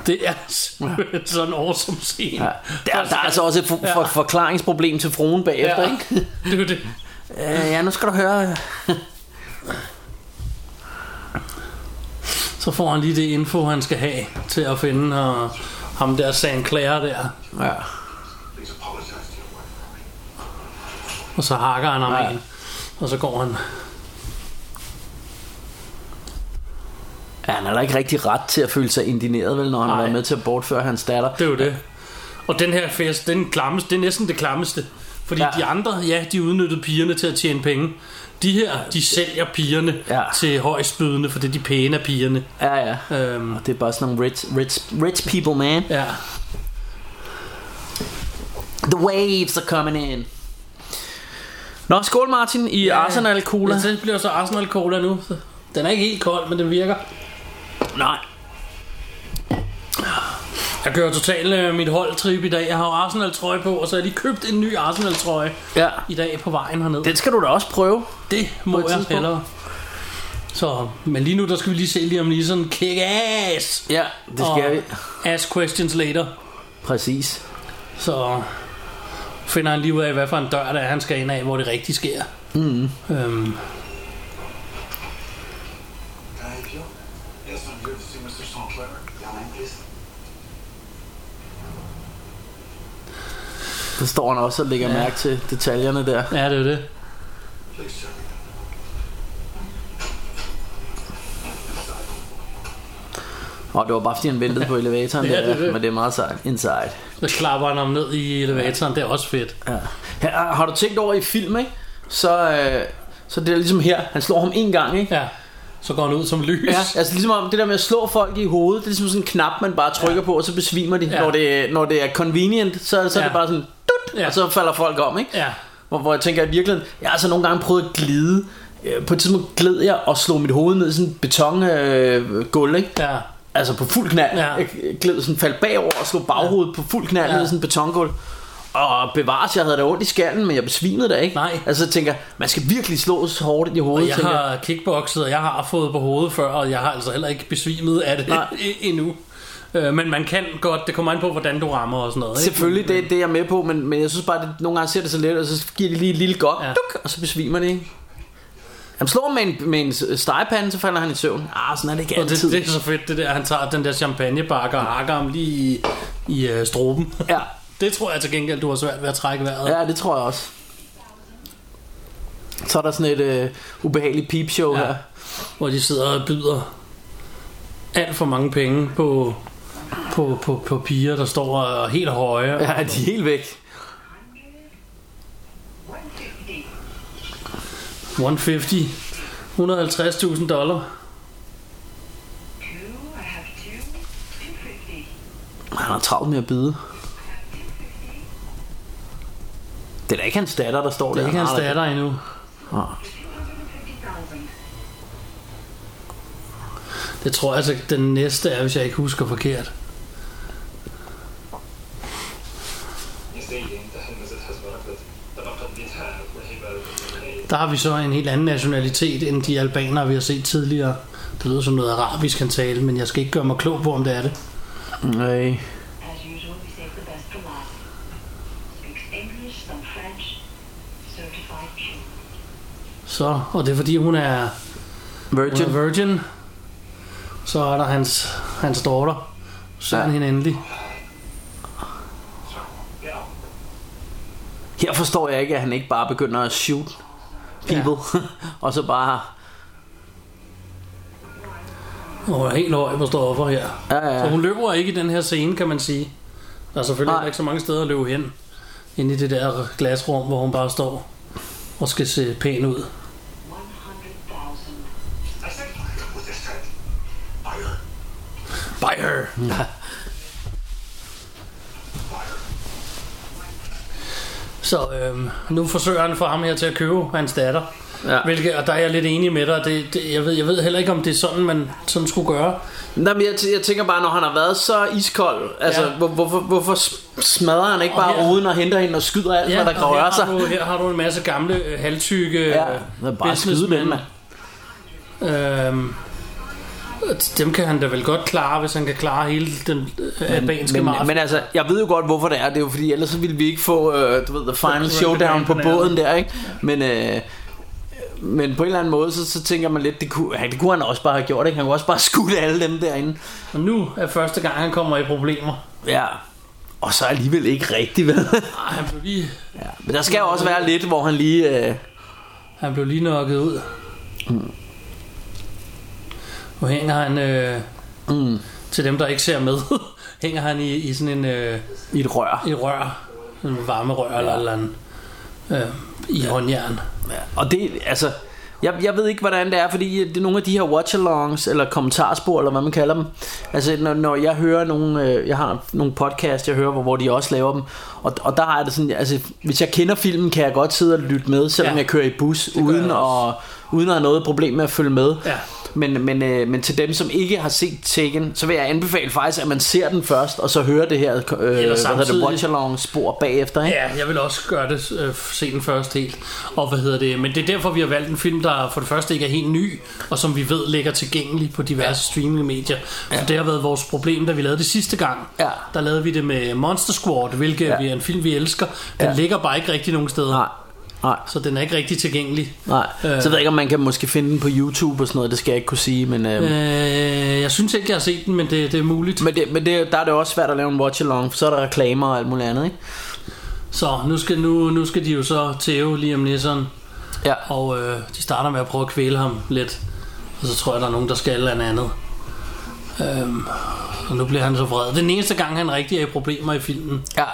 Speaker 3: Det er simpelthen sådan en awesome scene.
Speaker 4: Ja. Der, der er altså også et for, for, forklaringsproblem til fruen bagefter,
Speaker 3: Ja.
Speaker 4: ja. ikke?
Speaker 3: Det er jo det.
Speaker 4: Øh, ja, nu skal du høre...
Speaker 3: Så får han lige det info, han skal have til at finde uh, ham der St. Clair der.
Speaker 4: Ja.
Speaker 3: Og så hakker han ham
Speaker 4: Ja.
Speaker 3: ja. Og så går han.
Speaker 4: Ja, han har da ikke rigtig ret til at føle sig indineret, vel, når han
Speaker 3: Nej.
Speaker 4: har været med til at bortføre hans datter.
Speaker 3: Det er jo det. Og den her fest, den klammes, det er næsten det klammeste. Fordi
Speaker 4: Ja.
Speaker 3: ja. de andre, ja, de udnyttede pigerne til at tjene penge. De her, de sælger pigerne
Speaker 4: Ja.
Speaker 3: ja. til højstbydende, for det er de pæne af pigerne.
Speaker 4: Ja, ja.
Speaker 3: Øhm,
Speaker 4: Det er bare sådan nogle rich, rich, rich people, man.
Speaker 3: ja.
Speaker 4: The waves are coming in. Nå, skål Martin i ja, Arsenal Cola.
Speaker 3: Ja, det bliver så Arsenal Cola nu. Så Den er ikke helt kold, men den virker.
Speaker 4: Nej.
Speaker 3: Jeg kører totalt øh, mit holdtrip i dag. Jeg har jo Arsenal trøje på, og så har de købt en ny Arsenal trøje
Speaker 4: Ja.
Speaker 3: i dag på vejen herned.
Speaker 4: Den skal du da også prøve.
Speaker 3: Det
Speaker 4: På
Speaker 3: må
Speaker 4: et
Speaker 3: jeg
Speaker 4: tidspunkt.
Speaker 3: hellere. Så, men lige nu, der skal vi lige se lige om lige sådan kick ass.
Speaker 4: Ja, det skal
Speaker 3: og
Speaker 4: vi.
Speaker 3: Ask questions later.
Speaker 4: Præcis.
Speaker 3: Så finder han lige ud af, hvad for en dør der er, han skal ind af, hvor det rigtigt sker.
Speaker 4: Mm-hmm.
Speaker 3: Mm. Øhm,
Speaker 8: Can I help you? Yes, I'm here to see Mr. St. Clair. Yeah, man, please.
Speaker 4: Der står han også og lægger ja. mærke til detaljerne der.
Speaker 3: ja, det er jo det.
Speaker 8: Please, sir.
Speaker 4: Og det var bare fordi han ventede på elevatoren
Speaker 3: Ja,
Speaker 4: der,
Speaker 3: det er det.
Speaker 4: men det er meget sejt. Inside.
Speaker 3: Så klapper han ham ned i elevatoren, det er også fedt.
Speaker 4: Ja. Her, har du tænkt over i film, ikke? Så, øh, så det er ligesom her. Han slår ham en gang, ikke?
Speaker 3: Ja, så går han ud som lys.
Speaker 4: Ja, altså ligesom om det der med at slå folk i hovedet, det er ligesom sådan en knap, man bare trykker på, og så besvimer de.
Speaker 3: Ja.
Speaker 4: Når, det, når det er convenient, så, så er det
Speaker 3: Ja.
Speaker 4: bare sådan, dut,
Speaker 3: Ja.
Speaker 4: og så falder folk om, ikke?
Speaker 3: ja.
Speaker 4: Hvor, hvor jeg tænker, at virkelig, jeg har altså nogle gange prøvet at glide. Øh, På et tidspunkt gled jeg og slog mit hoved ned i sådan et betongulv, øh, gulv, ikke?
Speaker 3: ja.
Speaker 4: Altså på fuld knald.
Speaker 3: Ja.
Speaker 4: Jeg gled sådan, faldt bagover og slog baghovedet på fuld knald
Speaker 3: Ja.
Speaker 4: ned i sådan et betongulv. Og bevares, jeg havde da ondt i skallen, men jeg besvimede da ikke.
Speaker 3: Nej.
Speaker 4: Altså jeg tænker, man skal virkelig slås hårdt ind i hovedet.
Speaker 3: Og jeg
Speaker 4: tænker jeg.
Speaker 3: har kickboxet, og jeg har fået på hovedet før, og jeg har altså heller ikke besvimet af det
Speaker 4: Nej.
Speaker 3: endnu. Øh, Men man kan godt, det kommer an på, hvordan du rammer og sådan noget. Ikke?
Speaker 4: Selvfølgelig, det, det er jeg med på, men, men jeg synes bare, at det, nogle gange ser det så let, og så giver de lige et lille godt, ja.
Speaker 3: Ja.
Speaker 4: duk, og så besvimer det, ikke? Han slår ham med en, med en stegepande, så falder han i søvn. Ah, sådan er det ikke
Speaker 3: Og det,
Speaker 4: altid.
Speaker 3: det er så fedt, det der, han tager den der champagnebakke og hakker ham lige i, i øh, stroben.
Speaker 4: Ja.
Speaker 3: Det tror jeg til gengæld, du har svært ved at trække vejret.
Speaker 4: Ja, det tror jeg også. Så er der sådan et øh, ubehageligt peepshow ja.
Speaker 3: Ja.
Speaker 4: her.
Speaker 3: Hvor de sidder og byder alt for mange penge på, på, på, på piger, der står og er helt høje.
Speaker 4: Ja, de er helt væk.
Speaker 3: 150, 150.000 dollar.
Speaker 9: Two, I have two, two fifty.
Speaker 4: Han har travlt med at bide. Det er da ikke hans datter, der står
Speaker 3: Det er
Speaker 4: der.
Speaker 3: ikke hans
Speaker 4: Nej,
Speaker 3: datter endnu. Det tror jeg altså, den næste er, hvis jeg ikke husker forkert. Der har vi så en helt anden nationalitet end de albanere, vi har set tidligere. Det lyder som noget arabisk, han talte, men jeg skal ikke gøre mig klog på, om det er det.
Speaker 4: Nej.
Speaker 9: As usual, we save the best for last. Speaks English, some French, certified pure.
Speaker 3: Så, og det er fordi, hun er
Speaker 4: Virgin.
Speaker 3: virgin. Hun er virgin. Så er der hans, hans daughter. Så er
Speaker 4: Ja.
Speaker 3: ja. hende endelig.
Speaker 4: Her forstår jeg ikke, at han ikke bare begynder at shoot people. og så bare...
Speaker 3: Og hun er helt høj på stoffer her.
Speaker 4: Ja, ja.
Speaker 3: Så hun løber ikke i den her scene, kan man sige. Der er selvfølgelig
Speaker 4: Nej.
Speaker 3: heller ikke så mange steder at løbe hen. Inde i det der glasrum, hvor hun bare står og skal se pæn ud.
Speaker 9: 100,000.
Speaker 8: I said fire with this head. Fire.
Speaker 3: By her.
Speaker 4: Mm.
Speaker 3: Så øhm, nu forsøger han for ham her til at købe hans datter.
Speaker 4: Ja.
Speaker 3: Hvilket, og der er jeg lidt enig med dig. Det, det, jeg, ved, jeg ved heller ikke, om det er sådan, man sådan skulle gøre.
Speaker 4: Nej, men jeg, tæ- jeg tænker bare, når han har været så iskold, altså, ja.
Speaker 3: Ja.
Speaker 4: hvor, hvorfor, hvorfor s- smadrer han ikke
Speaker 3: Og
Speaker 4: bare
Speaker 3: her-
Speaker 4: ruden og henter hende og skyder alt, hvad der
Speaker 3: og her,
Speaker 4: rører sig?
Speaker 3: har du, øh, her har du en masse gamle, øh, halvtykke
Speaker 4: Ja, det er bare at skyde med dem, mand.
Speaker 3: Øhm, dem kan han da vel godt klare, hvis han kan klare hele den øh, albanske
Speaker 4: Men,
Speaker 3: mafia.
Speaker 4: men altså, jeg ved jo godt, hvorfor det er. Det er jo fordi, ellers så ville vi ikke få, øh, du ved, the final
Speaker 3: Så-
Speaker 4: showdown på
Speaker 3: Ja.
Speaker 4: båden der, ikke? Men, øh, men på en eller anden måde, så, så tænker man lidt, det kunne, ja, det kunne han også bare have gjort, ikke? Han kunne også bare skudt alle dem derinde.
Speaker 3: Og nu er første gang, han kommer i problemer.
Speaker 4: Ja. Og så alligevel ikke rigtigt, vel?
Speaker 3: Ej, han blev lige,
Speaker 4: ja. Men der skal jo også være lidt, hvor han lige... Øh,
Speaker 3: han blev lige nokket ud. Nu hænger han, øh, mm. til dem der ikke ser med, hænger han i, i sådan en, øh,
Speaker 4: I et rør.
Speaker 3: i rør, sådan en varme rør eller et eller andet, øh, i håndjern.
Speaker 4: Og det, altså, jeg, jeg ved ikke, hvordan det er, fordi det er nogle af de her watchalongs, eller kommentarspor, eller hvad man kalder dem. Altså, når, når jeg hører nogle, øh, jeg har nogle podcast, jeg hører, hvor, hvor de også laver dem, og, og der har jeg det sådan, altså, hvis jeg kender filmen, kan jeg godt sidde og lytte med, selvom
Speaker 3: Ja.
Speaker 4: ja. jeg kører i bus,
Speaker 3: jeg
Speaker 4: uden
Speaker 3: også.
Speaker 4: at, uden at have noget problem med at følge med.
Speaker 3: Ja.
Speaker 4: Men, men, øh, men til dem, som ikke har set Taken, så vil jeg anbefale faktisk, at man ser den først, og så hører det her, øh, hvad hedder det,
Speaker 3: samtidig.
Speaker 4: watchalong-spor bagefter, ikke?
Speaker 3: Ja, jeg vil også gøre det, øh, se den først helt. Og hvad hedder det? Men det er derfor, vi har valgt en film, der for det første ikke er helt ny, og som vi ved ligger tilgængelig på diverse ja. streamingmedier. Ja. For det har været vores problem, da vi lavede det sidste gang.
Speaker 4: Ja.
Speaker 3: Der lavede vi det med Monster Squad, hvilket ja.
Speaker 4: Ja.
Speaker 3: er en film, vi elsker. Den ja.
Speaker 4: Ja.
Speaker 3: ligger bare ikke rigtig nogen steder.
Speaker 4: Nej, nej.
Speaker 3: Så den er ikke rigtig tilgængelig.
Speaker 4: Nej,
Speaker 3: Øh.
Speaker 4: øh. så ved jeg ikke, om man kan måske finde den på YouTube og sådan noget, det skal jeg ikke kunne sige, men, øh, øh.
Speaker 3: Øh, jeg synes ikke, jeg har set den, men det, det er muligt.
Speaker 4: men, det, men det, der er det også svært at lave en watch-along, for så er der reklamer og alt muligt andet, ikke?
Speaker 3: Så nu skal, nu, nu skal de jo så tæve Liam Neeson.
Speaker 4: Ja.
Speaker 3: Og øh, de starter med at prøve at kvæle ham lidt. Og så tror jeg, der er nogen, der skal et eller andet. Øhm, og nu bliver han så vred. Det er den eneste gang, han rigtig er i problemer i filmen.
Speaker 4: ja.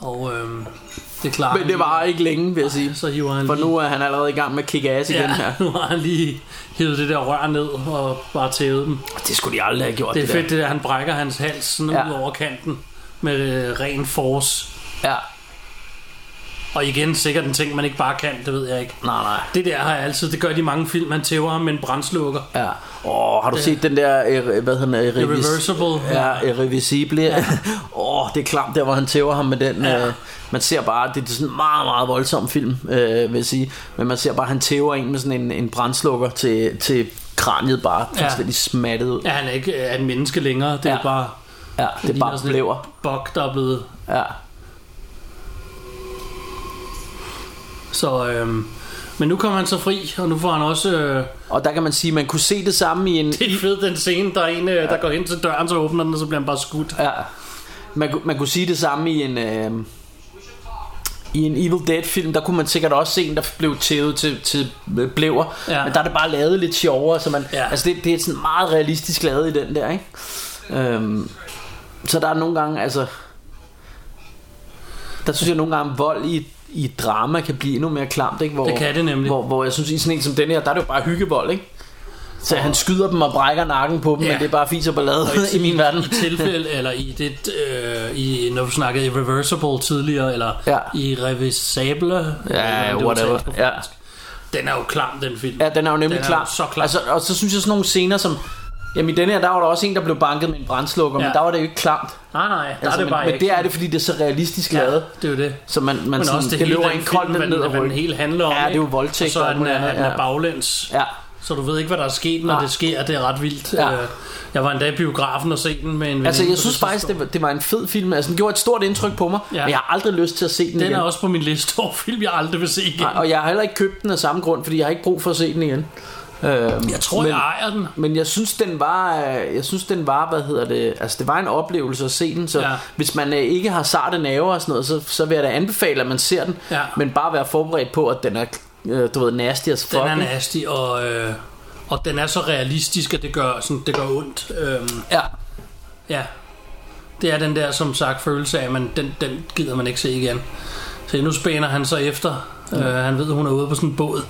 Speaker 3: Og øhm, det klarer
Speaker 4: Men det var ikke længe, vil jeg sige.
Speaker 3: Så hiver han
Speaker 4: For
Speaker 3: lige,
Speaker 4: nu er han allerede i gang med at kick ass igen
Speaker 3: ja,
Speaker 4: her.
Speaker 3: nu har han lige hivet det der rør ned og bare tævet dem.
Speaker 4: Det skulle de aldrig have gjort,
Speaker 3: Det er
Speaker 4: det,
Speaker 3: fedt, det der, han brækker hans hals sådan
Speaker 4: Ja.
Speaker 3: ud over kanten med øh, ren force.
Speaker 4: der. Ja.
Speaker 3: Og igen, sikkert en ting, man ikke bare kan, det ved jeg ikke.
Speaker 4: Nej, nej.
Speaker 3: Det der har jeg altid, det gør de i mange film, man tæver ham med en brændslukker.
Speaker 4: Ja. Åh, har du set den der, øh, hvad hedder den? øh, revis-
Speaker 3: Irreversible.
Speaker 4: Ja, irreversible. Åh, ja. oh, det er klamt der, hvor han tæver ham med den.
Speaker 3: Ja.
Speaker 4: Ja. Øh, man ser bare, det er sådan en meget, meget voldsom film, øh, vil jeg sige. Men man ser bare, han tæver en med sådan en, en brændslukker til, til kraniet bare fuldstændig smattet ud.
Speaker 3: Ja, han er ikke øh, er en menneske længere, det ja. er
Speaker 4: Ja.
Speaker 3: bare...
Speaker 4: Ja, det er
Speaker 3: ligner
Speaker 4: bare
Speaker 3: sådan et
Speaker 4: blæver.
Speaker 3: Bog, der er blevet...
Speaker 4: Ja.
Speaker 3: Så, øhm, men nu kommer han så fri, og nu får han også... Øh,
Speaker 4: Og der kan man sige, man kunne se det samme i en...
Speaker 3: det er fedt, den scene, der er en, øh, der går hen til døren, så åbner den, og så bliver han bare skudt.
Speaker 4: Ja. Man, kunne- man kunne sige det samme i en... Øh, i en Evil Dead film, der kunne man sikkert også se en, der blev tævet til, til blæver.
Speaker 3: Ja.
Speaker 4: Ja. Men der er det bare lavet lidt sjovere, så man,
Speaker 3: Ja.
Speaker 4: ja. altså det, det er sådan meget realistisk lavet i den der, ikke? Øhm, så der er nogle gange, altså... Der synes jeg nogle gange, at vold i, i et drama kan blive endnu mere klamt, ikke? Hvor,
Speaker 3: Det kan det nemlig.
Speaker 4: Hvor, hvor jeg synes, i sådan en som den her, der er det jo bare hyggevold, ikke? Så han skyder dem og brækker nakken på dem,
Speaker 3: Ja.
Speaker 4: ja. men det er bare fis og ballade
Speaker 3: Og
Speaker 4: i min verden.
Speaker 3: I tilfælde, eller i det, øh, i, når du snakkede i Reversible tidligere, eller
Speaker 4: Ja.
Speaker 3: i Revisable.
Speaker 4: Ja,
Speaker 3: eller,
Speaker 4: whatever. Ja.
Speaker 3: Den er jo klam, den film.
Speaker 4: Ja, den er jo nemlig
Speaker 3: Den er
Speaker 4: klar.
Speaker 3: jo så klar.
Speaker 4: Altså, og så synes jeg sådan nogle scener som... Jamen i den her, der var der også en, der blev banket med en brændslukker, ja.
Speaker 3: Ja.
Speaker 4: men der var det jo ikke klamt.
Speaker 3: Nej, nej, der
Speaker 4: Altså,
Speaker 3: er det
Speaker 4: men,
Speaker 3: bare
Speaker 4: men
Speaker 3: ikke.
Speaker 4: det er det, fordi det er så realistisk ja.
Speaker 3: ja,
Speaker 4: lavet.
Speaker 3: det er jo det.
Speaker 4: Så man, man
Speaker 3: Men
Speaker 4: sådan,
Speaker 3: også det,
Speaker 4: det
Speaker 3: hele
Speaker 4: løber
Speaker 3: den
Speaker 4: en kold
Speaker 3: film,
Speaker 4: ned,
Speaker 3: hvad
Speaker 4: ned
Speaker 3: den-
Speaker 4: og
Speaker 3: hvad den
Speaker 4: ryggen.
Speaker 3: hele handler om.
Speaker 4: Ja, det er jo
Speaker 3: ikke?
Speaker 4: voldtægt
Speaker 3: Og så
Speaker 4: og
Speaker 3: er
Speaker 4: alt
Speaker 3: den,
Speaker 4: muligt
Speaker 3: er,
Speaker 4: andet,
Speaker 3: den er
Speaker 4: ja.
Speaker 3: baglæns.
Speaker 4: Ja.
Speaker 3: Så du ved ikke, hvad der er sket, når
Speaker 4: Nej.
Speaker 3: det sker. Det er ret vildt.
Speaker 4: Ja.
Speaker 3: Øh, Jeg var endda i biografen og se den med en veninde.
Speaker 4: Altså,
Speaker 3: på
Speaker 4: jeg
Speaker 3: det
Speaker 4: synes faktisk,
Speaker 3: tidspunkt.
Speaker 4: det var, det var en fed film. Altså, den gjorde et stort indtryk på mig,
Speaker 3: Ja.
Speaker 4: ja. men jeg har aldrig lyst til at se den,
Speaker 3: Den
Speaker 4: igen.
Speaker 3: er også på min liste over film, jeg aldrig vil se igen.
Speaker 4: Nej, og jeg har heller ikke købt den af samme grund, fordi jeg har ikke brug for at se den igen. Øhm,
Speaker 3: Jeg tror,
Speaker 4: men,
Speaker 3: jeg ejer den.
Speaker 4: Men jeg synes, den var, øh, jeg synes, den var, hvad hedder det, altså det var en oplevelse at se den, så
Speaker 3: Ja.
Speaker 4: ja. hvis man øh, ikke har sarte naver og sådan noget, så, så vil jeg da anbefale, at man ser den,
Speaker 3: Ja.
Speaker 4: men bare være forberedt på, at den er, øh, du ved, nasty as fuck.
Speaker 3: Den er
Speaker 4: ikke?
Speaker 3: nasty, og, øh, og den er så realistisk, at det gør, sådan, det gør ondt. Øhm,
Speaker 4: Ja,
Speaker 3: ja. Det er den der, som sagt, følelse af, at man, den, den gider man ikke se igen. Så nu spænder han så efter.
Speaker 4: Mm.
Speaker 3: Øh, han ved, hun er ude på sådan en båd.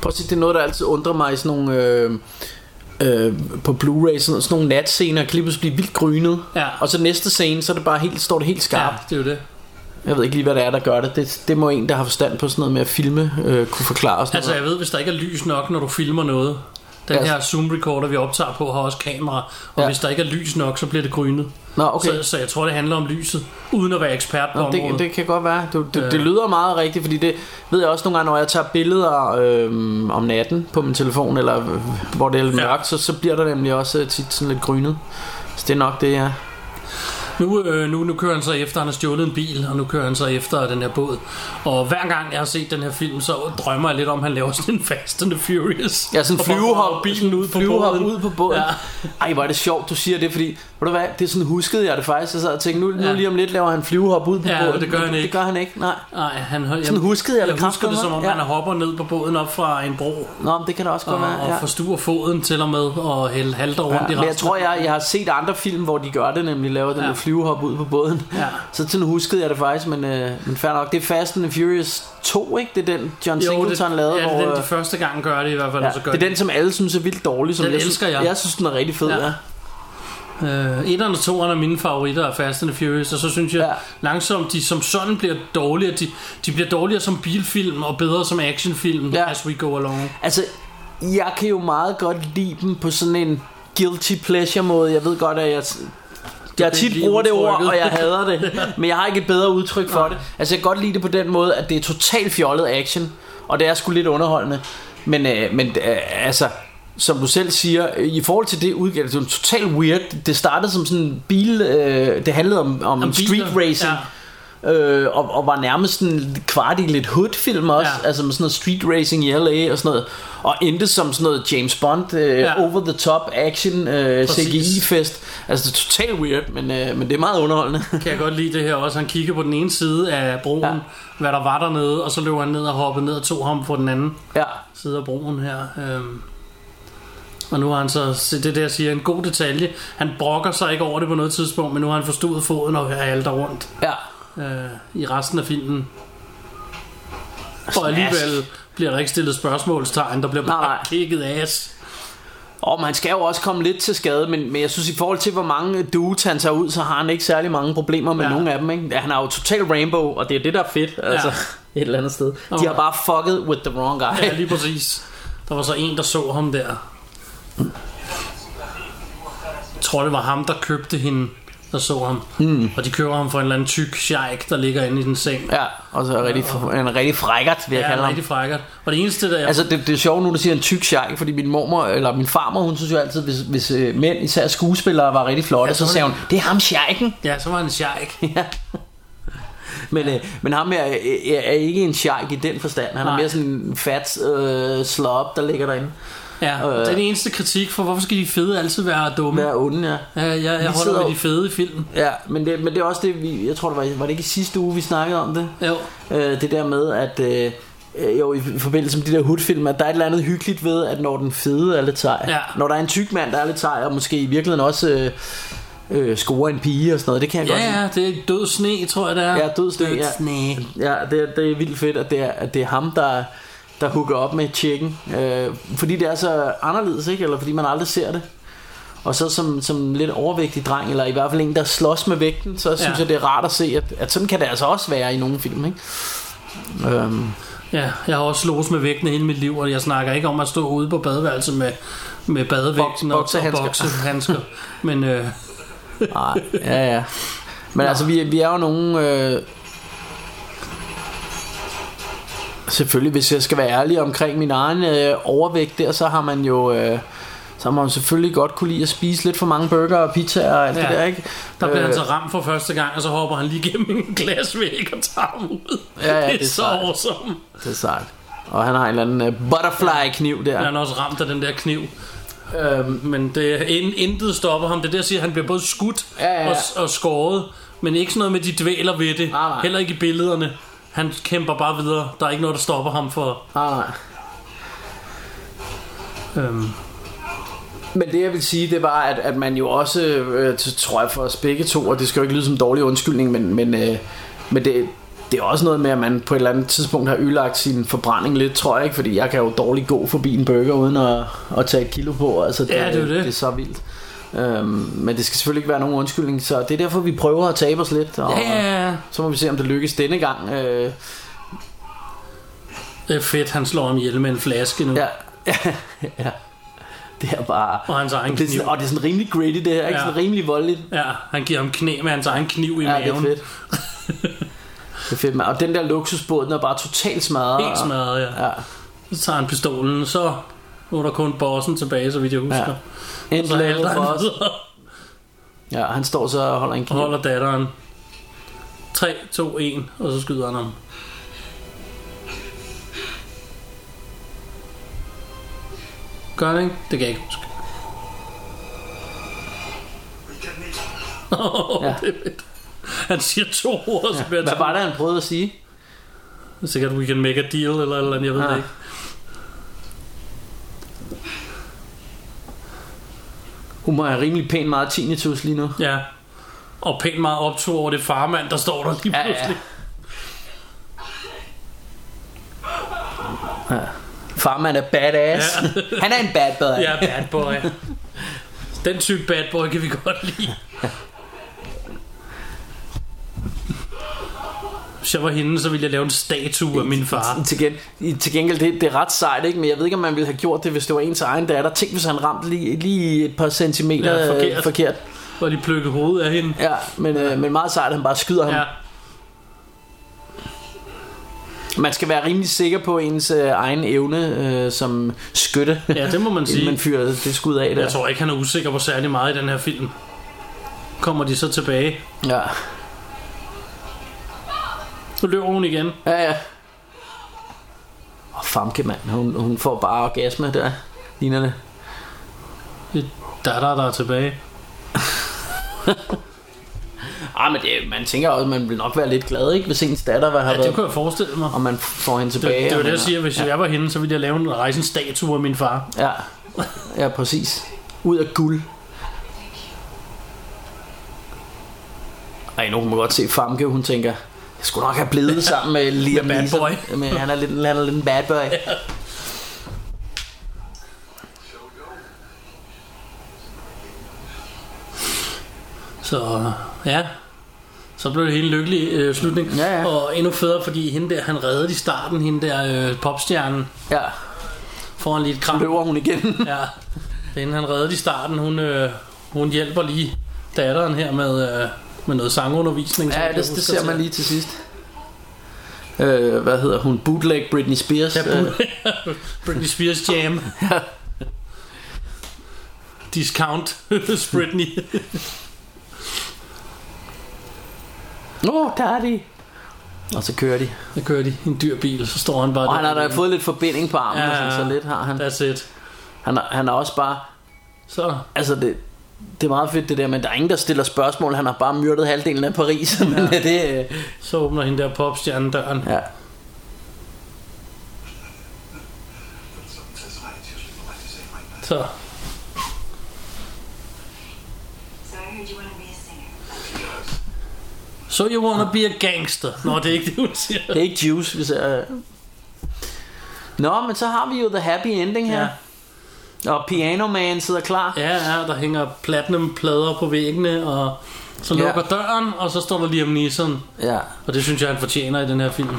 Speaker 4: prøv at se, det er noget, der altid undrer mig i sådan nogle... Øh, Øh, på Blu-ray sådan, sådan nogle natscener kan lige pludselig blive vildt grynet
Speaker 3: Ja.
Speaker 4: Og så næste scene Så er det bare helt, står det helt
Speaker 3: Ja,
Speaker 4: skarpt
Speaker 3: det er jo det.
Speaker 4: Jeg ved ikke lige hvad det er der gør det Det, det må en der har forstand på sådan noget med at filme øh, Kunne forklare og sådan
Speaker 3: Altså jeg ved, hvis der ikke er lys nok, når du filmer noget Den
Speaker 4: Ja.
Speaker 3: her zoom recorder, vi optager på, har også kamera Og
Speaker 4: Ja.
Speaker 3: hvis der ikke er lys nok, så bliver det grynet
Speaker 4: noget. Nå, okay.
Speaker 3: så, så jeg tror, det handler om lyset Uden at være ekspert på
Speaker 4: Nå, det,
Speaker 3: området
Speaker 4: det kan godt være. Det, det, det lyder meget rigtigt, fordi det ved jeg også nogle gange, når jeg tager billeder øhm, om natten på min telefon, eller øh, hvor det er lidt
Speaker 3: Ja.
Speaker 4: mørkt, så, så bliver der nemlig også øh, tit sådan lidt grynet. Så det er nok det, ja.
Speaker 3: nu, øh, nu, nu kører han så efter, han har stjålet en bil Og nu kører han så efter den her båd Og hver gang jeg har set den her film, så drømmer jeg lidt om at Han laver sådan en Fast and the Furious
Speaker 4: Ja, sådan
Speaker 3: Og bare
Speaker 4: flyvehop,
Speaker 3: får bilen ud på
Speaker 4: flyvehop
Speaker 3: båden
Speaker 4: ud på båden.
Speaker 3: Ja.
Speaker 4: Ja. Ej, hvor er det sjovt, du siger det, fordi Ved du hvad, det er sådan huskede jeg det faktisk. Jeg sad og tænkte, nu, ja. nu lige om lidt laver han flyvehop ud på
Speaker 3: Ja,
Speaker 4: båden.
Speaker 3: det gør han
Speaker 4: Det
Speaker 3: ikke.
Speaker 4: gør han ikke, nej.
Speaker 3: Nej, han, jeg,
Speaker 4: Sådan huskede jeg det
Speaker 3: jeg husker det
Speaker 4: kraftedeme.
Speaker 3: som om,
Speaker 4: Ja.
Speaker 3: ja. han hopper ned på båden op fra en bro.
Speaker 4: Nå, men det kan da også
Speaker 3: Og,
Speaker 4: godt være.
Speaker 3: og forstuer foden til og med og hælder halter rundt i
Speaker 4: Ja,
Speaker 3: resten.
Speaker 4: men jeg tror, jeg, jeg har set andre film, hvor de gør det, nemlig laver den ja.
Speaker 3: Ja.
Speaker 4: der flyvehop ud på båden.
Speaker 3: Ja.
Speaker 4: Så sådan huskede jeg det faktisk, men, øh, men fair nok. Det er Fast and the Furious 2, ikke? Det er den, John
Speaker 3: Jo, det,
Speaker 4: Singleton lavede.
Speaker 3: ja, det er
Speaker 4: hvor,
Speaker 3: den,
Speaker 4: øh,
Speaker 3: de første gang gør det i hvert fald.
Speaker 4: ja,
Speaker 3: og så gør
Speaker 4: det er den, som alle synes er vildt dårlig. Som
Speaker 3: Den
Speaker 4: jeg synes-
Speaker 3: elsker jeg.
Speaker 4: Jeg synes, den er rigtig fed, ja.
Speaker 3: Ja.
Speaker 4: ja.
Speaker 3: Øh, etteren og toeren er mine favoritter af Fast and the Furious, og så synes jeg
Speaker 4: Ja.
Speaker 3: ja. langsomt, de som sådan bliver dårligere. De, de bliver dårligere som bilfilm og bedre som actionfilm,
Speaker 4: Ja.
Speaker 3: ja. as we go along.
Speaker 4: Altså, jeg kan jo meget godt lide dem på sådan en guilty pleasure måde. Jeg ved godt, at jeg... Jeg
Speaker 3: kan
Speaker 4: tit
Speaker 3: ikke lide
Speaker 4: bruger det ord,
Speaker 3: udtrykket.
Speaker 4: og jeg hader det, men jeg har ikke et bedre udtryk for det. Altså, jeg kan godt lide det på den måde, at det er totalt fjollet action, og det er sgu lidt underholdende. Men, øh, men øh, altså, som du selv siger, øh, i forhold til det udgave, det er jo totalt weird. Det startede som sådan en bil, øh, det handlede om, om, om street
Speaker 3: biler.
Speaker 4: racing. Ja. Øh, og, og var nærmest en kvart i lidt hood-film også, ja.
Speaker 3: Ja.
Speaker 4: altså med sådan noget street racing i LA og sådan noget, og endte som sådan noget James Bond, øh, ja.
Speaker 3: Ja.
Speaker 4: over-the-top action øh,
Speaker 3: Præcis.
Speaker 4: CGI-fest. Altså det er totalt weird, men, øh, men det er meget underholdende.
Speaker 3: Kan jeg godt lide det her også. Han kigger på den ene side af broen,
Speaker 4: Ja.
Speaker 3: ja. hvad der var dernede, og så løber han ned og hopper ned og tog ham på den anden
Speaker 4: ja.
Speaker 3: side af broen her. Øhm. Og nu har han så, se, det der jeg siger, en god detalje. Han brokker sig ikke over det på noget tidspunkt, men nu har han forstået foden og halter rundt.
Speaker 4: ja.
Speaker 3: øh, i resten af filmen.
Speaker 4: Altså,
Speaker 3: Og alligevel bliver der ikke stillet spørgsmålstegn, der bliver
Speaker 4: Nej, nej.
Speaker 3: bare kigget ass.
Speaker 4: Og man skal jo også komme lidt til skade, men, men jeg synes i forhold til, hvor mange dudes han tager ud, så har han ikke særlig mange problemer med ja.
Speaker 3: Ja.
Speaker 4: nogen af dem. Ikke? Han er jo totalt Rainbow, og det er det, der er fedt. Altså, ja. Et eller andet sted. Okay. De
Speaker 3: Okay.
Speaker 4: har bare fucket with the wrong guy.
Speaker 3: Ja, lige præcis. Der var så en, der så ham der. Jeg tror, det var ham, der købte hende, der så ham. Mm. Og de køber ham for en eller anden tyk sheik, der ligger inde i sin seng.
Speaker 4: Ja, og så er rigtig, en rigtig frækkert, vil jeg
Speaker 3: Ja,
Speaker 4: kalde
Speaker 3: han er
Speaker 4: ham.
Speaker 3: rigtig frækker. Og det eneste, der jeg...
Speaker 4: Altså det, det er sjovt nu du siger en tyk sjejk Fordi min mormor Eller min farmor Hun synes jo altid Hvis, hvis øh, mænd Især skuespillere Var rigtig flotte ja,
Speaker 3: Ja,
Speaker 4: så,
Speaker 3: så
Speaker 4: så
Speaker 3: var
Speaker 4: sagde
Speaker 3: det-
Speaker 4: hun Det er ham sjejken
Speaker 3: Ja, så var han en sheik.
Speaker 4: ja. men, øh, men ham her øh, er, er ikke en sjejk I den forstand Han Nej.
Speaker 3: Nej.
Speaker 4: er mere sådan En fat øh, slop Der ligger derinde
Speaker 3: Ja,
Speaker 4: Øh.
Speaker 3: det er den eneste kritik for, hvorfor skal de fede altid være dumme?
Speaker 4: Der
Speaker 3: Ja,
Speaker 4: er onde ja.
Speaker 3: jeg, jeg
Speaker 4: Vi sidder
Speaker 3: holder
Speaker 4: jo-
Speaker 3: med de fede i filmen.
Speaker 4: ja men, det, men det er også det vi, Jeg tror det var Var det ikke i sidste uge Vi snakkede om det
Speaker 3: Jo.
Speaker 4: øh, det der med, at øh, øh, jo, i forbindelse med de der hudfilm, at der er et eller andet hyggeligt ved, at når den fede er lidt sej,
Speaker 3: Ja.
Speaker 4: når der er en tyk mand, der er lidt sej, og måske i virkeligheden også øh, øh, scorer en pige og sådan noget, det kan jeg godt
Speaker 3: Ja, ja, det er død sne, tror jeg, det er.
Speaker 4: Ja, død sne,
Speaker 3: Død
Speaker 4: ja.
Speaker 3: sne.
Speaker 4: lide. Ja, det, er- det er vildt fedt, at det er, at det er ham, der der hooker op med chicken, øh, fordi det er så anderledes, ikke? Eller fordi man aldrig ser det. Og så som, som lidt overvægtig dreng, eller i hvert fald en, der slås med vægten, så synes
Speaker 3: Ja.
Speaker 4: jeg, det er rart at se, at, at sådan kan det altså også være i nogle film, ikke? Øhm,
Speaker 3: Ja, jeg har også slået med vægtene hele mit liv, og jeg snakker ikke om at stå ude på badeværelset med, med badevægten og, og
Speaker 4: boksehandsker.
Speaker 3: boksehandsker. Men øh,
Speaker 4: Nej, ja, ja. Men altså, vi, vi er jo nogen... Øh... Selvfølgelig, hvis jeg skal være ærlig omkring min egen øh, overvægt der, så har man jo... Øh... Så har man jo selvfølgelig godt kunne lide at spise lidt for mange burger og pizza og alt ja.
Speaker 3: Ja.
Speaker 4: det der, ikke? Øh.
Speaker 3: der bliver han så ramt for første gang, og så hopper han lige gennem en glasvæg og tager ham ud.
Speaker 4: Ja, ja,
Speaker 3: det
Speaker 4: det er
Speaker 3: er så
Speaker 4: sejt.
Speaker 3: awesome.
Speaker 4: Øh, Det er sejt. Og han har en eller anden øh, butterfly-kniv der.
Speaker 3: Han er også ramt af den der kniv.
Speaker 4: Øhm,
Speaker 3: Men det, in, intet stopper ham. Det er der, jeg siger, at han bliver både skudt
Speaker 4: Ja, ja, ja.
Speaker 3: Og, og skåret, men ikke sådan noget med, de dvæler ved det.
Speaker 4: Nej, nej.
Speaker 3: Heller ikke i billederne. Han kæmper bare videre. Der er ikke noget, der stopper ham for...
Speaker 4: nej, nej.
Speaker 3: Øhm,
Speaker 4: Men det jeg vil sige, det var, at, at man jo også, øh, t- tror jeg for os begge to, og det skal jo ikke lyde som en dårlig undskyldning, men, men, øh, men det, det er også noget med, at man på et eller andet tidspunkt har ølagt sin forbrænding lidt, tror jeg ikke, fordi jeg kan jo dårligt gå forbi en burger uden at, at tage et kilo på, altså det,
Speaker 3: Ja, det er jo det.
Speaker 4: det er så vildt. Øhm, men det skal selvfølgelig ikke være nogen undskyldning, så det er derfor, vi prøver at tabe os lidt, og
Speaker 3: ja, ja, ja.
Speaker 4: så må vi se, om det lykkes denne gang. Øh,
Speaker 3: Det er fedt, han slår ham ihjel med en flaske nu.
Speaker 4: ja, ja, det er bare...
Speaker 3: Mm. Og hans egen
Speaker 4: det er, sådan,
Speaker 3: kniv.
Speaker 4: og det er sådan rimelig gritty det her, ikke?
Speaker 3: Ja.
Speaker 4: Sådan rimelig voldeligt.
Speaker 3: Ja, han giver ham knæ med hans egen kniv i
Speaker 4: Ja, det er
Speaker 3: maven.
Speaker 4: fedt. det er fedt, man. Og den der luksusbåd, den er bare totalt smadret.
Speaker 3: Helt smadret, ja.
Speaker 4: Ah. Ja.
Speaker 3: Så tager han pistolen, så nu er der kun bossen tilbage, så vidt jeg husker.
Speaker 4: End
Speaker 3: Så
Speaker 4: level
Speaker 3: halter
Speaker 4: for
Speaker 3: han
Speaker 4: os.
Speaker 3: videre
Speaker 4: Ja, han står så og holder en
Speaker 3: og
Speaker 4: kniv.
Speaker 3: holder datteren. 3, 2, 1, og så skyder han ham. Gør han ikke? Det kan jeg ikke huske.
Speaker 8: We can make
Speaker 3: ja. det er fedt. Han siger to ord, som ja.
Speaker 4: Hvad var det, han prøvede at sige?
Speaker 3: Sikkert, we can make a deal, eller et eller andet, jeg ved ja.
Speaker 4: Ja.
Speaker 3: det ikke.
Speaker 4: Hun må have rimelig pænt meget tinnitus lige nu.
Speaker 3: Ja. Og pænt meget optur over det farmand, der står der lige
Speaker 4: Ja, ja.
Speaker 3: pludselig.
Speaker 4: Farmand er badass.
Speaker 3: Ja.
Speaker 4: Han er en bad boy.
Speaker 3: Ja, bad boy. Den type bad boy kan vi godt lide. Hvis jeg var hende, så ville jeg lave en statue af min far.
Speaker 4: Til, gen, i- til gengæld, det, det er ret sejt, ikke? men jeg ved ikke, om man ville have gjort det, hvis det var ens egen datter. Tænk, hvis han ramte lige, lige et par centimeter
Speaker 3: Ja,
Speaker 4: ja,
Speaker 3: forkert.
Speaker 4: forkert. forkert.
Speaker 3: Og lige plukke hovedet af hende.
Speaker 4: Ja, men, øh, men meget sejt, at han bare skyder ham.
Speaker 3: Ja.
Speaker 4: Man skal være rimelig sikker på ens øh, egen evne øh, som skytte.
Speaker 3: Ja, det må man
Speaker 4: inden
Speaker 3: sige.
Speaker 4: man fyrer det skud af der.
Speaker 3: Jeg tror ikke, han er usikker på særlig meget i den her film. Kommer de så tilbage.
Speaker 4: Ja.
Speaker 3: Nu løber hun igen.
Speaker 4: Ja, ja. Og Famke, mand. Hun, hun får bare orgasme der. Ligner det.
Speaker 3: Det er datter, der er tilbage.
Speaker 4: Ah, men det, man tænker også, at man vil nok være lidt glad, ikke? Hvis ens datter var, har
Speaker 3: Ja, det
Speaker 4: været...
Speaker 3: kunne jeg forestille mig.
Speaker 4: Og man får hende
Speaker 3: Det,
Speaker 4: tilbage.
Speaker 3: det var
Speaker 4: og
Speaker 3: det,
Speaker 4: man-
Speaker 3: jeg siger. Hvis jeg var hende, så ville jeg lave en rejse en statue af min far.
Speaker 4: Ja, ja præcis. Ud af guld. Ej, nu kan man godt se Famke, hun tænker, jeg skulle nok have blevet sammen med Liam
Speaker 3: bad
Speaker 4: Neeson."
Speaker 3: boy.
Speaker 4: Men han er lidt, han er lidt en bad boy.
Speaker 3: Så ja, så blev det hele lykkelig øh, slutning.
Speaker 4: Ja, ja.
Speaker 3: Og endnu federe, fordi hende der, han reddede i starten, hende der øh, popstjernen,
Speaker 4: Ja,
Speaker 3: foran lige et kram.
Speaker 4: løber hun igen.
Speaker 3: Ja, det er hende, han reddede i starten, hun, øh, hun hjælper lige datteren her med, øh, med noget sangundervisning. som
Speaker 4: ja,
Speaker 3: jeg
Speaker 4: det,
Speaker 3: husker
Speaker 4: det ser
Speaker 3: til.
Speaker 4: man lige til sidst. Øh, hvad hedder hun? Bootleg Britney Spears.
Speaker 3: Ja,
Speaker 4: øh,
Speaker 3: Br- Britney Spears Jam. Discount hos Britney.
Speaker 4: Nå, der er de. Og så kører de.
Speaker 3: Der kører de i en dyr bil, så står han bare
Speaker 4: Og han har da
Speaker 3: derinde.
Speaker 4: fået lidt forbinding på armen,
Speaker 3: Ja,
Speaker 4: ja, sådan,
Speaker 3: ja, ja.
Speaker 4: så lidt har han.
Speaker 3: That's it.
Speaker 4: Han har, han har også bare
Speaker 3: Så
Speaker 4: Altså det, det er meget fedt det der Men der er ingen der stiller spørgsmål Han har bare myrdet halvdelen af Paris Men ja. det øh,
Speaker 3: Så åbner hende der popstjerne døren.
Speaker 4: ja.
Speaker 3: Så
Speaker 9: So I heard you want to be a singer.
Speaker 3: So you wanna be a gangster Nå det er ikke det hun siger
Speaker 4: Det er ikke juice vi ser, øh. Nå men så har vi jo The Happy Ending her
Speaker 3: Ja.
Speaker 4: ja. Og Piano Man sidder klar ja.
Speaker 3: Ja ja der hænger platinumplader på væggene Og så
Speaker 4: Ja.
Speaker 3: lukker døren Og så står der Liam Neeson
Speaker 4: Ja,
Speaker 3: Og det synes jeg han fortjener i den her film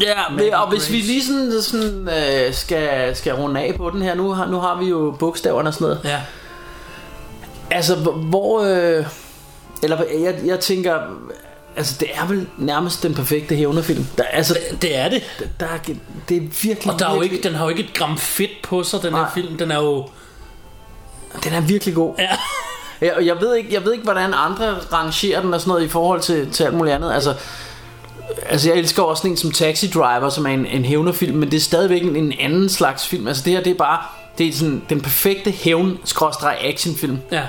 Speaker 4: ja men, og hvis vi lige sådan, sådan øh, skal, skal runde af på den her Nu, har- nu har vi jo bogstaverne og sådan noget
Speaker 3: Ja
Speaker 4: Altså, hvor- hvor... Øh, eller jeg, jeg tænker... Altså, det er vel nærmest den perfekte hævnerfilm. Der, altså,
Speaker 3: det er det
Speaker 4: der er, det er virkelig...
Speaker 3: Og der er jo
Speaker 4: virkelig,
Speaker 3: ikke, den har jo ikke et gram fedt på sig Den her
Speaker 4: Nej.
Speaker 3: film Den er jo
Speaker 4: den er virkelig god.
Speaker 3: Ja
Speaker 4: Ja, og jeg ved ikke, jeg ved ikke hvordan andre rangerer den og sådan noget i forhold til, til alt muligt andet. Altså, altså jeg elsker også sådan en som Taxi Driver, som er en, en hævnerfilm, men det er stadigvæk en, en anden slags film. Altså det her, det er bare det er sådan den perfekte hævn actionfilm.
Speaker 3: Ja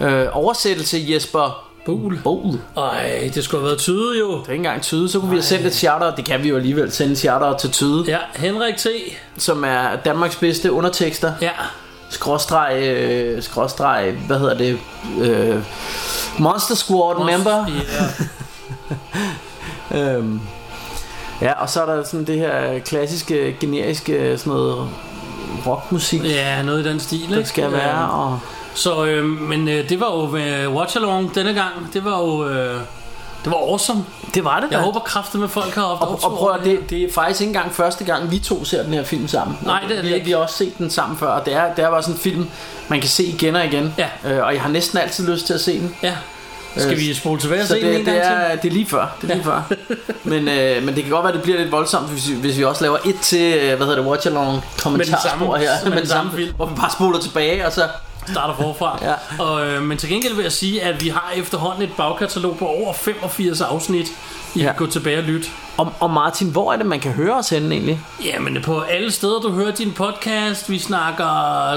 Speaker 4: Øh, oversættelse Jesper
Speaker 3: Bul
Speaker 4: Bol. Det
Speaker 3: Ej det skulle have været tyde jo
Speaker 4: er ikke engang tyde, så kunne vi have sendt et charter, det kan vi jo alligevel sende et charter til tyde, ja.
Speaker 3: Ja Henrik T
Speaker 4: som er Danmarks bedste undertekster.
Speaker 3: Ja
Speaker 4: skråstreg, øh, skråstreg, hvad hedder det, øh, Monster Squad member.
Speaker 3: Ja
Speaker 4: Øhm, ja, og så er der sådan det her øh, klassiske, generiske, øh, sådan noget rockmusik, ja,
Speaker 3: Ja noget i den stil
Speaker 4: der
Speaker 3: ikke?
Speaker 4: skal
Speaker 3: Ja.
Speaker 4: være, og
Speaker 3: Så, øh, men øh, det var jo øh, Watch Along denne gang. Det var jo... Øh, det var awesome.
Speaker 4: det var det
Speaker 3: Jeg
Speaker 4: da.
Speaker 3: håber kraftigt med folk har haft
Speaker 4: og,
Speaker 3: optur
Speaker 4: og prøv
Speaker 3: over
Speaker 4: at, det, det er faktisk ikke engang første gang, vi to ser den her film sammen.
Speaker 3: Nej, det er det
Speaker 4: vi,
Speaker 3: ikke.
Speaker 4: Vi har også set den sammen før, og det er, det er bare sådan en film, man kan se igen og igen.
Speaker 3: Ja.
Speaker 4: Øh, og jeg har næsten altid lyst til at se den.
Speaker 3: Ja. Skal
Speaker 4: Øh,
Speaker 3: vi spole tilbage og
Speaker 4: Så
Speaker 3: se den en
Speaker 4: det,
Speaker 3: gang
Speaker 4: det,
Speaker 3: til?
Speaker 4: er, det er lige før, det er lige før. men, øh, men det kan godt være, det bliver lidt voldsomt, hvis, vi- hvis vi også laver et til, øh, hvad hedder det, watch along kommentarspor
Speaker 3: samme-
Speaker 4: her.
Speaker 3: med den samme film.
Speaker 4: Hvor vi bare spoler tilbage, og så
Speaker 3: starter forfra.
Speaker 4: Ja.
Speaker 3: og, øh, men til gengæld vil jeg sige, at vi har efterhånden et bagkatalog på over 85 afsnit. I
Speaker 4: Ja.
Speaker 3: ja. kan gå tilbage og lytte.
Speaker 4: Og, og Martin, hvor er det, man kan høre os henne egentlig?
Speaker 3: Jamen på alle steder, du hører din podcast. Vi snakker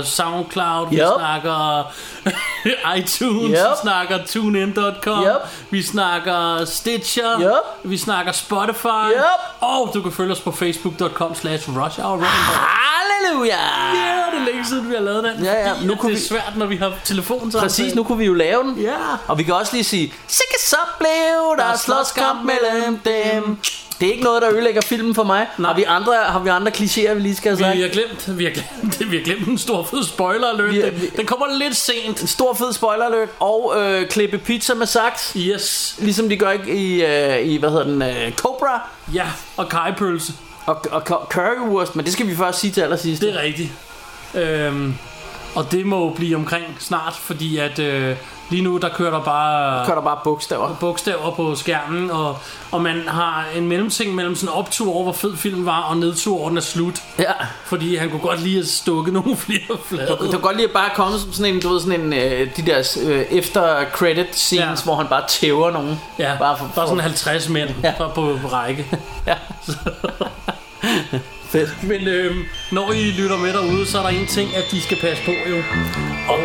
Speaker 3: SoundCloud, vi
Speaker 4: Yep.
Speaker 3: snakker iTunes,
Speaker 4: Yep.
Speaker 3: vi snakker TuneIn.com,
Speaker 4: Yep.
Speaker 3: vi snakker Stitcher,
Speaker 4: Yep.
Speaker 3: vi snakker Spotify,
Speaker 4: Yep.
Speaker 3: og du kan følge os på facebook.com slash rush hour Roundup.
Speaker 4: Halleluja!
Speaker 3: Ja, det er længe siden, vi har lavet den.
Speaker 4: Ah. Ja, ja,
Speaker 3: fordi
Speaker 4: nu
Speaker 3: at
Speaker 4: kunne
Speaker 3: det er
Speaker 4: vi-
Speaker 3: svært, når vi har telefon sammen.
Speaker 4: Præcis, nu kunne vi jo lave den.
Speaker 3: Ja.
Speaker 4: Og vi kan også lige sige, sikke så blev der slåskamp mellem dem. Det er ikke noget, der ødelægger filmen for mig. Nej. Har vi andre, har vi andre klichéer, vi lige skal have sagt?
Speaker 3: Vi har glemt, vi har glemt, vi har glemt en stor fed spoiler alert.
Speaker 4: Vi er-
Speaker 3: Den, den kommer lidt sent.
Speaker 4: En stor fed spoiler alert og øh, klippe pizza med saks.
Speaker 3: Yes.
Speaker 4: Ligesom de gør ikke i, øh, i hvad hedder den, øh, Cobra
Speaker 3: Ja, og kajpølse.
Speaker 4: og, og, og Currywurst, men det skal vi først sige til allersidst.
Speaker 3: Det er rigtigt. Øhm, og det må jo blive omkring snart, fordi at øh, lige nu der kører der bare
Speaker 4: kører der bare bogstaver.
Speaker 3: bogstaver på skærmen, og, og man har en mellemting mellem sådan optur over, hvor fed filmen var, og nedtur over, den er slut.
Speaker 4: Ja.
Speaker 3: Fordi han kunne godt lide at stukke nogle flere flader.
Speaker 4: Du kan godt lige bare komme som sådan en, du ved, sådan en, øh, de der øh, efter credit scenes, ja.
Speaker 3: Ja.
Speaker 4: hvor han bare tæver nogen.
Speaker 3: Ja,
Speaker 4: bare, for,
Speaker 3: bare sådan 50 mænd
Speaker 4: Ja.
Speaker 3: ja. bare på række.
Speaker 4: Ja. Fedt.
Speaker 3: Men øhm, når I lytter med derude, så er der en ting, at de skal passe på jo. Og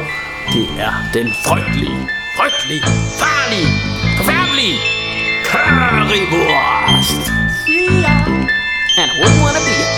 Speaker 4: Det er den frygtelige,
Speaker 3: frygtelig
Speaker 4: farlige, forfærdelige currywurst. See ya. And I wouldn't wanna be it.